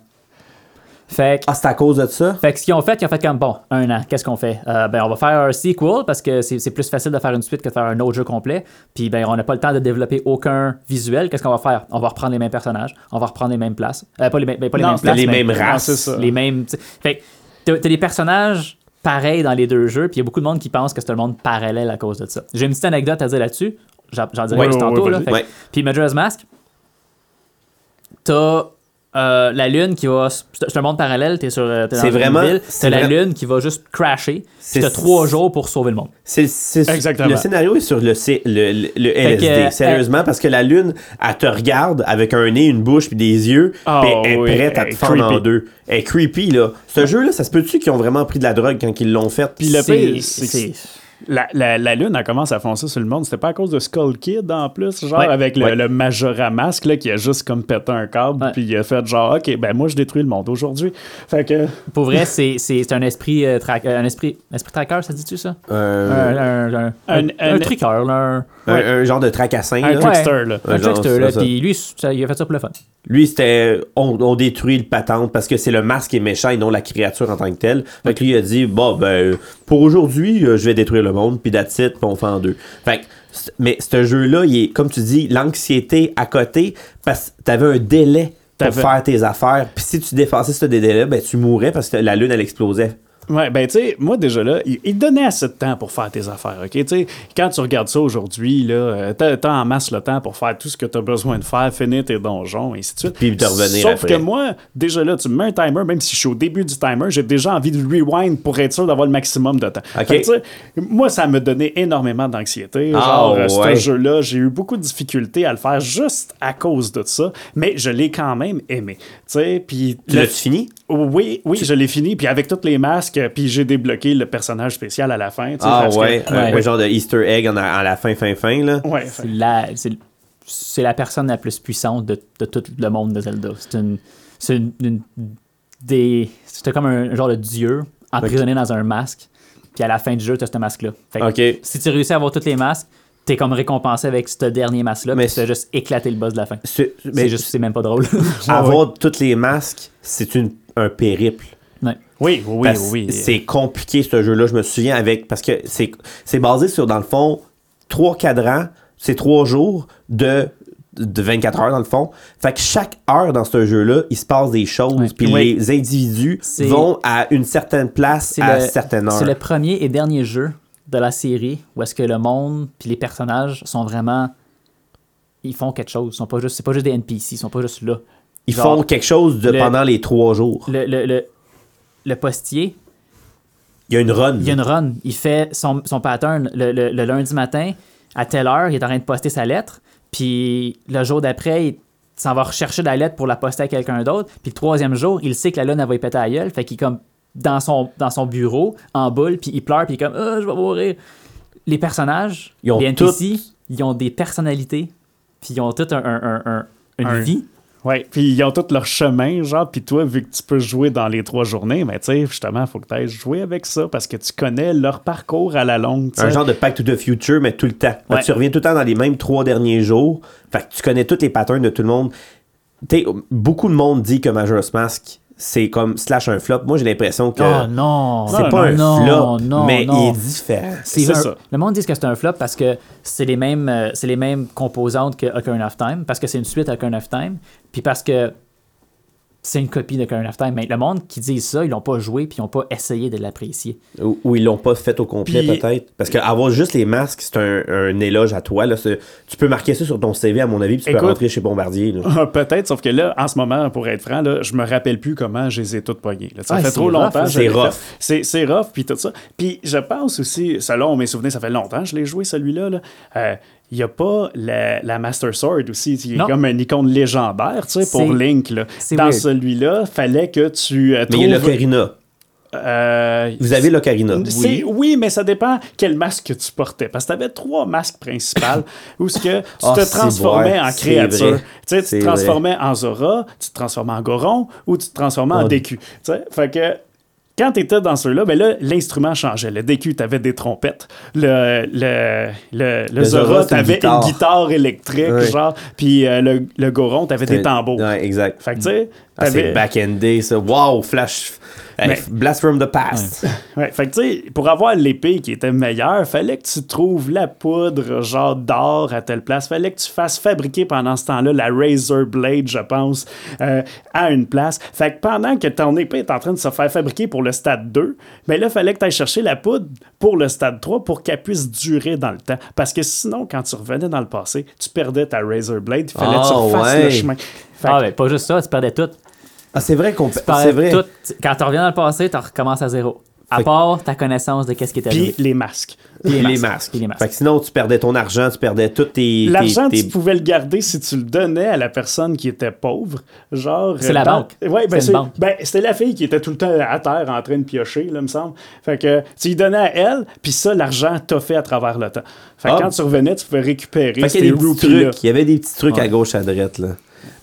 A: Fait que,
B: Ah, c'est à cause de ça?
A: fait que ce qu'ils ont fait, ils ont fait comme bon, un an, qu'est-ce qu'on fait Euh, Ben, on va faire un sequel parce que c'est c'est plus facile de faire une suite que de faire un autre jeu complet. Puis, ben, on n'a pas le temps de développer aucun visuel. Qu'est-ce qu'on va faire On va reprendre les mêmes personnages, on va reprendre les mêmes places. Euh, pas les, mêmes- ben, pas les
C: Non,
A: mêmes
C: c'était
A: places.
B: les
A: mais-
B: mêmes
C: Non,
B: races.
C: c'est ça.
A: les mêmes. t'sais. Fait que t'as t'as des personnages pareils dans les deux jeux, puis il y a beaucoup de monde qui pense que c'est un monde parallèle à cause de ça. J'ai une petite anecdote à dire là-dessus. J'en j'en dirai
C: Ouais,
A: plus
C: ouais,
A: tantôt.
C: ouais,
A: là.
C: vas-y.
A: Fait que-
B: Ouais.
A: Puis Majora's Mask, t'as. euh, la lune qui va. C'est un monde parallèle, t'es sur. euh, T'es dans
B: C'est
A: une
B: vraiment-
A: ville,
B: c'est
A: T'as la
B: vra-
A: lune qui va juste crasher. Puis
B: C'est-
A: t'as trois jours pour sauver le monde.
B: C'est- c'est-
C: Exactement.
B: Le scénario est sur le, C- le, le- le LSD,
A: que, euh,
B: sérieusement, parce que la lune, elle te regarde avec un nez, une bouche, puis des yeux,
C: Ah,
B: puis elle est
C: oui,
B: prête à
C: elle
B: te
C: est
B: fendre en
C: creepy.
B: deux. Elle est creepy, là. Ce jeu-là, ça se peut-tu qu'ils ont vraiment pris de la drogue quand ils l'ont fait?
C: Puis le
A: C'est-
C: pire, c'est que
A: c'est-
C: la, la- la lune, elle commence à foncer sur le monde. C'était pas à cause de Skull Kid en plus, genre
A: Ouais.
C: avec le,
B: Ouais.
C: le Majora Mask là, qui a juste comme pété un câble,
A: Ouais.
C: puis il a fait genre, OK, ben moi, je détruis le monde aujourd'hui. Fait que.
A: Pour vrai, c'est c'est- c'est un esprit. euh, tra- euh, un esprit. Esprit tracker, ça dit-tu ça?
B: Euh,
A: Un, un, un,
C: Un-
A: un-
C: un-
A: un trickeur, là, un.
B: un, un genre de tracassin, là.
C: Un truc- trickster, là.
A: Un
B: Ouais, genre,
A: trickster,
B: c'est
A: là.
B: ça.
A: Puis lui, ça- il a fait ça pour le fun.
B: Lui, c'était on, on détruit le patente parce que c'est le masque qui est méchant et non la créature en tant que telle. Fait que lui, il a dit Bon, ben, pour aujourd'hui, euh, je vais détruire le monde, puis that's it, puis on fait en deux. Fait que, c- mais ce jeu-là, il est, comme tu dis, l'anxiété à côté parce que t'avais un délai pour
C: T'avais-
B: faire tes affaires. Puis si tu dépassais ce délai, ben, tu mourais parce que la lune, elle explosait.
C: Ouais, ben tu sais, moi déjà là, il, il donnait assez de temps pour faire tes affaires, ok? Tu sais, quand tu regardes ça aujourd'hui, là, euh, t'as, t'as en masse le temps pour faire tout ce que t'as besoin de faire, finir tes donjons, et ainsi de suite.
B: Puis de revenir
C: Sauf
B: après.
C: que moi, déjà là, tu me mets un timer, même si je suis au début du timer, j'ai déjà envie de rewind pour être sûr d'avoir le maximum de temps.
B: Ok.
C: Fait que, tu sais, moi, ça me donnait énormément d'anxiété.
B: Ah,
C: genre, euh, ce
B: ouais.
C: jeu-là, j'ai eu beaucoup de difficultés à le faire juste à cause de ça, mais je l'ai quand même aimé. Tu sais, puis...
B: Tu
C: le-
B: l'as-tu fini
C: oui, oui, je l'ai fini. Puis avec tous les masques, puis j'ai débloqué le personnage spécial à la fin. tu sais,
B: Ah
C: parce que-
B: ouais, un,
A: ouais.
B: un genre de Easter egg en- à la fin, fin, fin, là.
C: Ouais,
A: C'est
C: fait-
A: la, c'est, c'est la personne la plus puissante de, de tout le monde de Zelda. C'est une. C'est une, une- des. C'était comme un genre de dieu emprisonné dans un masque. Puis à la fin du jeu, tu as ce masque-là. Fait que
B: Ok.
A: si tu réussis à avoir tous les masques, t'es comme récompensé avec ce dernier masque-là.
B: Mais
A: Mais tu as
B: c'est-
A: juste éclaté le boss de la fin.
B: C'est-
A: c'est
B: mais
A: juste, c'est même pas drôle.
B: avoir tous les masques, c'est une, un périple.
A: Ouais.
C: Oui, oui,
B: Parce-
C: oui.
B: C'est compliqué ce jeu-là, je me souviens, avec. Parce que c'est c'est basé sur, dans le fond, trois cadrans, c'est trois jours de, de 24 heures, dans le fond. Fait que chaque heure dans ce jeu-là, il se passe des
A: Ouais.
B: choses, puis
A: Ouais.
B: les individus
A: C'est-
B: vont à une certaine place
A: C'est
B: à
A: le-
B: certaines heures.
A: C'est le premier et dernier jeu de la série où est-ce que le monde puis les personnages sont vraiment ils font quelque chose, ils sont pas juste c'est pas juste des NPC, ils sont pas juste là.
B: Ils
A: genre,
B: font quelque chose de
A: le-
B: pendant les trois jours.
A: Le, le, le, le postier,
B: Il y a une run.
A: il y a une run, il fait son, son pattern le, le- le lundi matin à telle heure, il est en train de poster sa lettre, puis le jour d'après, il s'en va rechercher la lettre pour la poster à quelqu'un d'autre, puis le troisième jour, il sait que la lune elle va y péter à la gueule, fait qu'il est comme dans son, dans son bureau, en boule, puis il pleure, puis il est comme Ah, je vais mourir. Les personnages,
B: Ils ont
A: les NPC,
B: toutes-
A: ils ont des personnalités, puis ils ont tout un, un- un- un- une
C: Un-
A: vie.
C: Ouais, puis ils ont tout leur chemin, genre, puis toi, vu que tu peux jouer dans les trois journées, mais tu sais, justement, faut que tu ailles jouer avec ça parce que tu connais leur parcours à la longue. tu sais.
B: Un genre de Pack to the Future, mais tout le temps. Fait que
C: Ouais.
B: Tu reviens tout le temps dans les mêmes trois derniers jours. Fait que tu connais tous les patterns de tout le monde. T'sais, beaucoup de monde dit que Majora's Mask, c'est comme slash un flop. Moi, j'ai l'impression que
A: Oh non!
B: c'est
C: Ah, non,
B: pas
A: non,
B: un flop,
A: non,
B: mais
A: non.
B: il est différent.
A: C'est
C: C'est
A: un-
C: ça.
A: Le monde dit que c'est un flop parce que c'est les mêmes, euh, c'est les mêmes composantes que Ocarina of Time, parce que c'est une suite à Ocarina of Time, puis parce que c'est une copie d'Ocarina of Time. Mais le monde qui dit ça, ils l'ont pas joué, puis ils n'ont pas essayé de l'apprécier.
B: Ou, ou ils l'ont pas fait au complet,
C: Puis-
B: peut-être. Parce qu'avoir juste les masques, c'est un, un éloge à toi. Là. C'est- Tu peux marquer ça sur ton CV, à mon avis, puis tu peux
C: Écoute-
B: rentrer chez Bombardier. là.
C: Ah, Peut-être, sauf que là, en ce moment, pour être franc, là, je me rappelle plus comment je les ai toutes poignées. là. Ça
A: Ah,
C: fait
A: c'est
C: trop
A: rough,
C: longtemps.
A: hein.
C: je
B: C'est
C: l'ai
B: rough.
C: fait. C'est c'est rough, puis tout ça. Puis je pense aussi, selon mes souvenirs, ça fait longtemps que je l'ai joué, celui-là. là. Euh, il n'y a pas la, la Master Sword aussi, qui est
A: Non.
C: comme une icône légendaire tu sais, pour
A: C'est-
C: Link. là.
A: c'est
C: Dans
A: weird.
C: celui-là, fallait que tu euh,
B: Mais il y a
C: trouves-
B: l'Ocarina.
C: euh,
B: Vous avez l'Ocarina.
C: c'est- Oui. mais ça dépend quel masque que tu portais. Parce que tu avais trois masques principaux où ce que tu
B: Ah,
C: te
B: c'est
C: transformais
B: vrai,
C: en
B: c'est
C: créature.
B: vrai.
C: Tu sais, tu
B: C'est
C: te transformais en Zora, tu te transformais en Goron ou tu te transformais en
B: Oh.
C: DQ. Tu sais, fait que. Quand tu étais dans ceux-là, ben là, l'instrument changeait. Le DQ, tu avais des trompettes. Le, le, le, le
B: Le Zora,
C: Zora,
B: c'est
C: tu
B: une
C: avais une
B: guitare.
C: guitare électrique,
B: Ouais.
C: genre. Puis euh, le, le Goron, tu avais des tambours.
B: Ouais, exact.
C: Fait que, tu sais,
B: Ah, c'est
C: t'avais-
B: back-endé, ça. Wow, Flash. Hey,
C: Mais-
B: Blast from the past.
C: Ouais, fait que tu sais, pour avoir l'épée qui était meilleure, fallait que tu trouves la poudre genre d'or à telle place. Fallait que tu fasses fabriquer pendant ce temps-là la Razor Blade, je pense, euh, à une place. Fait que pendant que ton épée est en train de se faire fabriquer pour le stade 2, mais là, fallait que tu ailles chercher la poudre pour le stade 3 pour qu'elle puisse durer dans le temps. Parce que sinon, quand tu revenais dans le passé, tu perdais ta Razor Blade. Il fallait que tu
B: Ah,
C: refasses le
B: ouais.
C: chemin. Fait
A: Ah,
C: que-
A: ben, pas juste ça, tu perdais tout.
B: Ah, c'est vrai qu'on
A: Tu perdais
B: C'est vrai.
A: tout. Quand tu reviens dans le passé, tu recommences à zéro. À
B: Fait-
A: part ta connaissance de qu'est-ce qui est
C: Puis
A: arrivé.
C: les masques.
B: Puis
A: les
B: les
A: masques.
B: masques.
A: Puis les masques.
B: Fait que sinon, tu perdais ton argent, tu perdais tout tes.
C: L'argent,
B: tes-
C: tu
B: tes-
C: pouvais le garder si tu le donnais à la personne qui était pauvre. Genre.
A: C'est
C: euh,
A: la
C: dans-
A: banque.
C: Ouais, ben,
A: C'est une
C: c'est-
A: banque.
C: ben, c'était la fille qui était tout le temps à terre en train de piocher, là, me semble. Fait que tu lui donnais à elle, puis ça, l'argent t'a fait à travers le temps. Fait que
B: Ah.
C: quand tu revenais, tu pouvais récupérer
B: Fait qu'il y
C: ces
B: a des petits
C: roupies-là.
B: trucs. Il y avait des petits trucs à gauche, à droite, là.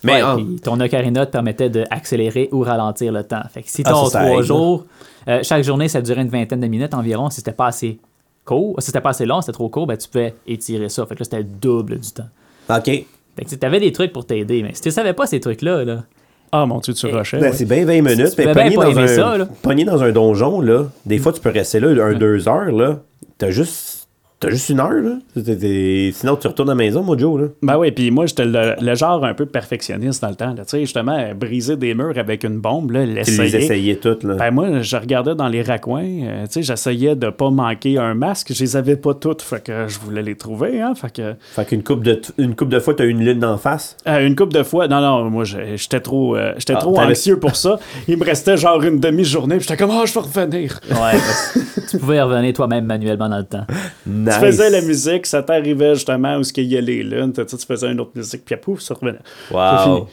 B: Mais ah,
A: Ouais,
B: en-
A: puis ton ocarina te permettait d'accélérer ou ralentir le temps. Fait que si
B: Ah,
A: ton
B: ça, ça
A: trois
B: aide.
A: jours, euh, chaque journée, ça durait une vingtaine de minutes environ. Si c'était pas assez court, si c'était pas assez long, si c'était trop court, ben, tu pouvais étirer ça. Fait que là, c'était le double du temps.
B: OK.
A: Fait que tu sais, t'avais des trucs pour t'aider, mais si tu savais pas ces trucs-là, là,
C: Ah mon Dieu, tu rushais.
B: Ben,
C: ouais.
B: C'est bien 20 minutes.
A: tu peux
B: mais
A: bien
B: pogné
A: pas
B: dans,
A: aimer
B: un,
A: ça, là.
B: pogné dans un donjon, là. Des fois, tu peux rester là un, deux heures, là. T'as juste. T'as juste une heure, là. T'es- t'es- Sinon, tu retournes à la maison, Mojo, là.
C: Ben oui, puis moi, j'étais le, le genre un peu perfectionniste dans le temps. là. Tu sais, justement, euh, briser des murs avec une bombe, là,
B: Tu les
C: l'essayer.
B: essayais toutes, là.
C: Ben moi, je regardais dans les raccoins, euh, tu sais, j'essayais de pas manquer un masque, je les avais pas toutes, fait que je voulais les trouver, hein, fait que
B: Fait qu'une coupe de, une coupe de fois, t'as une lune d'en face.
C: euh, une coupe de fois, non non, moi je- j'étais trop, euh, j'étais
B: Ah,
C: trop
B: t'avais-
C: anxieux pour ça. Il me restait genre une demi-journée, puis j'étais comme oh je vais revenir.
A: ouais, tu pouvais y revenir toi-même manuellement dans le temps.
B: Nice.
C: Tu faisais la musique, ça t'arrivait justement où ce qu'il y a les lunes, tu sais, tu faisais une autre musique, puis pouf, ça revenait.
B: Wow.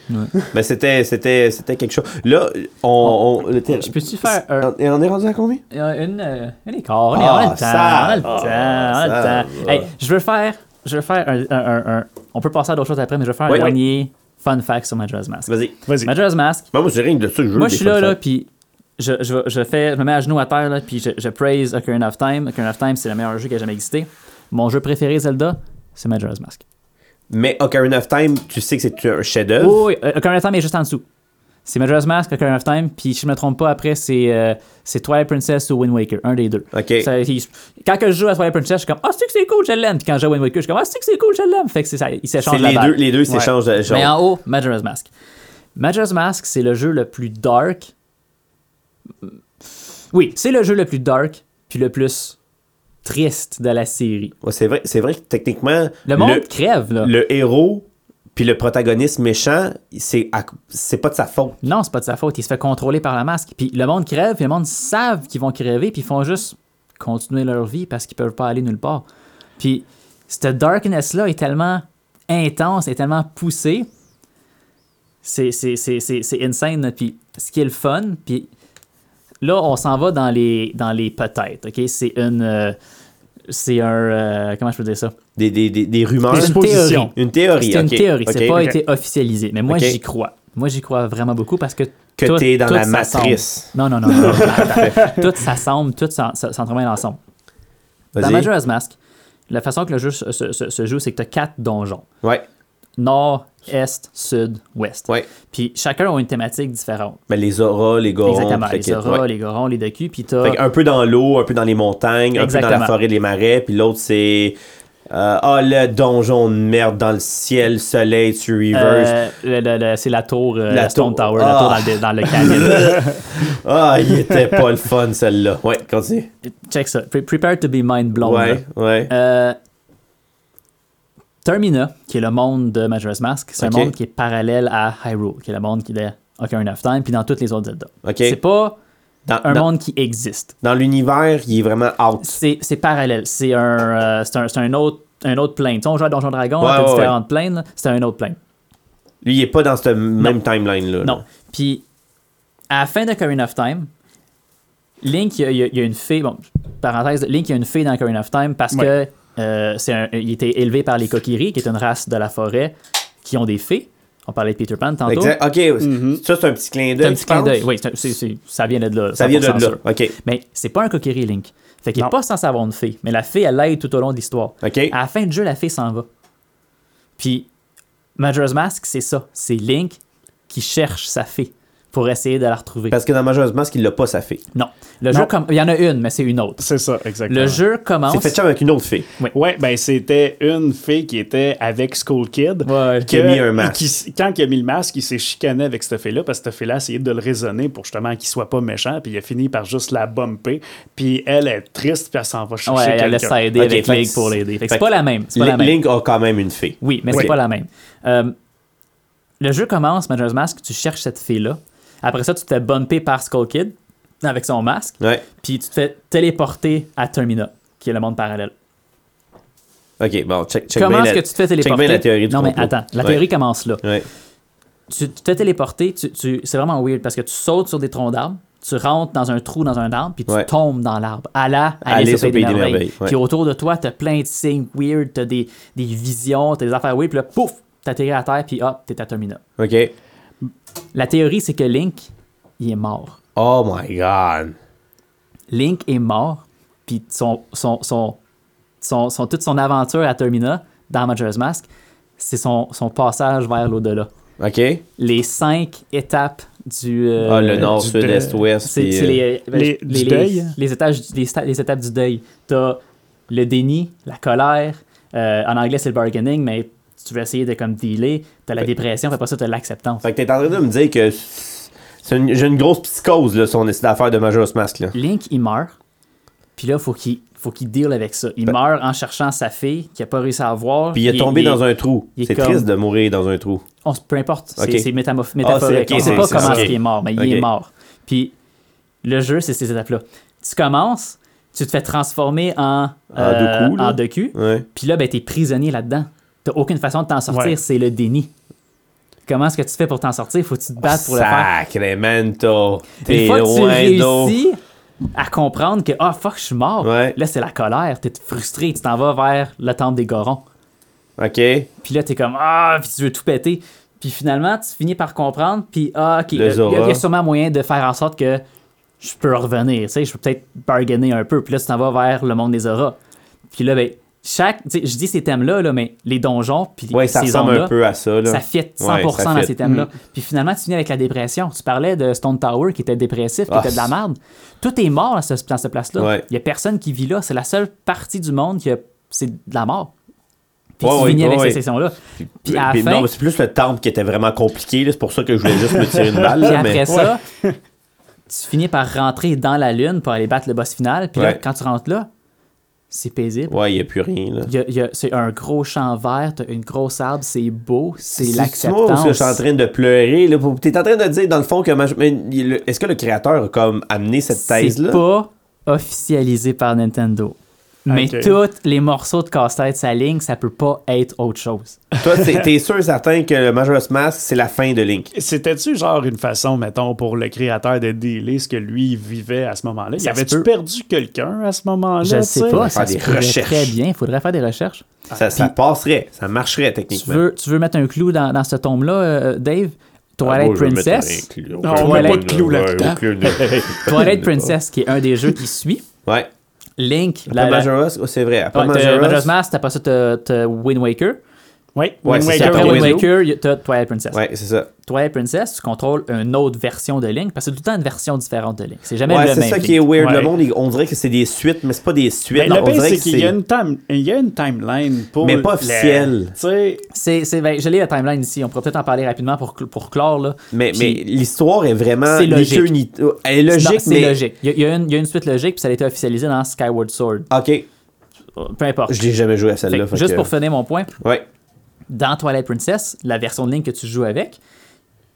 B: Mais c'était, c'était, c'était quelque chose. Là, on. on- le-
A: Je peux-tu faire un-
B: On- Et on est rendu à combien
A: Il y a Une, euh, une écart, on est
B: Ah,
A: on a le temps,
B: ça
A: on a le temps,
B: va,
A: on a le
B: ça
A: temps.
B: va.
A: Hey, je veux faire, je veux faire un, un- un- un- On peut passer à d'autres choses après, mais je veux faire
B: Oui,
A: un
B: oui.
A: dernier fun fact sur Majora's Mask.
B: Vas-y.
C: Vas-y.
A: Majora's Mask,
B: Moi, moi, c'est rien de ça que je veux.
A: Moi,
B: des
A: je suis là,
B: fun
A: là,
B: facts.
A: puis je, je, je fais, je me mets à genoux à terre, là, puis je, je praise Ocarina of Time. Ocarina of Time, c'est le meilleur jeu qui a jamais existé. Mon jeu préféré, Zelda, c'est Majora's Mask.
B: Mais Ocarina of Time, tu sais que c'est un
A: Oui,
B: chef-d'œuvre.
A: Oh, oui, euh, Ocarina of Time est juste en dessous. c'est Majora's Mask, Ocarina of Time, puis si je me trompe pas, après, c'est euh, c'est Twilight Princess ou Wind Waker, un des deux.
B: Ok.
A: Ça, il- quand que je joue à Twilight Princess, je suis comme Ah, c'est que c'est cool, je l'aime. Puis quand je joue à Wind Waker, je suis comme Ah, c'est que c'est cool, je l'aime. Fait que c'est ça, ils s'échangent
B: C'est
A: la
B: les
A: balle.
B: deux- les deux s'échangent la- genre-
A: Mais en haut, Majora's Mask. Majora's Mask, c'est le jeu le plus dark. Oui, c'est le jeu le plus dark, puis le plus triste de la série.
B: Ouais, c'est vrai, c'est vrai que techniquement,
A: Le monde crève, là.
B: le héros puis le protagoniste méchant, c'est à- c'est pas de sa faute.
A: Non, c'est pas de sa faute. Il se fait contrôler par la masque. Puis le monde crève, puis le monde savent qu'ils vont crever, puis ils font juste continuer leur vie parce qu'ils peuvent pas aller nulle part. Puis cette darkness-là est tellement intense, est tellement poussée. C'est, c'est, c'est, c'est, c'est insane. Puis ce qui est le fun, puis là, on s'en va dans les, dans les peut-être. ok C'est une. euh, c'est un. euh, comment je peux dire ça?
B: Des, des, des, des rumeurs.
C: Des
A: C'est une
C: suppositions.
B: Une théorie.
A: C'est une
B: ok,
A: théorie,
B: ok.
A: c'est pas
C: ok.
A: été officialisé, mais moi
B: Ok.
A: j'y crois. Moi j'y crois vraiment beaucoup parce que
B: Que
A: tout-
B: t'es dans
A: tout
B: la
A: s'assemble.
B: matrice.
A: Non non non, non, non, attends. tout s'assemble, tout s'en- s'en- s'entremêle ensemble. Dans
B: Vas-y.
A: Majora's Mask, la façon que le jeu se, se- se- se joue, c'est que tu as quatre donjons
B: Ouais,
A: nord, est, sud, ouest.
B: ouais.
A: Puis chacun a une thématique différente.
B: Ben, les auras, les gorons.
A: Exactement,
B: fait
A: les
B: que-
A: auras,
B: ouais.
A: les gorons, les docus, puis t'as-
B: Fait que un peu dans l'eau, un peu dans les montagnes, un peu dans la
A: Exactement.
B: forêt, les marais, puis l'autre c'est euh, ah le donjon de merde dans le ciel, soleil, tu reverse.
A: euh, le- le- le- c'est la tour, euh,
B: La
A: la Stone
B: tour.
A: Tower, la tour
B: Ah.
A: dans le, dans le canyon.
B: Ah, il était pas le fun celle-là. Ouais, continue.
A: Check ça. Pre- prepare to be mind blown. là.
B: ouais, ouais.
A: Euh, Termina, qui est le monde de Majora's Mask, c'est
B: Ok.
A: un monde qui est parallèle à Hyrule, qui est le monde qui est de Ocarina of Time, puis dans toutes les autres Zelda.
B: Ok.
A: Euh, C'est pas
B: Dans,
A: un
B: dans-
A: monde qui existe.
B: dans l'univers, il est vraiment out.
A: C'est c'est parallèle. C'est un, euh, c'est un, c'est un autre un autre plane. Tu sais, on joue à Donjon Dragon,
B: Ouais,
A: on a
B: ouais,
A: différentes planes, là, c'était un autre plane.
B: Lui, il est pas dans cette même timeline là.
A: Non. Puis, à la fin de Ocarina of Time, Link, il y a, il y a- il y a une fille, bon, parenthèse, Link, il y a une fille dans Ocarina of Time parce
C: Ouais.
A: que euh, c'est un- il était élevé par les Kokiri, qui est une race de la forêt qui ont des fées. On parlait de Peter Pan tantôt.
B: Exact. Ok. Ça c'est un petit clin
A: C'est
B: d'œil.
A: un petit
B: tu
A: clin
B: penses?
A: d'œil. Oui, c'est un- c'est- c'est- ça vient de là.
B: Ça vient de
A: 100%
B: là.
A: sûr.
B: Ok.
A: Mais c'est pas un Kokiri, Link. Fait qu'il
C: Non.
A: est pas censé avoir une fée. Mais la fée, elle l'aide tout au long de l'histoire.
B: Ok.
A: À la fin du jeu, la fée s'en va. Puis Majora's Mask, c'est ça. C'est Link qui cherche sa fée pour essayer de la retrouver.
B: Parce que dans Majora's Mask, il l'a pas sa fille.
A: Non. Le
C: Non.
A: jeu comme il y en a une, mais c'est une autre.
C: C'est ça, exactement.
A: Le jeu
B: Ah. C'est
A: commence.
B: fait chum avec une autre fille.
C: Ouais, ben c'était une fille qui était avec School Kid.
A: Ouais.
B: Qui a mis un masque.
C: qui s- quand il a mis le masque, il s'est chicané avec cette fille-là parce que cette fille-là a essayé de le raisonner pour justement qu'il soit pas méchant. Puis il a fini par juste la bumper. Puis elle est triste, puis elle s'en va chercher
A: Ouais, elle laisse
C: quelqu'un.
A: s'aider
B: Ok,
A: avec
B: fait que
A: Link
B: c'est-
A: pour l'aider. Fait que
B: fait
A: C'est pas
B: que
A: la même. C'est pas la
B: Link-
A: même.
B: Link a quand même une fille.
A: Oui, mais
C: Oui.
A: c'est pas la même. Euh, le jeu commence, Majora's Mask, tu cherches cette fille-là. Après ça, tu te fais bumper par Skull Kid avec son masque.
B: Ouais.
A: Puis tu te fais téléporter à Termina, qui est le monde parallèle.
B: Ok. Bon. Check. check
A: Comment
B: bien
A: est-ce
B: la-
A: que tu te fais
B: check bien
A: téléporter?
B: la théorie du
A: non, mais
B: complot.
A: attends, la
B: Ouais.
A: théorie commence là.
B: Ouais.
A: tu tu te fais téléporter, tu, tu- c'est vraiment weird parce que tu sautes sur des troncs d'arbres, tu rentres dans un trou dans un arbre, puis tu
B: Ouais.
A: tombes dans l'arbre. À la
B: Alice
A: Alice
B: au
A: au pays
B: Pays
A: des
B: des
A: merveilles.
B: merveilles, ouais.
A: Puis autour de toi, t'as plein de signes weird, t'as des, des visions, t'as des affaires weird, puis là, pouf, t'atterris à terre, puis hop, t'es à Termina.
B: Ok.
A: La théorie, c'est que Link, il est mort.
B: Oh my god.
A: Link est mort, puis son, son, son, son, son- toute son aventure à Termina, dans Majora's Mask, c'est son, son passage vers l'au-delà.
B: OK.
A: Les cinq étapes du... euh,
B: ah, le nord,
C: du-
B: sud,
C: de-
B: est, ouest.
A: C'est
B: puis,
A: c'est
B: euh,
A: les, ben,
C: les-
A: je-
C: du deuil?
A: les étages, du- les, sta- les étapes du deuil. T'as le déni, la colère. euh, en anglais, c'est le bargaining, mais tu veux essayer de comme dealer. T'as la
B: Fait-
A: dépression, après ça, t'as l'acceptance.
B: Fait que t'es en train de me dire que c'est une- j'ai une grosse psychose, là, si on essaie d'affaire de Majora's Mask, là.
A: Link, il meurt. Puis là, faut qu'il faut qu'il deal avec ça. Il
B: Ben-
A: meurt en cherchant sa fille qu'il a pas réussi à avoir.
B: Puis il est tombé dans un trou.
A: il est
B: C'est
A: comme-
B: triste de mourir dans un trou.
A: On, se- peu importe, c'est
B: Ok.
A: c'est métamo- métaphorique.
B: ok,
A: on sait
B: c'est-
A: pas
B: c'est
A: comment
B: ça.
A: est-ce qu'il est mort, mais il
B: Ok.
A: est mort. Puis le jeu, c'est ces étapes-là. Tu commences, tu te fais transformer en, euh,
B: Dooku, là.
A: en Doku.
B: Ouais.
A: Puis là, ben, t'es prisonnier là-dedans. T'as aucune façon de t'en sortir,
C: Ouais.
A: c'est le déni. Comment est-ce que tu fais pour t'en sortir? Faut que tu te battes pour le faire.
B: Sacremento.
A: Une
B: T'es
A: fois que tu
B: loin d'eau.
A: réussis à comprendre que, ah, fuck, je suis mort.
B: Ouais.
A: Là, c'est la colère. T'es frustré. Tu t'en vas vers le temple des Gorons.
B: OK.
A: Puis là, t'es comme, ah, puis tu veux tout péter. Puis finalement, tu finis par comprendre. Puis, ah, ok, il y, a-
B: Les auras.
A: il y a sûrement moyen de faire en sorte que je peux revenir. Tu sais, je peux peut-être bargainer un peu. Puis là, tu t'en vas vers le monde des auras. Puis là, ben, chaque, tu sais, je dis ces thèmes-là, là, mais les donjons, puis
B: Ouais, ça
A: ces
B: ressemble
A: zones-là,
B: un peu à ça. Là.
A: ça fit 100%
B: Ouais, ça
A: dans
B: fit. Mm.
A: ces thèmes-là. Puis finalement, tu finis avec la dépression. Tu parlais de Stone Tower qui était dépressif, qui
B: Ah,
A: était de la merde. Tout est mort dans ce- dans cette place-là. Il
B: Ouais.
A: n'y a personne qui vit là. C'est la seule partie du monde qui a... C'est de la mort. Puis
B: Ouais,
A: tu
B: ouais,
A: finis avec
B: ouais.
A: ces sessions-là. Puis à la
B: Mais
A: fin...
B: Non, mais c'est plus le temple qui était vraiment compliqué. là. C'est pour ça que je voulais juste me tirer une balle.
A: Puis
B: là,
A: après
B: mais...
A: ça, tu finis par rentrer dans la lune pour aller battre le boss final. Puis là,
B: Ouais.
A: quand tu rentres là, c'est paisible.
B: Ouais, il n'y a plus rien. Là.
A: Il y a- il y a- c'est un gros champ vert, t'as une grosse arbre, c'est beau, c'est
B: moi où je suis en
A: l'acceptance.
B: train de pleurer. Là, pour- T'es en train de dire, dans le fond, que ma- mais le- est-ce que le créateur a comme amené cette
A: C'est
B: thèse-là?
A: pas officialisé par Nintendo. Mais
C: Ok.
A: tous les morceaux de casse-tête s'alignent, ça peut pas être autre chose.
B: Toi, t'es- t'es sûr et certain que le Majora's Mask, c'est la fin de Link.
C: C'était-tu genre une façon, mettons, pour le créateur de dealer ce que lui il vivait à ce moment-là? Il
A: Ça se
C: avait-tu
A: peut.
C: perdu quelqu'un à ce moment-là?
A: Je
C: tu
A: sais pas, ça
B: faire
A: se
B: des
A: pourrait
B: recherches.
A: très bien, il faudrait faire des recherches.
B: ça, ça passerait, ça marcherait
A: Ah, Tu
B: techniquement.
A: veux, tu veux mettre un clou dans, dans ce tombe-là, euh, Dave?
B: Ah,
A: Twilight
B: moi, je veux mettre
A: Princess,
B: un clou. Ah,
C: Non, on
A: met pas
C: de clou
B: Ouais,
C: là-dedans.
B: un clou, non.
A: Twilight Princess, qui est un des jeux qui suit.
B: Ouais.
A: Link,
B: Après
A: la, la, ouais,
B: Majora's, oh, c'est vrai. Après
A: t'as
B: Majora's,
A: Majora's Mask, t'as pas ça, t'as t'as Wind Waker.
C: Oui,
B: Ouais,
C: Wind
B: c'est
A: Puis
B: ça,
C: Waker
A: après Wind
B: Wind
A: Waker, y a- t'as Twilight Princess.
B: Ouais, c'est ça.
A: Twilight Princess, tu contrôles une autre version de Link, parce que c'est tout le temps une version différente de Link. C'est jamais
B: Ouais,
A: le
B: c'est
A: même.
B: ça
A: Link.
B: qui est weird.
C: Ouais.
B: Le monde, il- on dirait que c'est des suites, mais c'est pas des suites.
C: Mais
B: Non,
C: Ben, le
B: on
C: pire,
B: dirait
C: c'est
B: que
C: qu'il y, a une time- il y a une timeline pour.
B: Mais pas
C: la-
B: officielle.
C: Tu sais,
A: C'est, c'est, ben, je l'ai la timeline ici. On pourrait peut-être en parler rapidement pour, cl- pour clore. Là.
B: Mais,
A: Puis-
B: mais l'histoire est vraiment
A: C'est
B: ni
A: logique.
B: queue ni- Elle est
A: Non,
B: logique,
A: c'est
B: mais.
A: logique. Il y, a- il y a une, il y a une suite logique, puis ça a été officialisé dans Skyward Sword.
B: Ok,
A: Peu importe.
B: je l'ai jamais joué à
A: Fait
B: celle-là.
A: que
B: fait
A: juste
B: que-
A: pour finir mon point,
B: Ouais.
A: dans Twilight Princess, la version de Link que tu joues avec,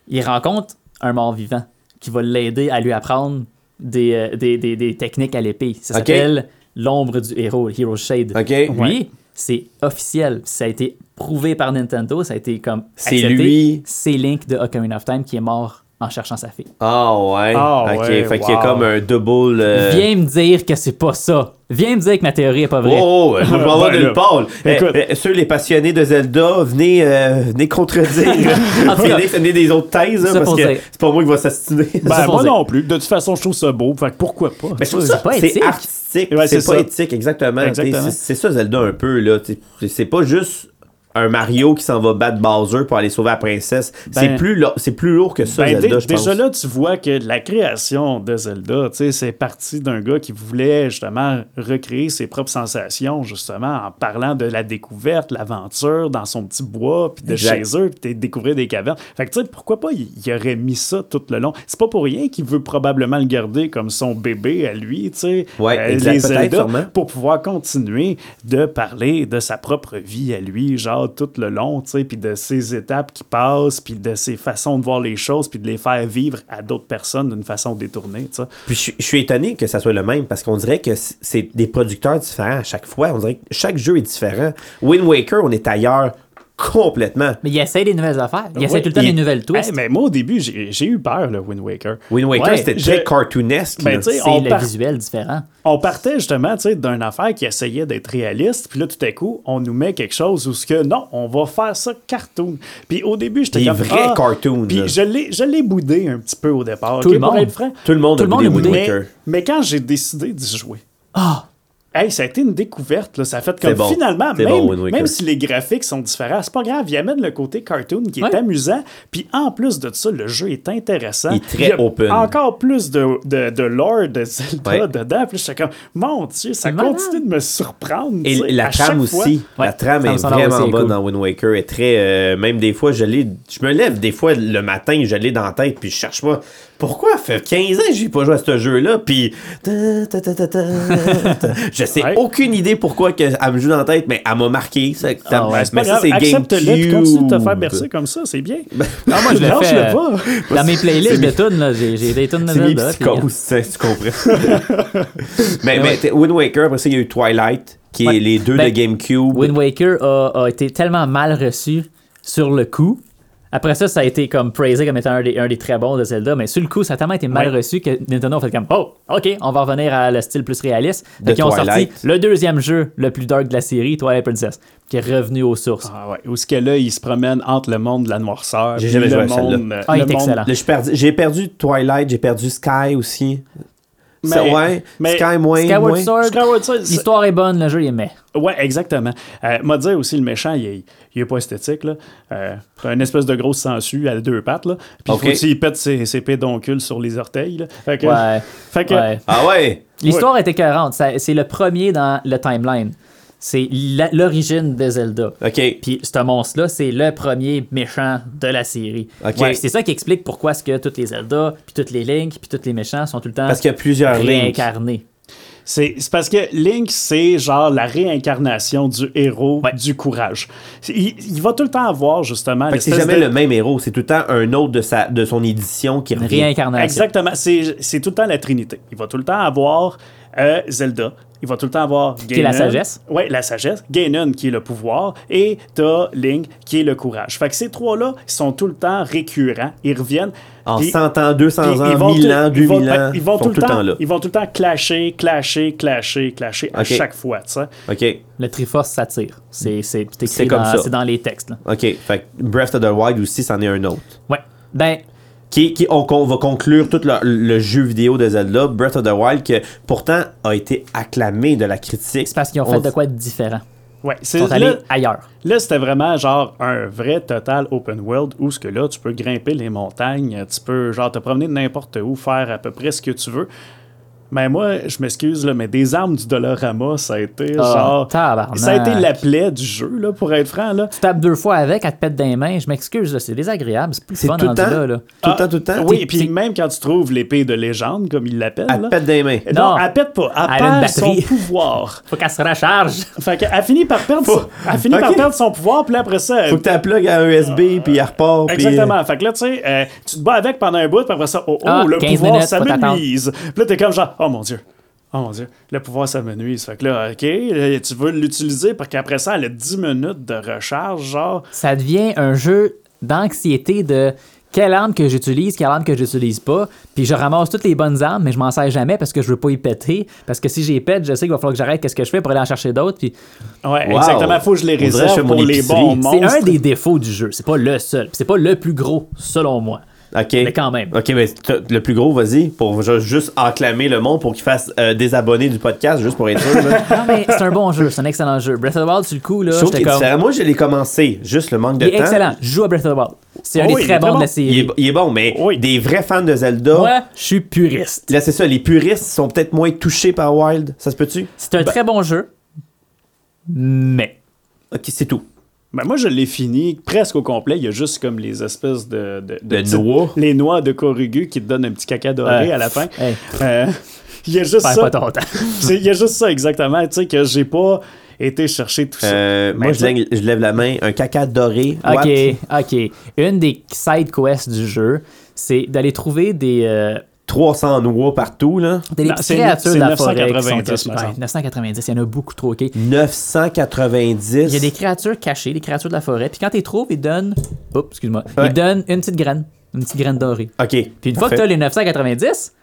A: il rencontre un mort vivant qui va l'aider à lui apprendre des, euh, des, des- des techniques à l'épée. Ça
B: Ok.
A: s'appelle l'ombre du héros, Hero Shade.
B: Ok.
A: Lui, c'est officiel. Ça a été prouvé par Nintendo. Ça a été comme.
B: C'est
A: accepté.
B: lui.
A: C'est Link de Ocarina of Time qui est mort en cherchant sa fille.
B: Ah ouais.
C: Ah
B: ok,
C: ouais,
B: fait qu'il y a
C: wow.
B: comme un double. euh,
A: Viens me dire que c'est pas ça. Viens me dire que ma théorie est pas vraie.
B: Oh, oh, je m'en vais
C: Ouais,
B: nulle
C: Ben là.
B: part. Eh,
C: Écoute.
B: eh, ceux les passionnés de Zelda, venez, euh, venez contredire. venez, venez des autres thèses, hein,
A: Ça
B: parce
A: pour
B: que
A: dire.
B: c'est pas moi qui va s'astiner.
C: ben,
A: supposé.
C: moi non plus. De toute façon, je trouve ça beau. Fait que pourquoi pas?
B: Mais je trouve
A: c'est
B: ça,
A: pas
B: c'est
A: éthique.
B: artistique,
C: Ouais,
B: c'est
C: c'est
B: pas
C: ça.
B: éthique, exactement.
C: Exactement.
B: T'sais, C'est c'est ça Zelda un peu, là. T'sais, c'est- C'est pas juste un Mario qui s'en va battre Bowser pour aller sauver la princesse. c'est plus, lo- c'est plus lourd que ça,
C: Ben, dé-
B: Zelda, je pense.
C: déjà là, tu vois que la création de Zelda, tu sais, c'est parti d'un gars qui voulait justement recréer ses propres sensations, justement, en parlant de la découverte, l'aventure dans son petit bois, puis de
B: Exact.
C: chez eux, puis de découvrir des cavernes. Fait que, tu sais, pourquoi pas, il, il aurait mis ça tout le long. C'est pas pour rien qu'il veut probablement le garder comme son bébé à lui, tu sais,
B: Ouais, exact,
C: Euh, les
B: peut-être,
C: Zelda,
B: sûrement.
C: pour pouvoir continuer de parler de sa propre vie à lui, genre tout le long, tu sais, puis de ses étapes qui passent, puis de ses façons de voir les choses, puis de les faire vivre à d'autres personnes d'une façon détournée, tu sais.
B: Puis je, suis- je suis étonné que ça soit le même parce qu'on dirait que c- c'est des producteurs différents à chaque fois. On dirait que chaque jeu est différent. Wind Waker, on est ailleurs complètement.
A: Mais il essaie des nouvelles affaires. Il essaie
C: Ouais.
A: tout le temps
B: Il-
A: des nouvelles twists.
C: Hey, mais moi, au début, j'ai j'ai eu peur, le Wind Waker.
B: Wind Waker,
C: Ouais,
B: c'était
C: je-
B: très cartoonesque.
C: Ben,
B: là.
C: tu sais,
A: C'est
C: on
A: le
C: part-
A: visuel différent.
C: On partait justement tu sais, d'une affaire qui essayait d'être réaliste, puis là, tout à coup, on nous met quelque chose où ce que non, on va faire ça cartoon. Puis au début, j'étais
B: Des
C: comme.
B: vrais
C: ah,
B: cartoons, là.
C: Puis je l'ai je l'ai boudé un petit peu au départ.
A: Tout
C: ok,
A: le
C: pour
A: monde.
C: être franc.
B: tout le monde
A: tout le
B: a
A: monde
B: voulu
A: a
B: Wind
A: voulu.
B: Waker.
C: Mais quand j'ai décidé d'y jouer,
A: Ah!
C: hey, ça a été une découverte. là. Ça a fait comme
B: C'est bon.
C: finalement,
B: C'est
C: même,
B: bon, Wind Waker.
C: même si les graphiques sont différents, c'est pas grave. Il amène le côté cartoon qui est
A: Ouais.
C: amusant. Puis en plus de ça, le jeu est intéressant.
B: Il est très
C: y a
B: open.
C: Encore plus de, de, de lore de Zelda
B: Ouais.
C: dedans. Puis j'étais comme, mon Dieu, ça
A: C'est malade.
C: continue de me surprendre.
B: Et
C: tu sais,
B: la
C: à chaque
B: trame
C: fois.
B: aussi.
A: Ouais,
B: La trame
A: ça
B: est
A: me semble aussi
B: vraiment
A: cool.
B: bonne dans Wind Waker. Est très, euh, même des fois, je, l'ai- je me lève des fois le matin, je l'ai dans la tête, puis je cherche pas. Pourquoi fait 15 ans que j'ai pas joué à ce jeu-là, puis. ta, ta, ta, ta, ta, ta. je sais
C: Ouais.
B: aucune idée pourquoi que elle me joue dans la tête, mais elle m'a marqué. Ça, ça- Ben,
A: Ah ouais,
B: mais
C: C'est pas grave, accepte-le, puis continue de te faire bercer comme ça, c'est bien.
A: Non, moi, je le
C: Lâche-le
A: fais.
C: pas.
A: euh, Dans mes playlists de tunes, là, j'ai j'ai des tunes de
B: C'est mis
A: Zelda. puis- euh,
B: psychose, ça, tu comprends. mais mais,
A: ouais.
B: t'es- Wind Waker, après ça, il y a eu Twilight, qui est
A: Ouais.
B: les deux
A: Ben,
B: de GameCube.
A: Wind Waker a, a été tellement mal reçu sur le coup. Après ça, ça a été comme praisé comme étant un des, un des très bons de Zelda, mais sur le coup, ça a tellement été mal
C: Ouais.
A: reçu que Nintendo a fait comme Oh, ok, on va revenir à le style plus réaliste.
B: De
A: Fait qu'ils ont sorti
B: Twilight.
A: le deuxième jeu le plus dark de la série, Twilight Princess, qui est revenu aux sources.
C: Ah ouais, où ce que là, il se promène entre le monde de la noirceur.
B: J'ai
C: puis
B: jamais
C: le
B: joué à
C: monde,
B: celle-là.
C: euh,
A: Ah, il
C: le
A: est
C: monde-
A: excellent.
B: Là, je perds- J'ai perdu Twilight, j'ai perdu Sky aussi. Ça,
C: Mais-
B: ouais.
C: mais-
B: Sky moins.
A: Skyward
B: moins.
A: Sword,
C: Skyward Sword, c'est-
A: l'histoire est bonne, le jeu il est mais.
C: Ouais, exactement. Euh, m'a dire aussi, le méchant, il est, il est pas esthétique. Là. Euh, t'as une espèce de grosse sangsue à deux pattes. Là. Puis
B: Ok.
C: il faut qu'il pète ses, ses pédoncules sur les orteils. là. Fait que,
A: Ouais.
C: fait que-
A: Ouais.
B: Ah ouais.
A: L'histoire est écœurante. Ça- C'est le premier dans le timeline. C'est la- l'origine de Zelda.
B: OK.
A: Puis ce monstre-là, c'est le premier méchant de la série.
B: Ok.
A: Ouais, c'est ça qui explique pourquoi est-ce que toutes les Zelda, puis toutes les Link, puis tous les méchants sont tout le temps
B: Parce qu'il y a plusieurs lignes.
A: réincarnés.
C: C'est c'est parce que Link, c'est genre la réincarnation du héros, du courage. Il, il va tout le temps avoir justement
B: Fait que c'est
C: l'espèce
B: jamais
C: de-
B: le même héros, c'est tout le temps un autre de, sa, de son édition qui
A: Une
B: revient.
A: réincarnation.
C: Exactement. C'est c'est tout le temps la Trinité. Il va tout le temps avoir euh, Zelda. Il va tout le temps avoir Ganon.
A: est la sagesse.
C: Oui, la sagesse. Ganon, qui est le pouvoir. Et t'as Link, qui est le courage. Fait que ces trois-là, ils sont tout le temps récurrents. Ils reviennent.
B: En
C: Puis-
B: 100 ans, 200
C: puis ils
B: ans,
C: vont
B: 1000
C: tout-
B: ans,
C: ils vont-
B: 2000 ans,
C: Ils vont
B: sont
C: tout le temps
B: là.
C: Ils vont tout le temps clasher, clasher, clasher, clasher à
B: Ok.
C: chaque fois, tu sais.
B: OK,
A: Le Triforce s'attire. C'est c'est- c'est
B: C'est
A: écrit
B: comme
A: dans,
B: ça.
A: c'est dans les textes. là.
B: OK. Fait que Breath of the Wild aussi, c'en est un autre.
A: Ouais. Ben,
B: Qui, qui- on, qu'on va conclure tout le, le jeu vidéo de Zelda, Breath of the Wild, qui pourtant a été acclamé de la critique.
A: c'est parce qu'ils ont
B: On
A: fait
B: dit-
A: de quoi de différent.
C: Ouais, c'est
A: Ils sont allés
C: là-
A: ailleurs.
C: Là, c'était vraiment genre un vrai total open world où ce que là, tu peux grimper les montagnes, tu peux genre te promener de n'importe où, faire à peu près ce que tu veux. Mais moi, je m'excuse, là, mais des armes du Dolorama, ça a été
A: Ah,
C: genre.
A: tabarnak.
C: Ça a été la plaie du jeu, là, pour être franc. Là.
A: Tu tapes deux fois avec, elle te pète des mains. Je m'excuse, là, c'est désagréable. C'est plus
B: C'est
A: fun
B: tout le
A: en
B: temps.
A: là. là.
B: Tout le temps, tout le temps.
C: Ah Oui,
B: t'es-
C: et puis même quand tu trouves l'épée de légende, comme ils l'appellent.
B: Elle
C: là.
B: te pète des mains.
C: Non,
A: Non.
C: elle pète pas. Elle,
A: Elle a une
C: perd son
A: batterie.
C: pouvoir.
A: Faut qu'elle se recharge.
C: Fait que elle finit par perdre,
B: Faut-
C: son- elle finit par
B: Ok.
C: perdre son pouvoir, puis après ça, elle
B: Faut que tu plug à un
A: Euh,
B: USB, puis elle repart. puis-
C: Exactement. Fait que là, tu sais, euh, tu te bats avec pendant un bout, puis après ça, oh, oh,
A: Ah,
C: le
A: 15
C: pouvoir,
A: minutes,
C: ça
A: faut
C: me
A: t'attendre.
C: nuise. Puis là, t'es comme genre, oh mon Dieu. Oh mon Dieu, le pouvoir, ça me nuise. Fait que là, OK, euh, tu veux l'utiliser parce qu'après ça, elle a 10 minutes de recharge, genre.
A: ça devient un jeu d'anxiété de quelle arme que j'utilise, quelle arme que j'utilise pas, puis je ramasse toutes les bonnes armes, mais je m'en sers jamais parce que je veux pas y péter, parce que si j'y pète, je sais qu'il va falloir que j'arrête qu'est-ce que je fais pour aller en chercher d'autres, puis
C: Ouais,
B: Wow.
C: exactement. Faut que je les
B: On dirait que je
C: réserve
B: fais mon
C: pour les
B: épicerie.
C: bons
A: c'est
C: monstres.
A: un des défauts du jeu, c'est pas le seul, puis c'est pas le plus gros, selon moi.
B: euh, OK.
A: Mais quand même.
B: OK, mais t'as- le plus gros, vas-y, pour ju- juste acclamer le monde pour qu'il fasse euh, des abonnés du podcast, juste pour être sûr. là.
A: Non, mais c'est un bon jeu, c'est un excellent jeu. Breath of the Wild, sur le coup, là,
B: Je trouve
A: j'étais
B: qu'il est
A: comme...
B: différent. Moi, je l'ai commencé, juste le manque de
A: Il est
B: temps.
A: excellent, je joue à Breath of the Wild. C'est un
C: Oh,
A: des
C: il
A: très bons
C: est très
A: de la
C: bon.
B: Il
A: série.
B: est, il est bon, mais
C: Oui.
B: des vrais fans de Zelda.
A: Moi, je suis puriste.
B: Là, c'est ça, les puristes sont peut-être moins touchés par Wild. Ça se peut-tu?
A: C'est
C: Ben-
A: un très bon jeu, mais...
B: OK, c'est tout.
C: Ben, moi, je l'ai fini presque au complet. Il y a juste comme les espèces de. De,
B: De
C: petites-
B: noix.
C: Les noix de Korugu qui te donnent un petit caca doré
A: Ouais.
C: à la fin.
A: Hey,
C: Euh, il y a juste
A: perds
C: ça.
A: pas ton temps.
C: C'est- Il y a juste ça, exactement. Tu sais, que j'ai pas été chercher tout ça.
B: Euh,
C: Ben,
B: moi, je
C: ça-
B: lève, je lève la main. Un caca doré. What?
A: Ok, ok. Une des side quests du jeu, c'est d'aller trouver des, euh,
B: 300 noix partout, là.
A: des
C: Non,
A: petites
C: c'est-
A: créatures de
C: c'est
A: la forêt. qui sont
C: 990,
A: cachées.
C: me semble.
A: Ouais, 990, il y en a beaucoup trop, ok?
B: 990.
A: Il y a des créatures cachées, des créatures de la forêt. Puis quand tu les trouves, ils donnent. Oups, excuse-moi.
B: Ouais.
A: Ils donnent une petite graine. Une petite graine dorée.
B: OK.
A: Puis une fois que tu as les 990,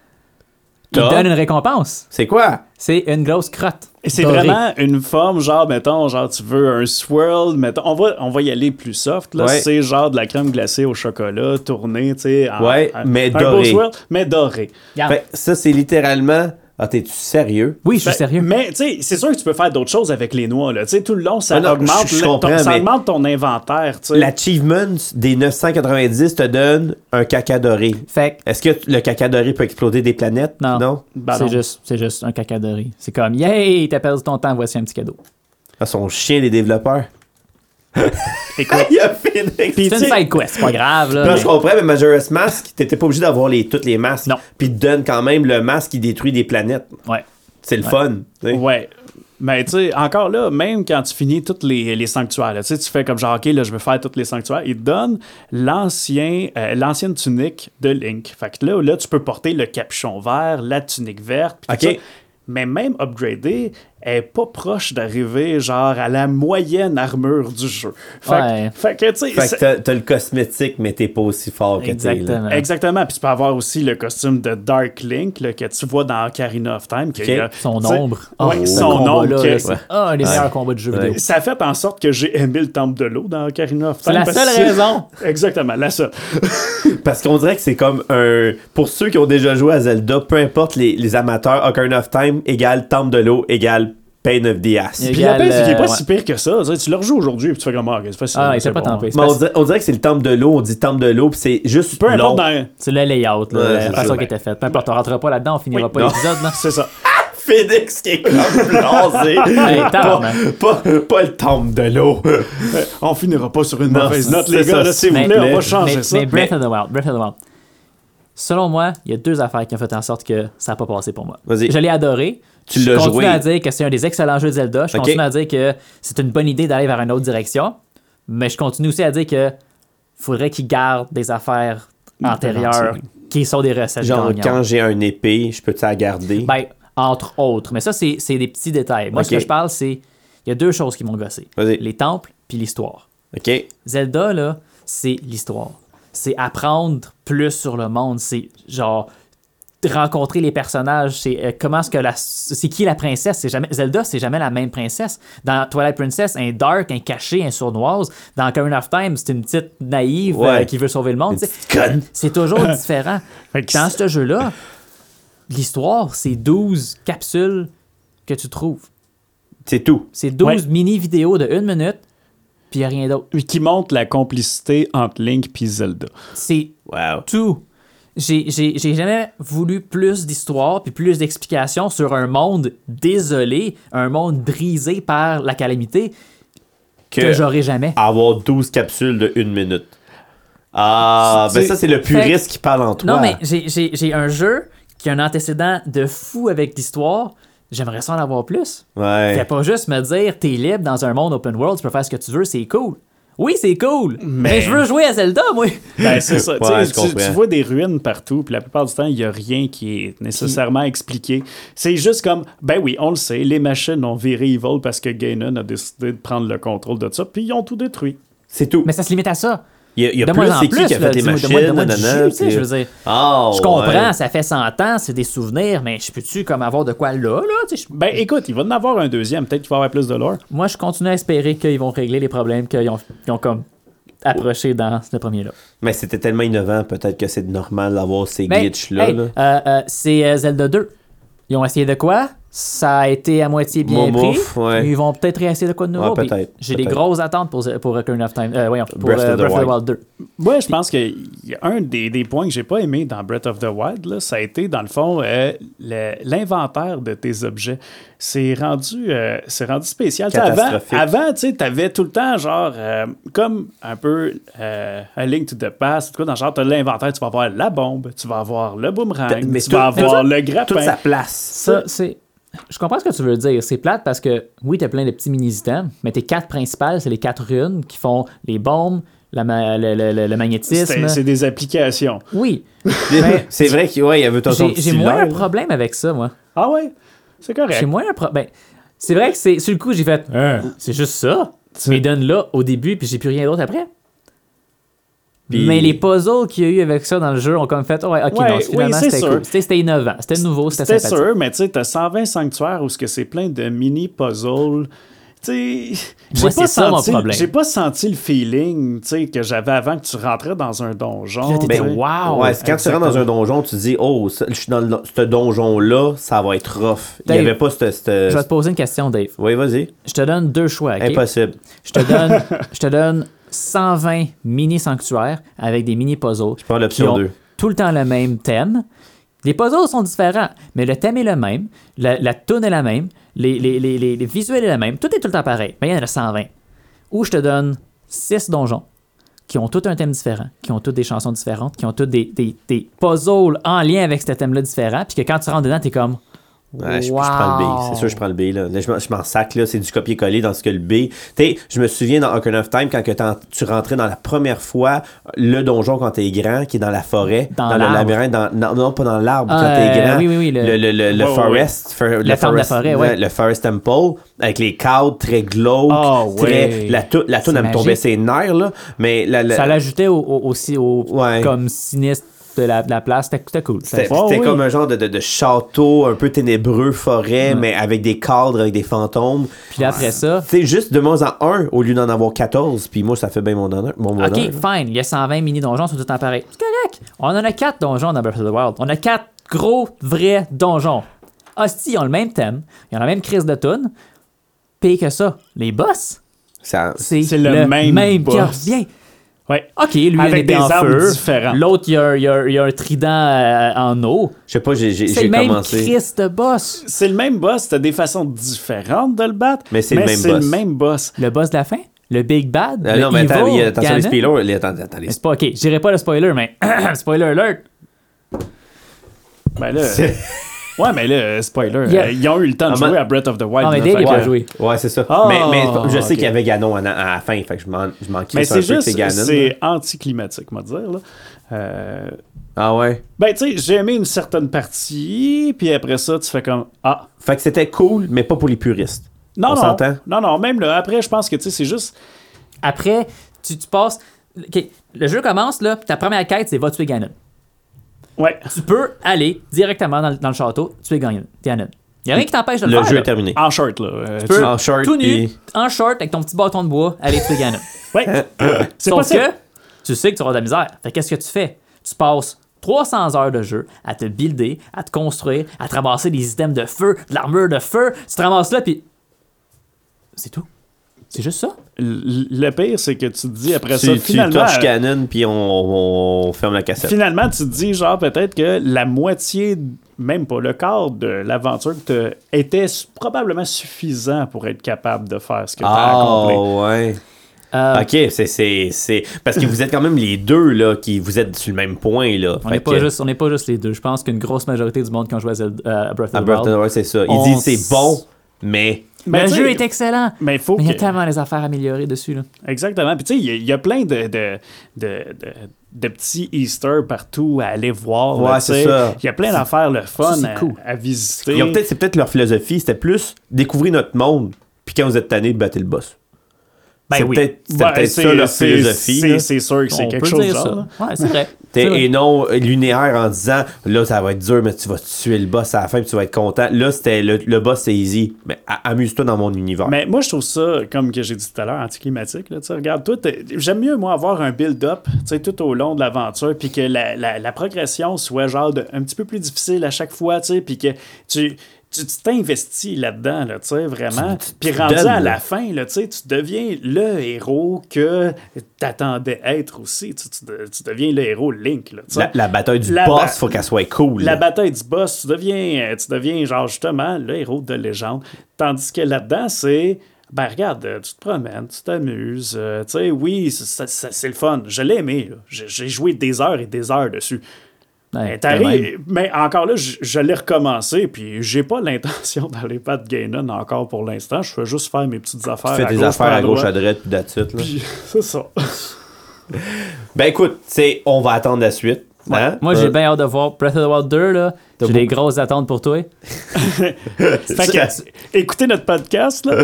A: ils
B: T'as-
A: donnent une récompense.
B: C'est quoi?
A: C'est une grosse crotte.
C: Et C'est
A: dorée.
C: vraiment une forme, genre, mettons, genre, tu veux un swirl, mettons, on va, on va y aller plus soft, là.
B: Ouais.
C: C'est genre de la crème glacée au chocolat, tournée, tu sais. en-
B: Ouais,
C: en-
B: mais
C: un beau
B: doré.
C: swirl, mais doré.
A: Regarde.
B: Fait que ça, c'est littéralement. Ah, t'es-tu sérieux?
A: Oui, je suis
C: Ben,
A: sérieux.
C: Mais, tu sais, c'est sûr que tu peux faire d'autres choses avec les noix, là. Tu sais, tout le long, ça
B: Ah non,
C: augmente,
B: je- je
C: le- ton-
B: comprends,
C: ça
B: mais-
C: augmente ton inventaire, tu sais.
B: L'achievement des 990 te donne un caca doré.
A: Fait que.
B: Est-ce que t- le caca doré peut exploser des planètes?
A: Non.
C: Ben non.
A: c'est juste, c'est juste un caca doré. C'est comme, yay, t'as perdu ton temps, voici un petit cadeau.
B: Ah, son chien, les développeurs.
C: Écoute,
B: Il a fait
C: Puis,
A: C'est
C: tu
A: une
C: sais-
A: side quest, c'est pas grave. Là,
B: Là,
A: mais-
B: je comprends, mais Majora's Mask, t'étais pas obligé d'avoir les, tous les masques.
A: Non.
B: Puis te donne quand même le masque qui détruit des planètes.
A: Ouais.
B: C'est le fun. tu sais.
C: Ouais. Mais tu sais, encore là, même quand tu finis tous les, les sanctuaires, là, tu sais, tu fais comme genre, OK, là, je veux faire tous les sanctuaires, il te donne l'ancien, euh, l'ancienne tunique de Link. Fait que là, là, tu peux porter le capuchon vert, la tunique verte. puis tout
B: OK.
C: ça. Mais même upgrader, elle est pas proche d'arriver genre à la moyenne armure du jeu. Fait, que-
A: Ouais.
C: fait que, tu sais,
B: Fait que
C: c'est-
B: t'as- t'as le cosmétique, mais t'es pas aussi fort que t'es. là.
A: Exactement.
C: Exactement. Puis tu peux avoir aussi le costume de Dark Link là, que tu vois dans Ocarina of Time. que,
B: Ok.
C: euh,
A: Son
C: tu sais,
A: ombre.
C: ouais,
A: Oh, ce
C: son ombre.
A: combat-là,
C: que-
A: là, c'est un des meilleurs combats de jeu vidéo.
C: ça a fait en sorte que j'ai aimé le temple de l'eau dans Ocarina of Time.
A: C'est la
C: parce
A: seule
C: que-
A: raison.
C: Exactement, la seule.
B: Parce qu'on dirait que c'est comme un. Pour ceux qui ont déjà joué à Zelda, peu importe les, les amateurs, Ocarina of Time égale Temple de l'eau égale Pain of the Ass.
A: Il-
C: Puis
A: Égal,
C: la paix, c'est qu'il est pas
A: euh, ouais.
C: si pire que ça. Tu sais, Tu le rejoues aujourd'hui et tu fais comme Ah, ok, c'est facile.
A: Ah, il
C: c'est
A: était pas
C: bon.
A: tant pis.
B: Mais on, dirait, on dirait que c'est le Temple de l'eau, on dit Temple de l'eau, puis c'est juste.
C: Peu importe ben,
B: long.
C: dans.
A: C'est le layout, là,
B: Ouais, c'est
A: la
B: ça,
A: façon
B: ben.
A: qui était faite. Peu importe, on rentrera pas là-dedans, on finira
C: Oui,
A: pas
B: non.
A: l'épisode. là.
C: C'est ça.
B: Phoenix qui est comme blasé.
A: Hey,
B: pas,
A: tabarnak.
B: pas, pas le Temple de l'eau.
C: Euh, On finira pas sur une
B: Non,
C: mauvaise
B: c'est
C: note, les
B: ça,
C: gars. là, S'il vous
A: mais-
C: plaît, on va
B: mais-
C: changer
A: mais,
C: ça.
A: mais Breath of the Wild, Breath of the Wild. Selon moi, il y a deux affaires qui ont fait en sorte que ça n'a pas passé pour moi.
B: Vas-y.
A: Je l'ai adoré.
B: Tu
A: je
B: l'as
A: continue
B: joué.
A: à dire que c'est un des excellents jeux de Zelda. Je
B: Ok.
A: continue à dire que c'est une bonne idée d'aller vers une autre direction. Mais je continue aussi à dire que faudrait qu'ils gardent des affaires antérieures qui sont des recettes
B: Genre,
A: gagnantes.
B: quand j'ai un épée, je peux-tu la garder?
A: Ben, entre autres. Mais ça, c'est c'est des petits détails. Moi, ce
B: Ok.
A: que je parle, c'est. Il y a deux choses qui m'ont gossé
B: Vas-y.
A: les temples puis l'histoire.
B: OK.
A: Zelda, là, c'est l'histoire. C'est apprendre plus sur le monde. C'est genre rencontrer les personnages. C'est euh, comment est-ce que la. C'est qui la princesse? C'est jamais, Zelda, c'est jamais la même princesse. Dans Twilight Princess, un dark, un caché, un sournoise. Dans Current of Time, c'est une petite naïve
B: Ouais.
A: euh, qui veut sauver le monde. tu sais.
B: petite conne.
A: C'est toujours différent.
C: Fait que
A: Dans ce jeu-là, l'histoire, c'est 12 capsules que tu trouves.
B: C'est tout.
A: C'est 12
C: Ouais.
A: mini-vidéos de une minute, puis il n'y a rien d'autre.
C: Qui montre la complicité entre Link et Zelda.
A: C'est
B: Wow.
A: tout. J'ai- J'ai j'ai jamais voulu plus d'histoire puis plus d'explications sur un monde désolé, un monde brisé par la calamité que,
B: Que
A: j'aurai jamais.
B: avoir 12 capsules de 1 minute. Ah, ben
C: C'est-
B: ça, c'est le puriste qui parle en toi.
A: Non, mais j'ai- j'ai j'ai un jeu qui a un antécédent de fou avec l'histoire. J'aimerais ça en avoir plus. Fais
B: Ouais.
A: pas juste me dire t'es libre dans un monde open world, tu peux faire ce que tu veux, c'est cool. Oui, c'est cool, mais...
C: Mais
A: je veux jouer à Zelda, moi.
C: Ben, c'est ça. Tu sais,
B: Ouais, je
C: tu,
B: comprends.
C: tu vois des ruines partout, puis la plupart du temps, il n'y a rien qui est nécessairement expliqué. C'est juste comme, ben oui, on le sait, les machines ont viré evil parce que Ganon a décidé de prendre le contrôle de ça, puis ils ont tout détruit.
B: C'est tout.
A: Mais ça se limite à ça.
B: Il y a, il y a
A: de
B: plus,
A: moins en
B: c'est qui
A: plus,
B: qui a
A: là,
B: fait les
A: dis-moi- de
B: machines,
A: moins- de moins de
B: nanana,
A: jus, tu sais,
B: puis-
A: je veux dire.
B: Ah,
A: Je comprends,
B: ouais.
A: ça fait 100 ans, c'est des souvenirs, mais je peux-tu comme avoir de quoi là, là? Tu sais, je-
C: Ben écoute, il va en avoir un deuxième, peut-être qu'il va y avoir plus de lore.
A: Moi, je continue à espérer qu'ils vont régler les problèmes qu'ils ont, qu'ils ont comme approché dans le premier-là.
B: Mais c'était tellement innovant, peut-être que c'est normal d'avoir ces
A: Mais,
B: glitches-là.
A: Ben, hey,
B: là.
A: euh, euh, c'est euh, Zelda 2. Ils ont essayé de quoi? Ça a été à moitié bien
B: Momouf,
A: pris.
B: ouais.
A: Ils vont peut-être réessayer de quoi de nouveau.
B: Ouais,
A: puis
B: peut-être,
A: J'ai des
B: peut-être.
A: grosses attentes pour, pour Ocarina of Time. euh, voyons, pour
B: Breath of
A: euh,
B: the
A: Breath of the
B: Wild.
A: Wild 2.
C: Moi, je pense que y a un des, des points que j'ai pas aimé dans Breath of the Wild, là, ça a été, dans le fond, euh, le- l'inventaire de tes objets. C'est rendu, euh, c'est rendu spécial. Tu sais, Avant,
B: Catastrophique.
C: avant tu avais tout le temps, genre, euh, comme un peu euh, un link to the past, tout dans genre, tu as l'inventaire, tu vas avoir la bombe, tu vas avoir le boomerang,
A: ben,
B: Mais
C: tu
B: tout-
C: vas
B: mais
C: avoir
B: tout-
C: le grappin.
B: Toute sa place.
A: Ça, c'est. Je comprends ce que tu veux dire. C'est plate parce que, oui, t'as plein de petits mini-items, mais tes quatre principales, c'est les quatre runes qui font les bombes, la ma- le, le- le- le magnétisme.
C: C'est c'est des applications.
A: Oui.
B: c'est vrai qu'il ouais, il y avait toujours
A: Ben, J'ai j'ai moins un problème avec ça, moi.
C: Ah ouais? C'est correct.
A: J'ai moins un problème. ben, c'est vrai que c'est sur le coup, j'ai fait.
C: Hein?
A: C'est juste ça. Tu me les donnes là au début, puis j'ai plus rien d'autre après.
B: Puis-
A: Mais les puzzles qu'il y a eu avec ça dans le jeu ont comme fait, oh, ouais, ok,
C: Ouais,
A: non,
C: oui,
A: finalement,
C: c'est
A: c'était
C: sûr.
A: cool. C'était c'était innovant, c'était nouveau, c'était
C: C'était
A: sympathique.
C: sûr, mais tu sais, t'as 120 sanctuaires où ce que c'est plein de mini puzzles. Tu sais, j'ai
A: Moi,
C: pas
A: c'est ça mon
C: senti-
A: problème.
C: j'ai pas senti le feeling, tu sais, que j'avais avant que tu rentrais dans un donjon.
A: Là, t'étais,
C: tu sais.
A: wow!
B: Ben, ouais, c'est quand tu rentres dans un donjon, tu dis, oh, ça- je suis dans le- ce donjon-là, ça va être rough. Il n'y
A: Dave,
B: avait pas cette. cette-
A: Je vais te poser une question, Dave.
B: Oui, vas-y.
A: Je te donne deux choix, ok?
B: Impossible.
A: Je te donne, je te donne 120 mini sanctuaires avec des mini puzzles. Je
B: prends l'option deux.
A: Tout le temps le même thème. Les puzzles sont différents, mais le thème est le même, la, la tune est la même, les, les, les, les- les visuels est la même, tout est tout le temps pareil, mais il y en a 120. Ou je te donne 6 donjons qui ont tous un thème différent, qui ont toutes des chansons différentes, qui ont toutes des, des, des puzzles en lien avec ce thème-là différent, puis que quand tu rentres dedans, t'es comme
B: Ouais, je, je prends le B. C'est sûr, je prends le B. Là. Là, je, m'en- je m'en sac, là. C'est du copier-coller dans ce que le B. Tu sais, je me souviens dans Ocarina of Time, quand que t'en- tu rentrais dans la première fois, le donjon quand t'es grand, qui est dans la forêt,
A: Dans
B: dans, le
A: l'arbre.
B: labyrinthe, dans- non, non, pas dans l'arbre,
A: Ah,
B: quand t'es
A: euh,
B: grand.
A: oui, oui, oui, le-
B: Le, le, le- le
C: Ouais, ouais,
B: forest, fer- le,
A: ferme de la
B: forest-
A: forêt,
B: le-
A: ouais.
B: le Forest Temple, avec les cadres très glauques.
A: Ah,
B: très-
A: ouais.
B: La, tou- la toune,
A: C'est
B: elle me tombait
A: magique.
B: ses nerfs, là. Mais la, la-
A: Ça l'ajoutait au- au- aussi au
B: Ouais.
A: comme sinistre de la, de la place. C'était c'était cool.
B: C'était
C: Oh,
B: c'était
C: oui.
B: comme un genre de, de- de château un peu ténébreux, forêt, mais avec des cadres, avec des fantômes.
A: Puis là, après ça,
B: C'est juste de moins en un au lieu d'en avoir 14, puis moi ça fait bien mon honneur. Mon
A: OK,
B: bonheur.
A: fine, il y a 120 mini-donjons, ils sont tout le temps pareils. C'est correct. On en a 4 donjons dans Breath of the Wild. On a 4 gros, vrais donjons. Hostie, ils ont le même thème, ils ont la même crise de tune. Pire que ça, les boss,
B: Ça-
A: c'est
C: C'est
A: le,
C: le même
A: même
C: boss.
A: qui revient.
C: Ouais.
A: OK, lui,
C: Avec
A: il est
C: des
A: en
C: armes
A: feu.
C: différentes.
A: L'autre, il y a, il y a- il y a un trident euh, en eau.
B: Je sais pas, j'ai- j'ai
A: C'est le
B: j'ai
A: même
B: commencé.
A: Christ de boss.
C: C'est le même boss, t'as des façons différentes de le battre,
B: Mais c'est le même boss.
C: même boss.
A: Le boss de la fin, le Big Bad.
B: Ah
A: le
B: non, mais attends,
A: evil
B: il y a- attention, les
A: Ganon.
B: spoilers. les- attends, attends, les-
A: C'est pas OK, je dirais pas le spoiler, mais spoiler alert.
C: Ben là. ouais, mais là, spoiler,
A: Yeah.
C: euh, ils ont eu le temps de
B: Ah,
C: jouer
B: mais-
C: à Breath of the Wild.
A: Ah, mais
C: là,
A: Dave,
C: fait
A: il
C: que-
A: va jouer.
B: Ouais, c'est ça.
C: Ah,
B: mais, mais je
A: ok.
B: sais qu'il y avait Ganon à, à la fin, fait que je m'en je m'en
C: Mais
B: crisse un peu
C: c'est
B: que
C: juste,
B: c'est Ganon.
C: c'est anticlimatique, on va dire. Là. Euh,
B: Ah ouais.
C: ben, tu sais, j'ai aimé une certaine partie, puis après ça, tu fais comme Ah,
B: Fait que c'était cool, mais pas pour les puristes.
C: non,
B: On
C: non.
B: s'entend?
C: Non, non, même là, après, je pense que, tu sais, c'est juste.
A: Après, tu, tu passes. ok, Le jeu commence, là, ta première quête, c'est va tuer Ganon.
C: Ouais.
A: Tu peux aller directement dans, le- dans le château, tuer Ganon. Ganon. Il a rien qui t'empêche de le,
B: Le
A: faire.
B: jeu
A: là.
B: est terminé.
C: En short, là. euh,
A: Tu peux,
B: en short,
A: tout nu,
B: puis-
A: en short, avec ton petit bâton de bois, aller tuer Ganon.
B: Euh,
C: Ouais. c'est
A: Sauf
C: possible.
A: que tu sais que tu auras de la misère. Fait qu'est-ce que tu fais? Tu passes 300 heures de jeu à te builder, à te construire, à te ramasser des items de feu, de l'armure de feu. Tu te ramasses là, puis. C'est tout. C'est juste ça.
C: L- Le pire, c'est que tu te dis après ça,
B: Tu, tu
C: finalement.
B: touches
C: euh,
B: Ganon, puis on, on ferme la cassette.
C: Finalement, tu te dis, genre, peut-être que la moitié, même pas le quart de l'aventure que t'as- était s- probablement suffisant pour être capable de faire ce que tu as accompli.
B: Ah ouais.
A: Euh,
B: Ok, c'est- c'est c'est- parce que vous êtes quand même les deux là qui vous êtes sur le même point là.
A: On
B: Fait
A: n'est pas,
B: que-
A: juste- on n'est pas juste les deux. Je pense qu'une grosse majorité du monde qui ont joué à, Zelda- euh, à Breath of
B: Ah,
A: the
B: Breath of the
A: Wild.
B: Wild, c'est ça.
A: On
B: Il dit c'est
A: s-
B: bon, mais
A: Mais
C: Mais
A: le
C: tu
A: jeu
C: sais,
A: est excellent.
C: Mais il faut
A: Mais il y a
C: que-
A: tellement des affaires améliorées dessus. Là.
C: Exactement. Puis tu sais, il y a- il y, a plein de, de, de, de, de petits Easter partout à aller voir. là,
B: Ouais,
C: tu
B: c'est
C: sais.
B: ça.
C: Il y a plein d'affaires le fun
A: c'est
C: à,
A: cool.
C: à visiter.
B: ils ont peut-être c'est peut-être leur philosophie, c'était plus découvrir notre monde, puis quand vous êtes tanné de battre le boss.
A: Ben
B: c'est
A: oui.
B: peut-être c'était
C: Ben,
B: peut-être
C: c'est-
B: ça leur
C: c'est-
B: philosophie.
C: c'est-
B: là.
C: C'est sûr que c'est
A: On
C: quelque
A: peut
C: chose.
A: dire
C: genre,
A: ça.
C: là.
A: Ouais, c'est vrai.
B: T'es-
A: C'est vrai.
B: et non euh, linéaire en disant là ça va être dur mais tu vas tuer le boss à la fin puis tu vas être content. Là c'était le, le boss c'est easy mais a- amuse-toi dans mon univers.
C: Mais moi, je trouve ça, comme que j'ai dit tout à l'heure, anticlimatique. Là, tu sais, regarde, toi, t'es- j'aime mieux, moi, avoir un build-up tu sais, tout au long de l'aventure, puis que la, la- la progression soit genre de- un petit peu plus difficile à chaque fois, tu sais, puis que tu. Tu tu t'investis là-dedans, là, tu sais, vraiment.
B: Tu- tu-
C: Puis
B: tu
C: rendu
B: donnes, là.
C: à la fin, là, tu sais, tu deviens le héros que t'attendais être aussi. Tu, tu de- tu deviens le héros Link, là, tu sais.
B: la, la bataille du
C: La
B: boss
C: ba-
B: faut qu'elle soit cool.
C: La
B: là.
C: bataille du boss, tu deviens, euh, tu deviens genre justement le héros de légende. Tandis que là-dedans, c'est. Ben regarde, euh, tu te promènes, tu t'amuses. euh, tu sais, oui, c- ça- ça- c'est le fun. Je l'ai aimé. là. J'ai j'ai joué des heures et des heures dessus.
A: Ouais,
C: Mais,
A: quand même.
C: t'arrives- mais encore là, je, je l'ai recommencé, puis j'ai pas l'intention d'aller pas de Ganon encore pour l'instant. Je fais juste faire mes petites affaires.
B: Ah, Tu fais
C: à
B: des
C: gauche,
B: affaires
C: par
B: à gauche
C: droite,
B: à droite puis that's it, là.
C: puis C'est ça.
B: Ben écoute, c'est on va attendre la suite. hein?
A: Moi, j'ai
B: Euh,
A: bien hâte de voir Breath of the Wild 2. là. J'ai des grosses attentes pour toi.
C: Fait que, écoutez notre podcast, là.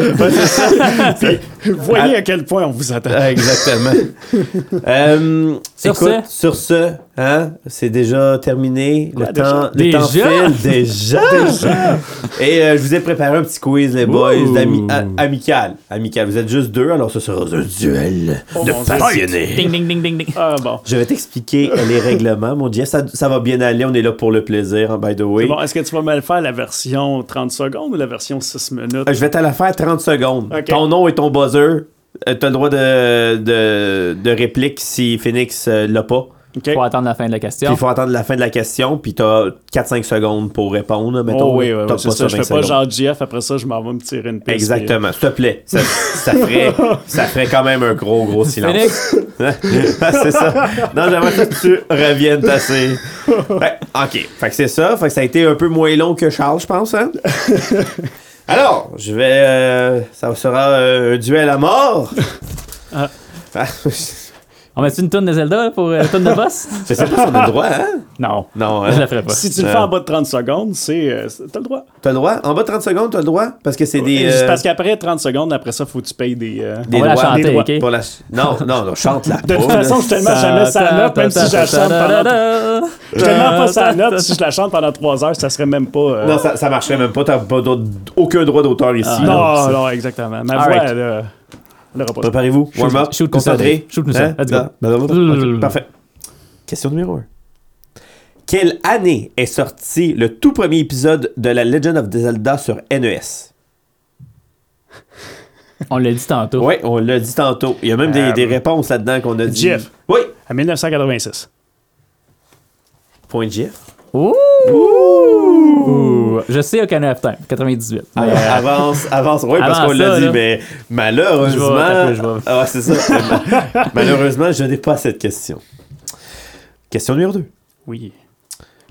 C: Puis voyez à quel point on vous attend.
B: Ah, Exactement. Euh,
A: Sur
B: écoute,
A: ce-
B: sur ce, hein, c'est déjà terminé. Le
C: Quoi,
B: temps,
A: déjà?
B: le temps
A: Déjà?
B: file déjà. Et euh, je vous ai préparé un petit quiz, les boys,
A: Ouh.
B: d'ami- a- amical. Amical. Vous êtes juste deux, alors ce sera un duel
C: Oh,
B: de
C: mon Dieu.
B: passionnés.
A: Ding, ding, ding, ding, ding.
C: Ah bon.
B: Je vais t'expliquer les règlements, mon Dieu. Ça, ça va bien aller. On est là pour le plaisir, hein, by the way.
C: C'est Bon, est-ce que tu vas me le faire la version 30 secondes ou la version 6 minutes?
B: Euh, Je vais te la faire 30 secondes.
C: Ok.
B: Ton nom et ton buzzer. Euh, T'as le droit de, de, de réplique si Phoenix euh, l'a pas.
C: Ok.
A: Faut attendre la fin de la
B: Puis
A: question.
B: il faut attendre la fin de la question, puis t'as 4-5 secondes pour répondre. Mettons,
C: Oh oui, oui, oui,
B: T'as
C: c'est ça. Je
B: 20
C: fais pas
B: secondes.
C: genre GF, après ça, je m'en vais me tirer une piste.
B: Exactement, s'il te plaît. Ça, ça ferait, ça ferait quand même un gros, gros silence.
A: Phoenix,
B: Ah, c'est ça. Non, j'aimerais ça que tu reviennes tasser. Ben, ok. Fait que c'est ça. Fait que ça a été un peu moins long que Charles, je pense. Hein? Alors, je vais. euh, ça sera euh, un duel à mort.
C: Ah.
B: Ah, je
A: On met-tu une tonne de Zelda là, pour euh, la tonne de boss?
B: sais pas si on a le droit, hein?
A: Non.
B: Non,
A: Je
B: hein?
A: la ferai pas.
C: Si tu le
B: Euh.
C: fais en bas de 30 secondes, c'est euh, c'est- t'as le droit.
B: T'as le droit? En bas de 30 secondes, t'as le droit? Parce que c'est des.
C: Juste
B: euh,
C: Parce qu'après 30 secondes, après ça, faut que tu payes des. euh,
B: des
A: On va la
B: droits.
A: chanter,
B: des droits
A: ok?
B: pour la ch- Non, non, non, chante la
C: De toute façon, je suis tellement jamais sa note, même si je la chante pendant. Je suis tellement pas sa note, si je la chante pendant 3 heures, ça serait même pas. euh,
B: Non, ça, ça marcherait même pas. T'as pas d'autre- aucun droit d'auteur ici.
A: Ah,
C: non,
B: Donc,
C: non,
B: c'est-
C: exactement. Ma
A: All
C: voix,
A: right.
C: elle, euh, elle aura pas.
B: Préparez-vous. Warm up.
A: shoot, concentré.
B: concentré.
A: Shoot, nous ça.
B: Hein?
A: Let's go.
B: Non, non, non, non. Ok, Parfait. Question numéro 1. Quelle année est sorti le tout premier épisode de la Legend of Zelda sur E NES?
A: On l'a dit tantôt.
B: Oui, on l'a dit tantôt. Il y a même des,
C: Euh,
B: des réponses là-dedans qu'on a dit.
C: Jeff.
B: Oui.
C: À 1986.
B: Point Jeff.
A: Ouh! Je sais Ocarina of Time, 98.
B: Ah,
A: Mais, euh,
B: avance, avance. Oui, parce
A: Avant
B: qu'on l'a
A: ça,
B: dit,
A: là.
B: mais
A: Je vais- attends un peu, je
B: malheureusement.
A: vais-
B: Ah, c'est ça. Ma- malheureusement, je n'ai pas cette question. Question numéro 2.
C: Oui.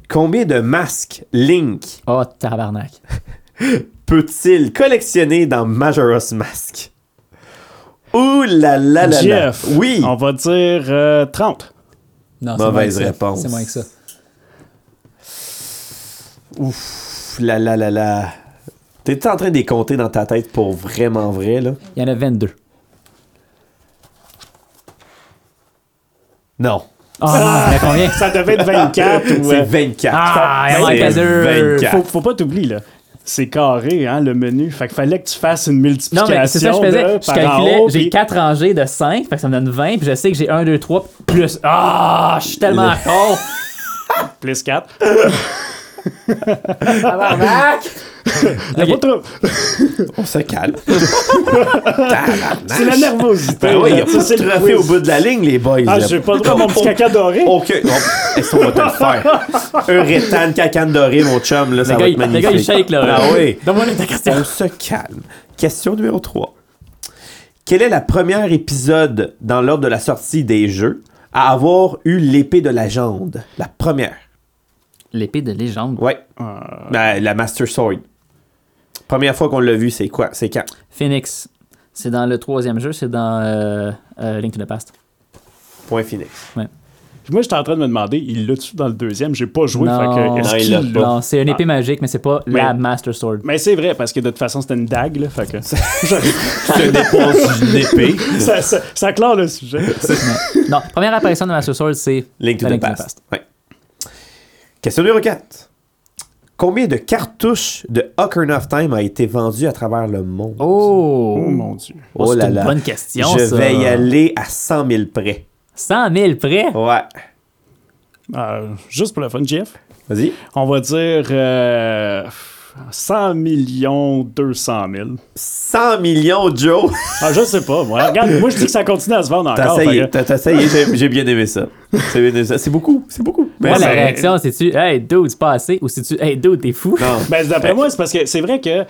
B: Combien de masques Link
A: Oh, tabarnak.
B: peut-il collectionner dans Majora's Mask? Ouh là là là là.
C: Jeff.
B: Oui.
C: On va dire euh, 30.
A: Non, c'est
B: Mauvaise
A: moins que ça.
B: réponse.
A: C'est moins que ça.
B: Pff, là là là là. T'es en train de les compter dans ta tête pour vraiment vrai là?
A: Il y en a 22.
B: Non.
A: Ah, il y en a combien?
C: Ça devait être 24 ou.
B: C'est
C: euh,
B: 24.
A: Ah,
B: C'est
A: il manque à deux.
B: 24.
C: faut, faut pas t'oublier, là. C'est carré, hein, le menu. Fait que fallait que tu fasses une
A: Non,
C: multiplication.
A: mais c'est ça que je
C: de
A: faisais. Je
C: par en
A: calculais,
C: haut,
A: j'ai
C: puis-
A: 4 rangées de 5, fait que ça me donne 20, puis je sais que j'ai 1, 2, 3, plus. Ah, je suis tellement con!
C: Plus 4.
A: Tabarnak! Ok.
B: On se calme.
C: C'est la nervosité.
B: Ben oui, il
C: là.
B: n'y a
C: Tu
B: pas
C: sais,
B: de
C: c'est le
B: trophée au
C: quiz.
B: bout de la ligne, les boys.
C: Ah,
B: là.
C: j'ai pas le droit à mon petit caca doré.
B: Ok. Oh, Est-ce qu'on va te le faire? Un rétane cacane doré, mon chum, là, ça
A: Le
B: va
A: gars,
B: être
A: il- le
B: magnifique.
A: gars, il shake, là.
B: Ah oui.
A: Donne-moi une autre question.
B: On se calme. Question numéro 3. Quel est le premier épisode dans l'ordre de la sortie des jeux à avoir eu l'épée de légende? La première.
A: L'épée de légende.
B: Ouais.
C: Euh,
B: Ben, la Master Sword. Première fois qu'on l'a vu, c'est quoi? C'est quand?
A: Phoenix. C'est dans le troisième jeu, c'est dans euh, euh, Link to the Past.
B: Point Phoenix.
C: Puis Moi, j'étais en train de me demander, il l'a-tu dans le deuxième? J'ai pas joué.
A: Non.
C: fait que, est-ce
A: Non,
B: il
C: qu'il
B: l'a
C: l'a?
B: pas.
A: Non, c'est une épée magique, mais c'est pas
C: Mais-
A: la Master Sword.
C: Mais c'est vrai, parce que de toute façon, c'était une dague. Là, fait que...
B: C'est une dépense d'une épée.
C: ça, ça, ça clore le sujet.
A: Non. non, première apparition de Master Sword, c'est
B: Link to
A: dans
B: the Past. Ouais. Question numéro 4. Combien de cartouches de Ocarina of Time a été vendu à travers le monde?
A: Oh!
C: Oh mon Dieu.
A: Oh, c'est une bonne question,
B: Je
A: ça.
B: vais y aller à 100 000 près.
A: 100 000 près?
B: Ouais.
C: Euh, juste pour le fun, Jeff,
B: Vas-y.
C: on va dire euh, 100 millions 200 000.
B: 100 millions, Joe.
C: Ah, je sais pas, moi. Regarde, moi, je dis que ça continue à se vendre
B: T'as
C: encore.
B: essayé,
C: fait que-
B: t'as- t'as essayé, j'ai- j'ai bien aimé ça. J'ai bien aimé ça. C'est beaucoup, c'est beaucoup. Mais
A: Moi, la
B: c'est-
A: réaction, c'est-tu, hey, dude, c'est pas assez? Ou c'est-tu, hey, dude, t'es fou?
B: Non.
C: Ben, d'après moi, c'est parce que c'est vrai que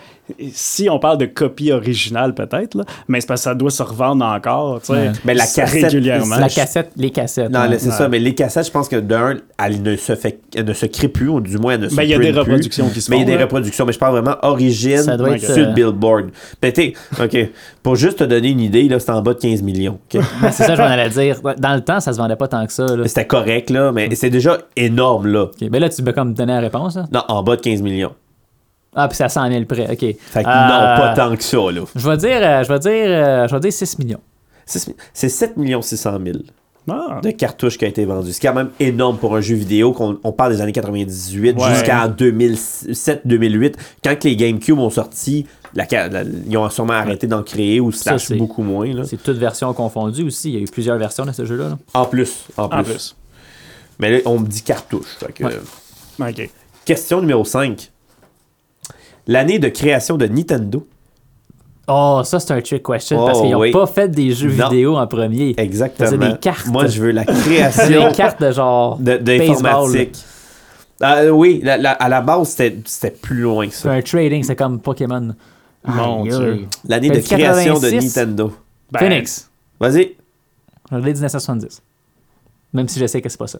C: si on parle de copie originale, peut-être, là, mais c'est parce que ça doit se revendre encore. tu sais,
A: Ouais.
B: Mais la cassette,
C: Régulièrement.
A: La
B: je-
A: cassette, les cassettes.
B: Non,
A: hein.
B: là, c'est ça, mais les cassettes, je pense que d'un, elle ne se fait, elle ne se crée plus, ou du moins, elle ne se
C: Ben, il y a
B: print
C: des
B: plus.
C: reproductions qui se
B: Mais il y a
C: font,
B: des
C: là.
B: reproductions, mais je parle vraiment origine,
A: Ça doit être,
B: sud
A: euh,
B: Billboard. Ben, t'sais, OK, pour juste te donner une idée, là, c'était en bas de 15 millions. OK?
A: Ben, c'est ça, je m'en allais dire. Dans le temps, ça se vendait pas tant que ça. Là.
B: c'était correct, là, mais c'est déjà énorme, là.
A: Ok, Ben là, tu peux comme donner la réponse. Là.
B: Non, en bas de 15 millions.
A: Ah, puis c'est à 100 000 près. OK.
B: Fait que
A: Euh,
B: non, pas tant que ça, là.
A: Je vais dire, euh, je vais dire, euh, je vais dire 6 millions.
B: C'est c'est 7 600 000
C: Ah.
B: de cartouches qui ont été vendues. C'est quand même énorme pour un jeu vidéo qu'on on parle des années 98
C: Ouais.
B: jusqu'en 2007-2008. Quand que les GameCube ont sorti, la ca- la- ils ont sûrement arrêté d'en créer ou slash
A: c'est-
B: beaucoup moins. là.
A: C'est toutes versions confondues aussi. Il y a eu plusieurs versions de ce jeu-là. là.
B: En plus, en plus.
C: En plus.
B: Mais là, on me dit cartouche. fait que-
A: Ouais.
C: OK.
B: Question numéro 5. L'année de création de Nintendo.
A: Oh, ça, c'est un trick question
B: Oh,
A: parce qu'ils n'ont
B: oui.
A: pas fait des jeux
B: Non.
A: vidéo en premier.
B: Exactement.
A: Faisait des cartes.
B: Moi, je veux la
A: C'est
B: création
A: des cartes de genre.
B: de-
A: baseball, là.
B: d'informatique. Ah, oui, la- la- à la base, c'était- c'était plus loin que ça.
A: C'est un trading, c'est comme Pokémon. Ah,
C: Mon
A: Aïe,
C: Dieu.
A: aïe.
B: L'année
A: T'as
B: de
A: dit
B: création
A: 86?
B: de Nintendo.
C: Ben,
A: Phoenix.
B: Vas-y.
A: Je vais dire 1970. Même si je sais que c'est pas ça.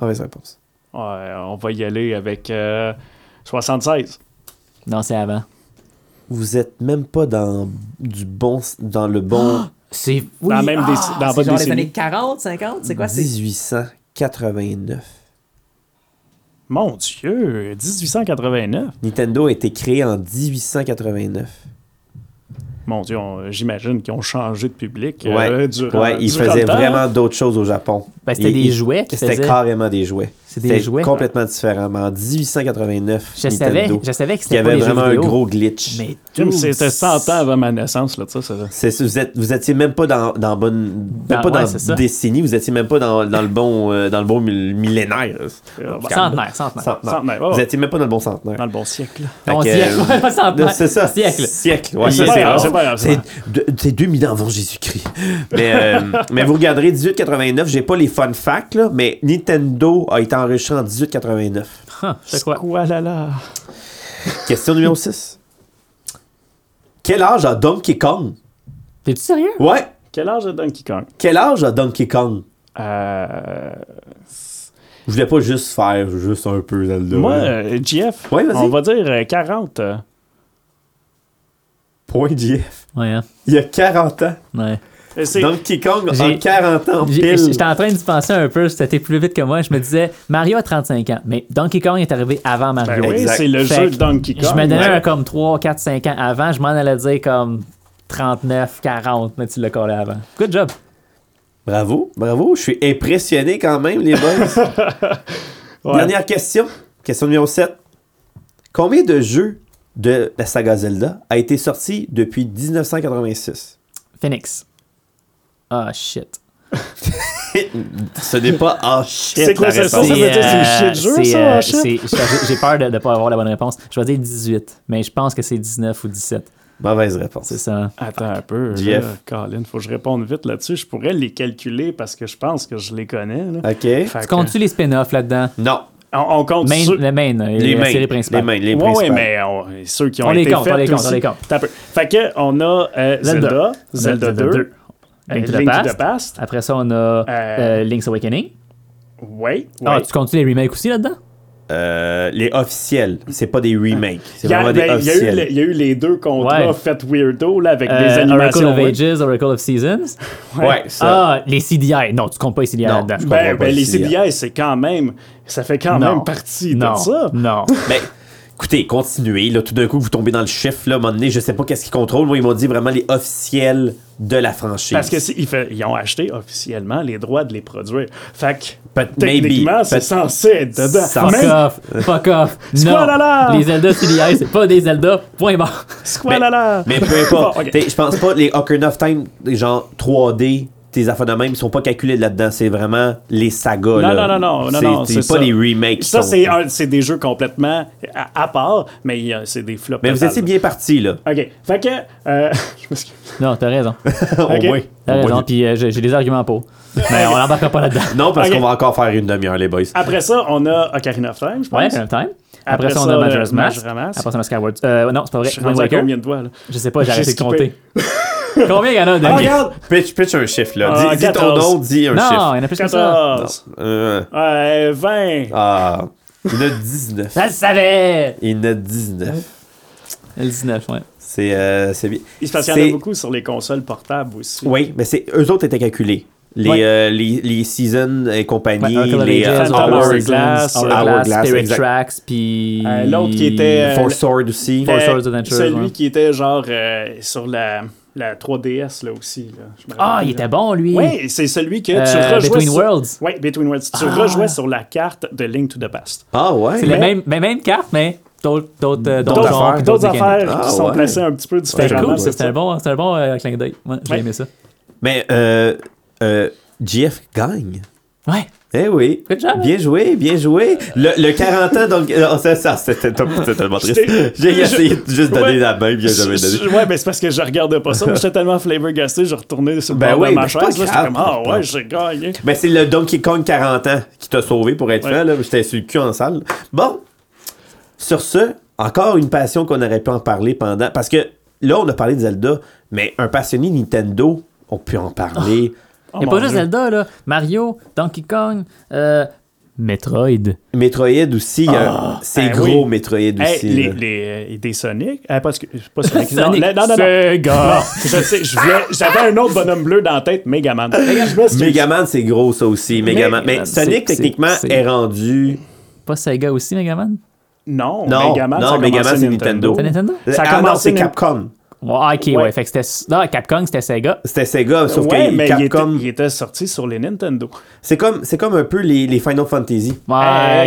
B: Mauvaise réponse.
C: Ouais, on va y aller avec euh, 76.
A: Non, c'est avant.
B: Vous êtes même pas dans du bon dans le
A: Ah,
B: bon
A: C'est oui. Ah,
C: Dans la même déc- dans
A: c'est
C: votre
A: genre les
C: décennie.
A: années 40, 50, c'est quoi c'est
B: 1889.
C: Mon Dieu, 1889.
B: Nintendo a été créé en 1889.
C: Mon Dieu, on- j'imagine qu'ils ont changé de public
B: Ouais.
C: euh, durant,
B: ouais, ils
C: durant
B: faisaient
C: le temps.
B: vraiment d'autres choses au Japon.
A: Ben, c'était
B: Ils-
A: des
B: ils-
A: jouets qu'ils
B: C'était
A: faisaient.
B: carrément des jouets.
A: C'est des
B: C'était
A: jouets.
B: complètement différent. Mais en 1889,
A: Je savais,
B: Nintendo,
A: je savais que
B: il y
A: c'était pas
B: avait
A: les jeux
B: vraiment un
A: vidéo.
B: gros glitch.
A: Mais
C: Jim,
A: dude,
C: C'était 100 ans avant ma naissance, là, tu sais. ça-
B: C'est- vous, êtes, vous étiez même pas dans, dans bonne, même
A: Dans-
B: pas
A: ouais,
B: dans
A: c'est ça.
B: décennie, vous étiez même pas dans, dans le bon, euh, dans le bon mil- millénaire.
C: Euh, bah,
A: Centenaire, centenaire.
B: Centenaire.
C: Centenaire, ouais, ouais.
B: Vous étiez même pas dans le bon centenaire.
C: Dans le bon siècle.
B: Fait
A: Non,
B: que,
A: siècle.
B: euh,
A: Ouais, pas centenaire.
B: non, c'est ça.
A: Ah, bah, Siècle.
B: Siècle. ouais,
C: C'est
B: c'est
C: pas grave,
B: rare.
C: c'est pas grave, c'est
B: C'est
C: pas
B: deux- c'est 2000 ans avant Jésus-Christ. Mais, euh, mais vous regarderez 1889, j'ai pas les fun facts, là, mais Nintendo a été enregistré en 1889.
A: Huh, c'est quoi?
C: là là.
B: Question numéro 6. Quel âge a Donkey Kong?
A: T'es-tu sérieux?
B: Ouais,
C: Quel âge a Donkey Kong?
B: quel âge a Donkey Kong?
C: Euh,
B: Je voulais pas juste faire juste un peu Zelda.
C: Moi, euh, GF,
B: Ouais, vas-y.
C: on va dire euh, 40. euh.
B: Point JF.
A: Ouais, hein?
B: Il y a 40 ans.
A: ouais.
C: Et c'est-
B: Donkey Kong a
A: J'ai-
B: 40 ans
A: J'ai-
B: pile.
A: J'étais en train d'y penser un peu, c'était plus vite que moi. Je me disais, Mario a 35 ans, mais Donkey Kong est arrivé avant Mario.
C: Ben oui,
B: Exact.
C: c'est le
A: Fait
C: jeu
A: que
C: de Donkey Kong.
A: Je me donnais
C: Ouais.
A: un comme 3, 4, 5 ans avant. Je m'en allais dire comme 39, 40, mais tu l'as collé avant. Good job.
B: Bravo, bravo. Je suis impressionné quand même, les boys.
C: Ouais.
B: Dernière question. Question numéro 7. Combien de jeux de la saga Zelda a été sorti depuis 1986?
A: Phoenix. Ah, shit.
B: Ce n'est pas oh shit.
C: C'est quoi
B: la
C: ça, ça,
B: réponse.
C: veut dire que c'est une shit jeu,
A: c'est,
C: ça,
A: euh,
C: un shit?
A: c'est- j'ai- J'ai peur de ne pas avoir la bonne réponse. Je vais dire 18, mais je pense que c'est 19 ou 17.
B: Mauvaise réponse.
A: C'est ça.
C: Attends un peu,
B: JF.
C: là, Colin, faut que je réponde vite là-dessus. Je pourrais les calculer parce que je pense que je les connais. là.
B: OK.
C: Fait
A: Tu
C: que-
A: comptes-tu les spin-offs là-dedans?
B: Non.
C: on, on compte
A: Main,
C: ceux...
A: le main, euh,
B: Les
A: la
B: mains.
A: série
B: Les
A: principale.
B: mains. Les
C: ouais, ouais,
B: principales.
C: mais on- ceux qui ont
A: On les
C: été
A: compte, on
C: faits
A: les compte, on
C: aussi.
A: les compte.
C: Attends un peu. Fait que on a euh,
A: Zelda.
C: Zelda, Zelda, 2, euh,
A: Link to the
C: Link
A: Past.
C: to the Past.
A: Après ça, on a euh, Link's Awakening.
C: Ouais, ouais.
A: Ah, tu comptes-tu les remakes aussi là-dedans?
B: Euh, les officiels. C'est pas des remakes. C'est
C: Il y, a,
B: vraiment des
C: ben, il y a eu
B: officiels.
C: les- il y a eu les deux contrats
A: Ouais.
C: fait weirdo là, avec des
A: Euh, Oracle
C: animations.
A: of
C: ouais.
A: Ages, Oracle of Seasons.
B: Ouais, ça.
A: Ah, les CDI. Non, tu comptes pas les CDI
B: Non.
A: là-dedans.
B: Je comprends
C: Ben,
B: pas hein.
C: ben,
B: le
C: les
B: CDI.
C: CDI, c'est quand même. Ça fait quand
A: Non.
C: même partie
A: Non, Mm.
C: de ça.
A: non.
B: Ben, écoutez, continuez. Là, tout d'un coup, vous tombez dans le chiffre. Là, à un moment donné, je sais pas qu'est-ce qu'ils contrôlent. Moi, ils m'ont dit vraiment les officiels de la franchise.
C: Parce que c'est- ils, fait- ils ont acheté officiellement les droits de les produire. Fait que
B: Peut-
C: techniquement,
B: maybe.
C: c'est
B: Peut-
C: censé être dedans.
B: Ça-
A: Fuck
C: Même
A: off, fuck off. Non,
C: Squad alarm!
A: les Zelda CDI, c'est pas des Zelda, point barre.
C: Squalala.
B: Ben, Mais peu importe.
C: Bon, ok.
B: T'sais, Je pense pas les Ocarina of Time, les genre 3D, tes affaires de même, ils sont pas calculés là-dedans. C'est vraiment les sagas.
C: Non,
B: là.
C: non, non, non, non,
B: C'est-
C: non,
B: C'est
C: c'est
B: pas
C: ça.
B: les remakes. qui
C: Ça,
B: sont-
C: c'est un- c'est des jeux complètement à, à part, mais euh, c'est des flops.
B: Mais vous
C: totales.
B: étiez bien parti, là.
C: OK. Fait que. euh, je m'excuse.
A: Non, t'as raison.
B: Au
C: Ok.
B: moins.
A: T'as
B: Au moins.
A: raison, puis euh, j'ai j'ai des arguments pour. Mais on l'embarquera pas là-dedans.
B: Non, parce
C: Ok. Ah,
B: qu'on va encore faire une demi-heure, les boys.
C: Après ça, on a Ocarina of Time, je pense.
A: Ouais, c'est un time. Après,
C: Après
A: ça, on
C: ça,
A: a
C: le
A: Majora's Mask.
C: Majora's Mask.
A: Après ça, on a Skyward. Euh, non, c'est pas vrai.
C: Je suis
A: Wind
C: rendu à
A: Waker.
C: combien de doigts, là?
A: Je sais pas, j'ai arrêté de
C: skippé.
A: compter. Combien il y en a de
C: Ah, regarde!
B: Pitch, pitch un chiffre, là.
C: Ah,
B: dis, dis ton
C: 14.
B: nom, dis un
A: Non,
B: chiffre.
A: il y en a plus que ça.
C: 14.
B: Euh,
C: Ouais, 20.
B: ah, il y en a 19.
A: Je le savais!
B: Il y en a 19.
A: Le 19, ouais.
B: C'est euh, c'est bien.
C: C'est parce qu'il y en
B: C'est-
C: a beaucoup sur les consoles portables aussi.
B: Oui, mais c'est eux autres étaient calculés. Les,
A: Ouais.
B: euh, les, les Seasons et compagnie,
A: Ouais, Oracle of
B: les euh,
A: Ages,
C: Phantom
A: Oracle of
C: Hourglass,
A: Seasons, Hourglass,
B: Hourglass,
A: Spirit
B: exact.
A: Tracks, puis.
C: Euh, l'autre qui était, euh,
B: Four Sword aussi.
A: Four-
C: C'était
A: Swords Adventures,
C: Euh, Celui
A: ouais.
C: qui était genre euh, sur la, la 3DS là aussi. Là. Je me
A: Ah,
C: rappelle,
A: il
C: là.
A: était bon, lui!
C: Oui, c'est celui que tu
A: Euh,
C: rejouais.
A: Between
C: sur-
A: Worlds.
C: Oui, Between Worlds. Tu
A: Ah.
C: rejouais sur la carte de Link to the Past.
B: Ah ouais.
A: C'est la même, mais même carte, mais d'autres d'autres euh,
B: D'autres
A: d'autres genres,
B: affaires.
A: puis
C: D'autres
A: mécaniques.
C: affaires
B: Ah,
C: qui sont
B: ouais.
C: placées un petit peu
A: C'était
C: différemment.
A: cool,
C: c'est
A: ça, c'était un bon, c'était un bon euh, clin d'œil. Ouais, j'ai
C: Ouais.
A: aimé ça.
B: Mais euh, euh, GF gagne.
A: Ouais,
B: Eh oui.
A: Good job.
B: Bien joué, bien joué. Le, le 40 ans, donc. euh, ça, ça, c'était top- c'était tellement triste.
C: J'étais-
B: J'ai essayé de juste donner
C: Ouais.
B: la main, puis j'avais
C: Je-
B: donné.
C: je- Ouais, mais c'est parce que je regardais pas ça. Moi, J'étais tellement flabbergasté, je retournais sur le
B: Ben
C: bord
B: oui,
C: de ma
B: mais c'est pas
C: chaise. là, J'étais
B: grave.
C: comme, ah ouais, j'ai gagné.
B: Mais Ben, c'est le Donkey Kong 40 ans qui t'a sauvé pour être
C: Ouais.
B: franc, là. J'étais sur le cul en salle. Bon. Sur ce, encore une passion qu'on aurait pu en parler pendant. Parce que là, on a parlé de Zelda, mais un passionné Nintendo. on- on peut en parler.
C: Oh,
A: Il n'y a
C: mon
A: pas juste
C: Dieu.
A: Zelda, là. Mario, Donkey Kong, euh, Metroid.
B: Metroid aussi, il y a un- c'est
C: ben
B: gros
C: oui.
B: Metroid
C: Hey,
B: aussi.
C: les,
B: là.
C: les- euh, des Sonic? Euh, pas, sc- pas Sonic. non,
A: Sonic,
C: non, non, non.
A: Sega.
C: Je sais, je voulais- j'avais un autre bonhomme bleu dans la tête, Megaman. Je m'excuse.
B: Megaman, c'est gros ça aussi. Megaman. Mais
A: Man,
B: Sonic,
A: c'est-
B: techniquement,
A: c'est-
B: est... rendu.
A: Pas Sega aussi, Megaman?
C: Non,
B: Non,
C: Megaman,
B: non,
C: ça a
B: Megaman,
C: commencé
B: c'est
A: C'est Nintendo?
C: Ça a
B: ah non,
C: commencé
B: c'est
C: une-
B: Capcom.
A: Ouais, ah, ok, ouais.
C: Ouais.
A: Fait que c'était. Non, Capcom, c'était Sega.
B: C'était Sega, sauf
C: ouais,
B: que
C: mais il était,
B: Capcom.
C: il était sorti sur les Nintendo.
B: C'est comme, c'est comme un peu les, les Final Fantasy.
A: Ouais,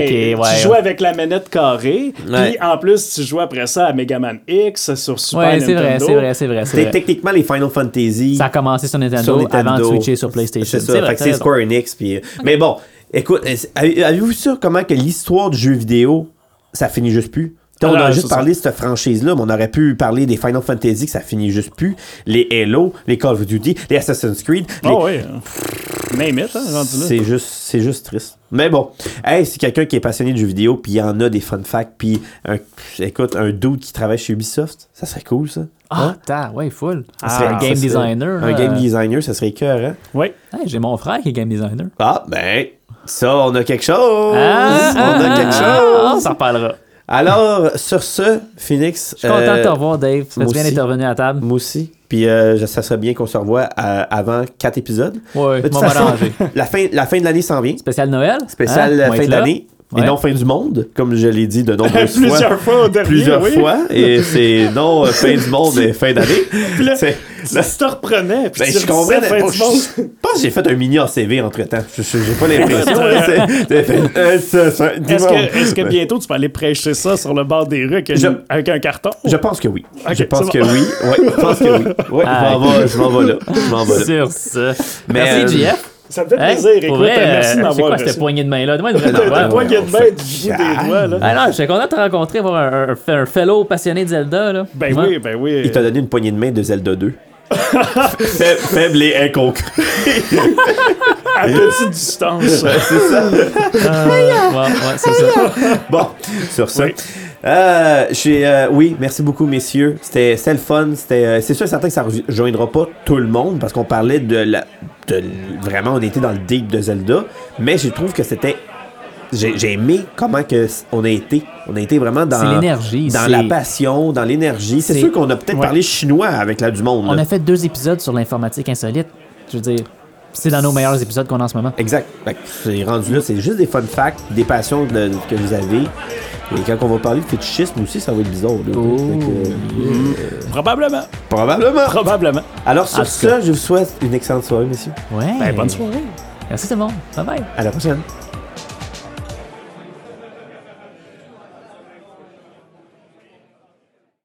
C: Hey,
A: ok, ouais.
C: Tu joues avec la manette carrée,
B: Ah, Ouais.
C: puis en plus, tu joues après ça à Megaman X sur Super
A: Ouais, c'est
C: Nintendo. Ah
A: vrai, c'est vrai, c'est vrai. c'est
B: C'est
A: vrai.
B: techniquement les Final Fantasy
A: Ça a commencé sur Nintendo,
B: sur Nintendo.
A: avant de switcher sur PlayStation.
B: C'est ça,
A: C'est vrai,
B: fait que
A: t'as
B: c'est
A: raison.
B: Square Enix. puis- euh, Mais bon, écoute, est-ce- avez- avez-vous vu ça comment que l'histoire du jeu vidéo, ça finit juste plus? T'sais, on
C: Ah,
B: a
C: non,
B: juste
C: c'est
B: parlé de cette franchise-là, mais on aurait pu parler des Final Fantasy que ça finit juste plus, les Halo, les Call of Duty, les Assassin's Creed. les-
C: Oh, oui. Name it, hein, rendu là.
B: C'est juste, c'est juste triste. Mais bon, hey, c'est quelqu'un qui est passionné de jeux vidéo, puis il y en a des fun facts, puis un- écoute, un dude qui travaille chez Ubisoft, ça serait cool ça.
A: Ah, t'as, ouais, full.
B: Ça serait-
A: un
B: Ah, ça
A: game
B: serait-
A: designer, euh.
B: Un
A: là.
B: game designer, ça serait cœur, hein?
C: Oui.
A: Hey, J'ai mon frère qui est game designer.
B: Ah, ben, ça, Oh, on a quelque chose!
A: Ah,
B: on a
A: ah,
B: quelque
A: ah, ah, On
B: chose!
A: s'en reparlera.
B: Alors, sur ce, Phoenix.
A: Je suis content de te
B: euh,
A: revoir, Dave. Ça fait
B: moi
A: du bien
B: aussi.
A: d'être revenu à la table.
B: Moi aussi. Puis, euh, je- ça serait bien qu'on se revoie euh, avant quatre épisodes.
A: Ouais,
B: De toute
A: on va
B: façon,
A: m'arranger.
B: la fin, la fin de l'année s'en vient.
A: Spécial Noël?
B: Spécial
A: hein?
B: euh,
A: On va
B: fin
A: être
B: de
A: là.
B: l'année.
A: Ouais.
B: Et non fin du monde, comme je l'ai dit de nombreuses fois.
C: Plusieurs fois au dernier,
B: Plusieurs
C: oui.
B: fois. Et c'est non euh, fin du monde et fin d'année.
C: là,
B: C'est-
C: Tu te reprenais, puis
B: Ben,
C: tu
B: je comprends.
C: redisais fin
B: mais-
C: du monde.
B: Je pense que j'ai fait un mini ACV entre temps. J'ai pas l'impression. là, c'est- t'as fait, euh, ça, ça, du
C: Est-ce
B: monde.
C: que, est-ce que bientôt tu peux aller prêcher ça sur le bord des rues avec, une-
B: Je-
C: avec un carton?
B: Je pense que oui.
C: Ok,
B: je pense
C: c'est
B: que
C: bon.
B: oui. Ouais, je pense que oui. Ouais,
A: Ah,
B: je m'en vais- je m'en vais là. Je m'en vais là.
A: Sur ce.
B: Mais, euh,
A: Merci, JF.
C: Ça me fait
A: Hey,
C: plaisir, écoute.
A: pour vrai,
C: merci de
A: euh, C'est
C: m'avoir
A: quoi cette
C: reçu.
A: poignée de main-là? Donne-moi une vraie main,
C: T'as
A: ouais.
C: une poignée de
B: Ah, on
C: main
B: fait
C: du bout
B: calme.
C: des doigts, là.
A: Ah non, je suis content de te rencontrer, voir un, un- un fellow passionné de Zelda. Là.
C: Ben
A: Ouais.
C: oui, ben oui.
B: Il t'a donné une poignée de main de Zelda 2. Faible- Faible et inconcret.
C: À petite distance. ben
A: Euh, ouais, ouais, c'est ça.
B: Bon, sur ça.
C: Oui.
B: Euh, je suis, euh, oui, merci beaucoup, messieurs. C'était c'était le fun. C'était, euh, c'est sûr et certain que ça ne rejoindra pas tout le monde parce qu'on parlait de la. de l- vraiment, on était dans le deep de Zelda. Mais je trouve que c'était. J'ai j'ai aimé comment que s- on a été. On a été vraiment dans.
A: C'est l'énergie,
B: Dans
A: c'est-
B: la passion, dans l'énergie. C'est
A: C'est-
B: sûr qu'on a peut-être
C: Ouais.
B: parlé chinois avec la du monde.
A: On
B: là.
A: a fait deux épisodes sur l'informatique insolite. Je veux dire, c'est dans nos meilleurs épisodes qu'on a en ce moment.
B: Exact. Fait que C'est rendu là, c'est juste des fun facts, des passions de- que vous avez. Et quand on va parler de fétichisme aussi, ça va être bizarre. là.
A: Oh.
B: Fait que, euh,
C: Probablement.
B: probablement.
C: Probablement.
B: Alors
A: En
B: sur
A: tout
B: ça, je vous souhaite une excellente soirée, messieurs.
A: Ouais.
C: Ben, bonne soirée.
A: Merci tout le monde. Bye bye.
B: À la prochaine.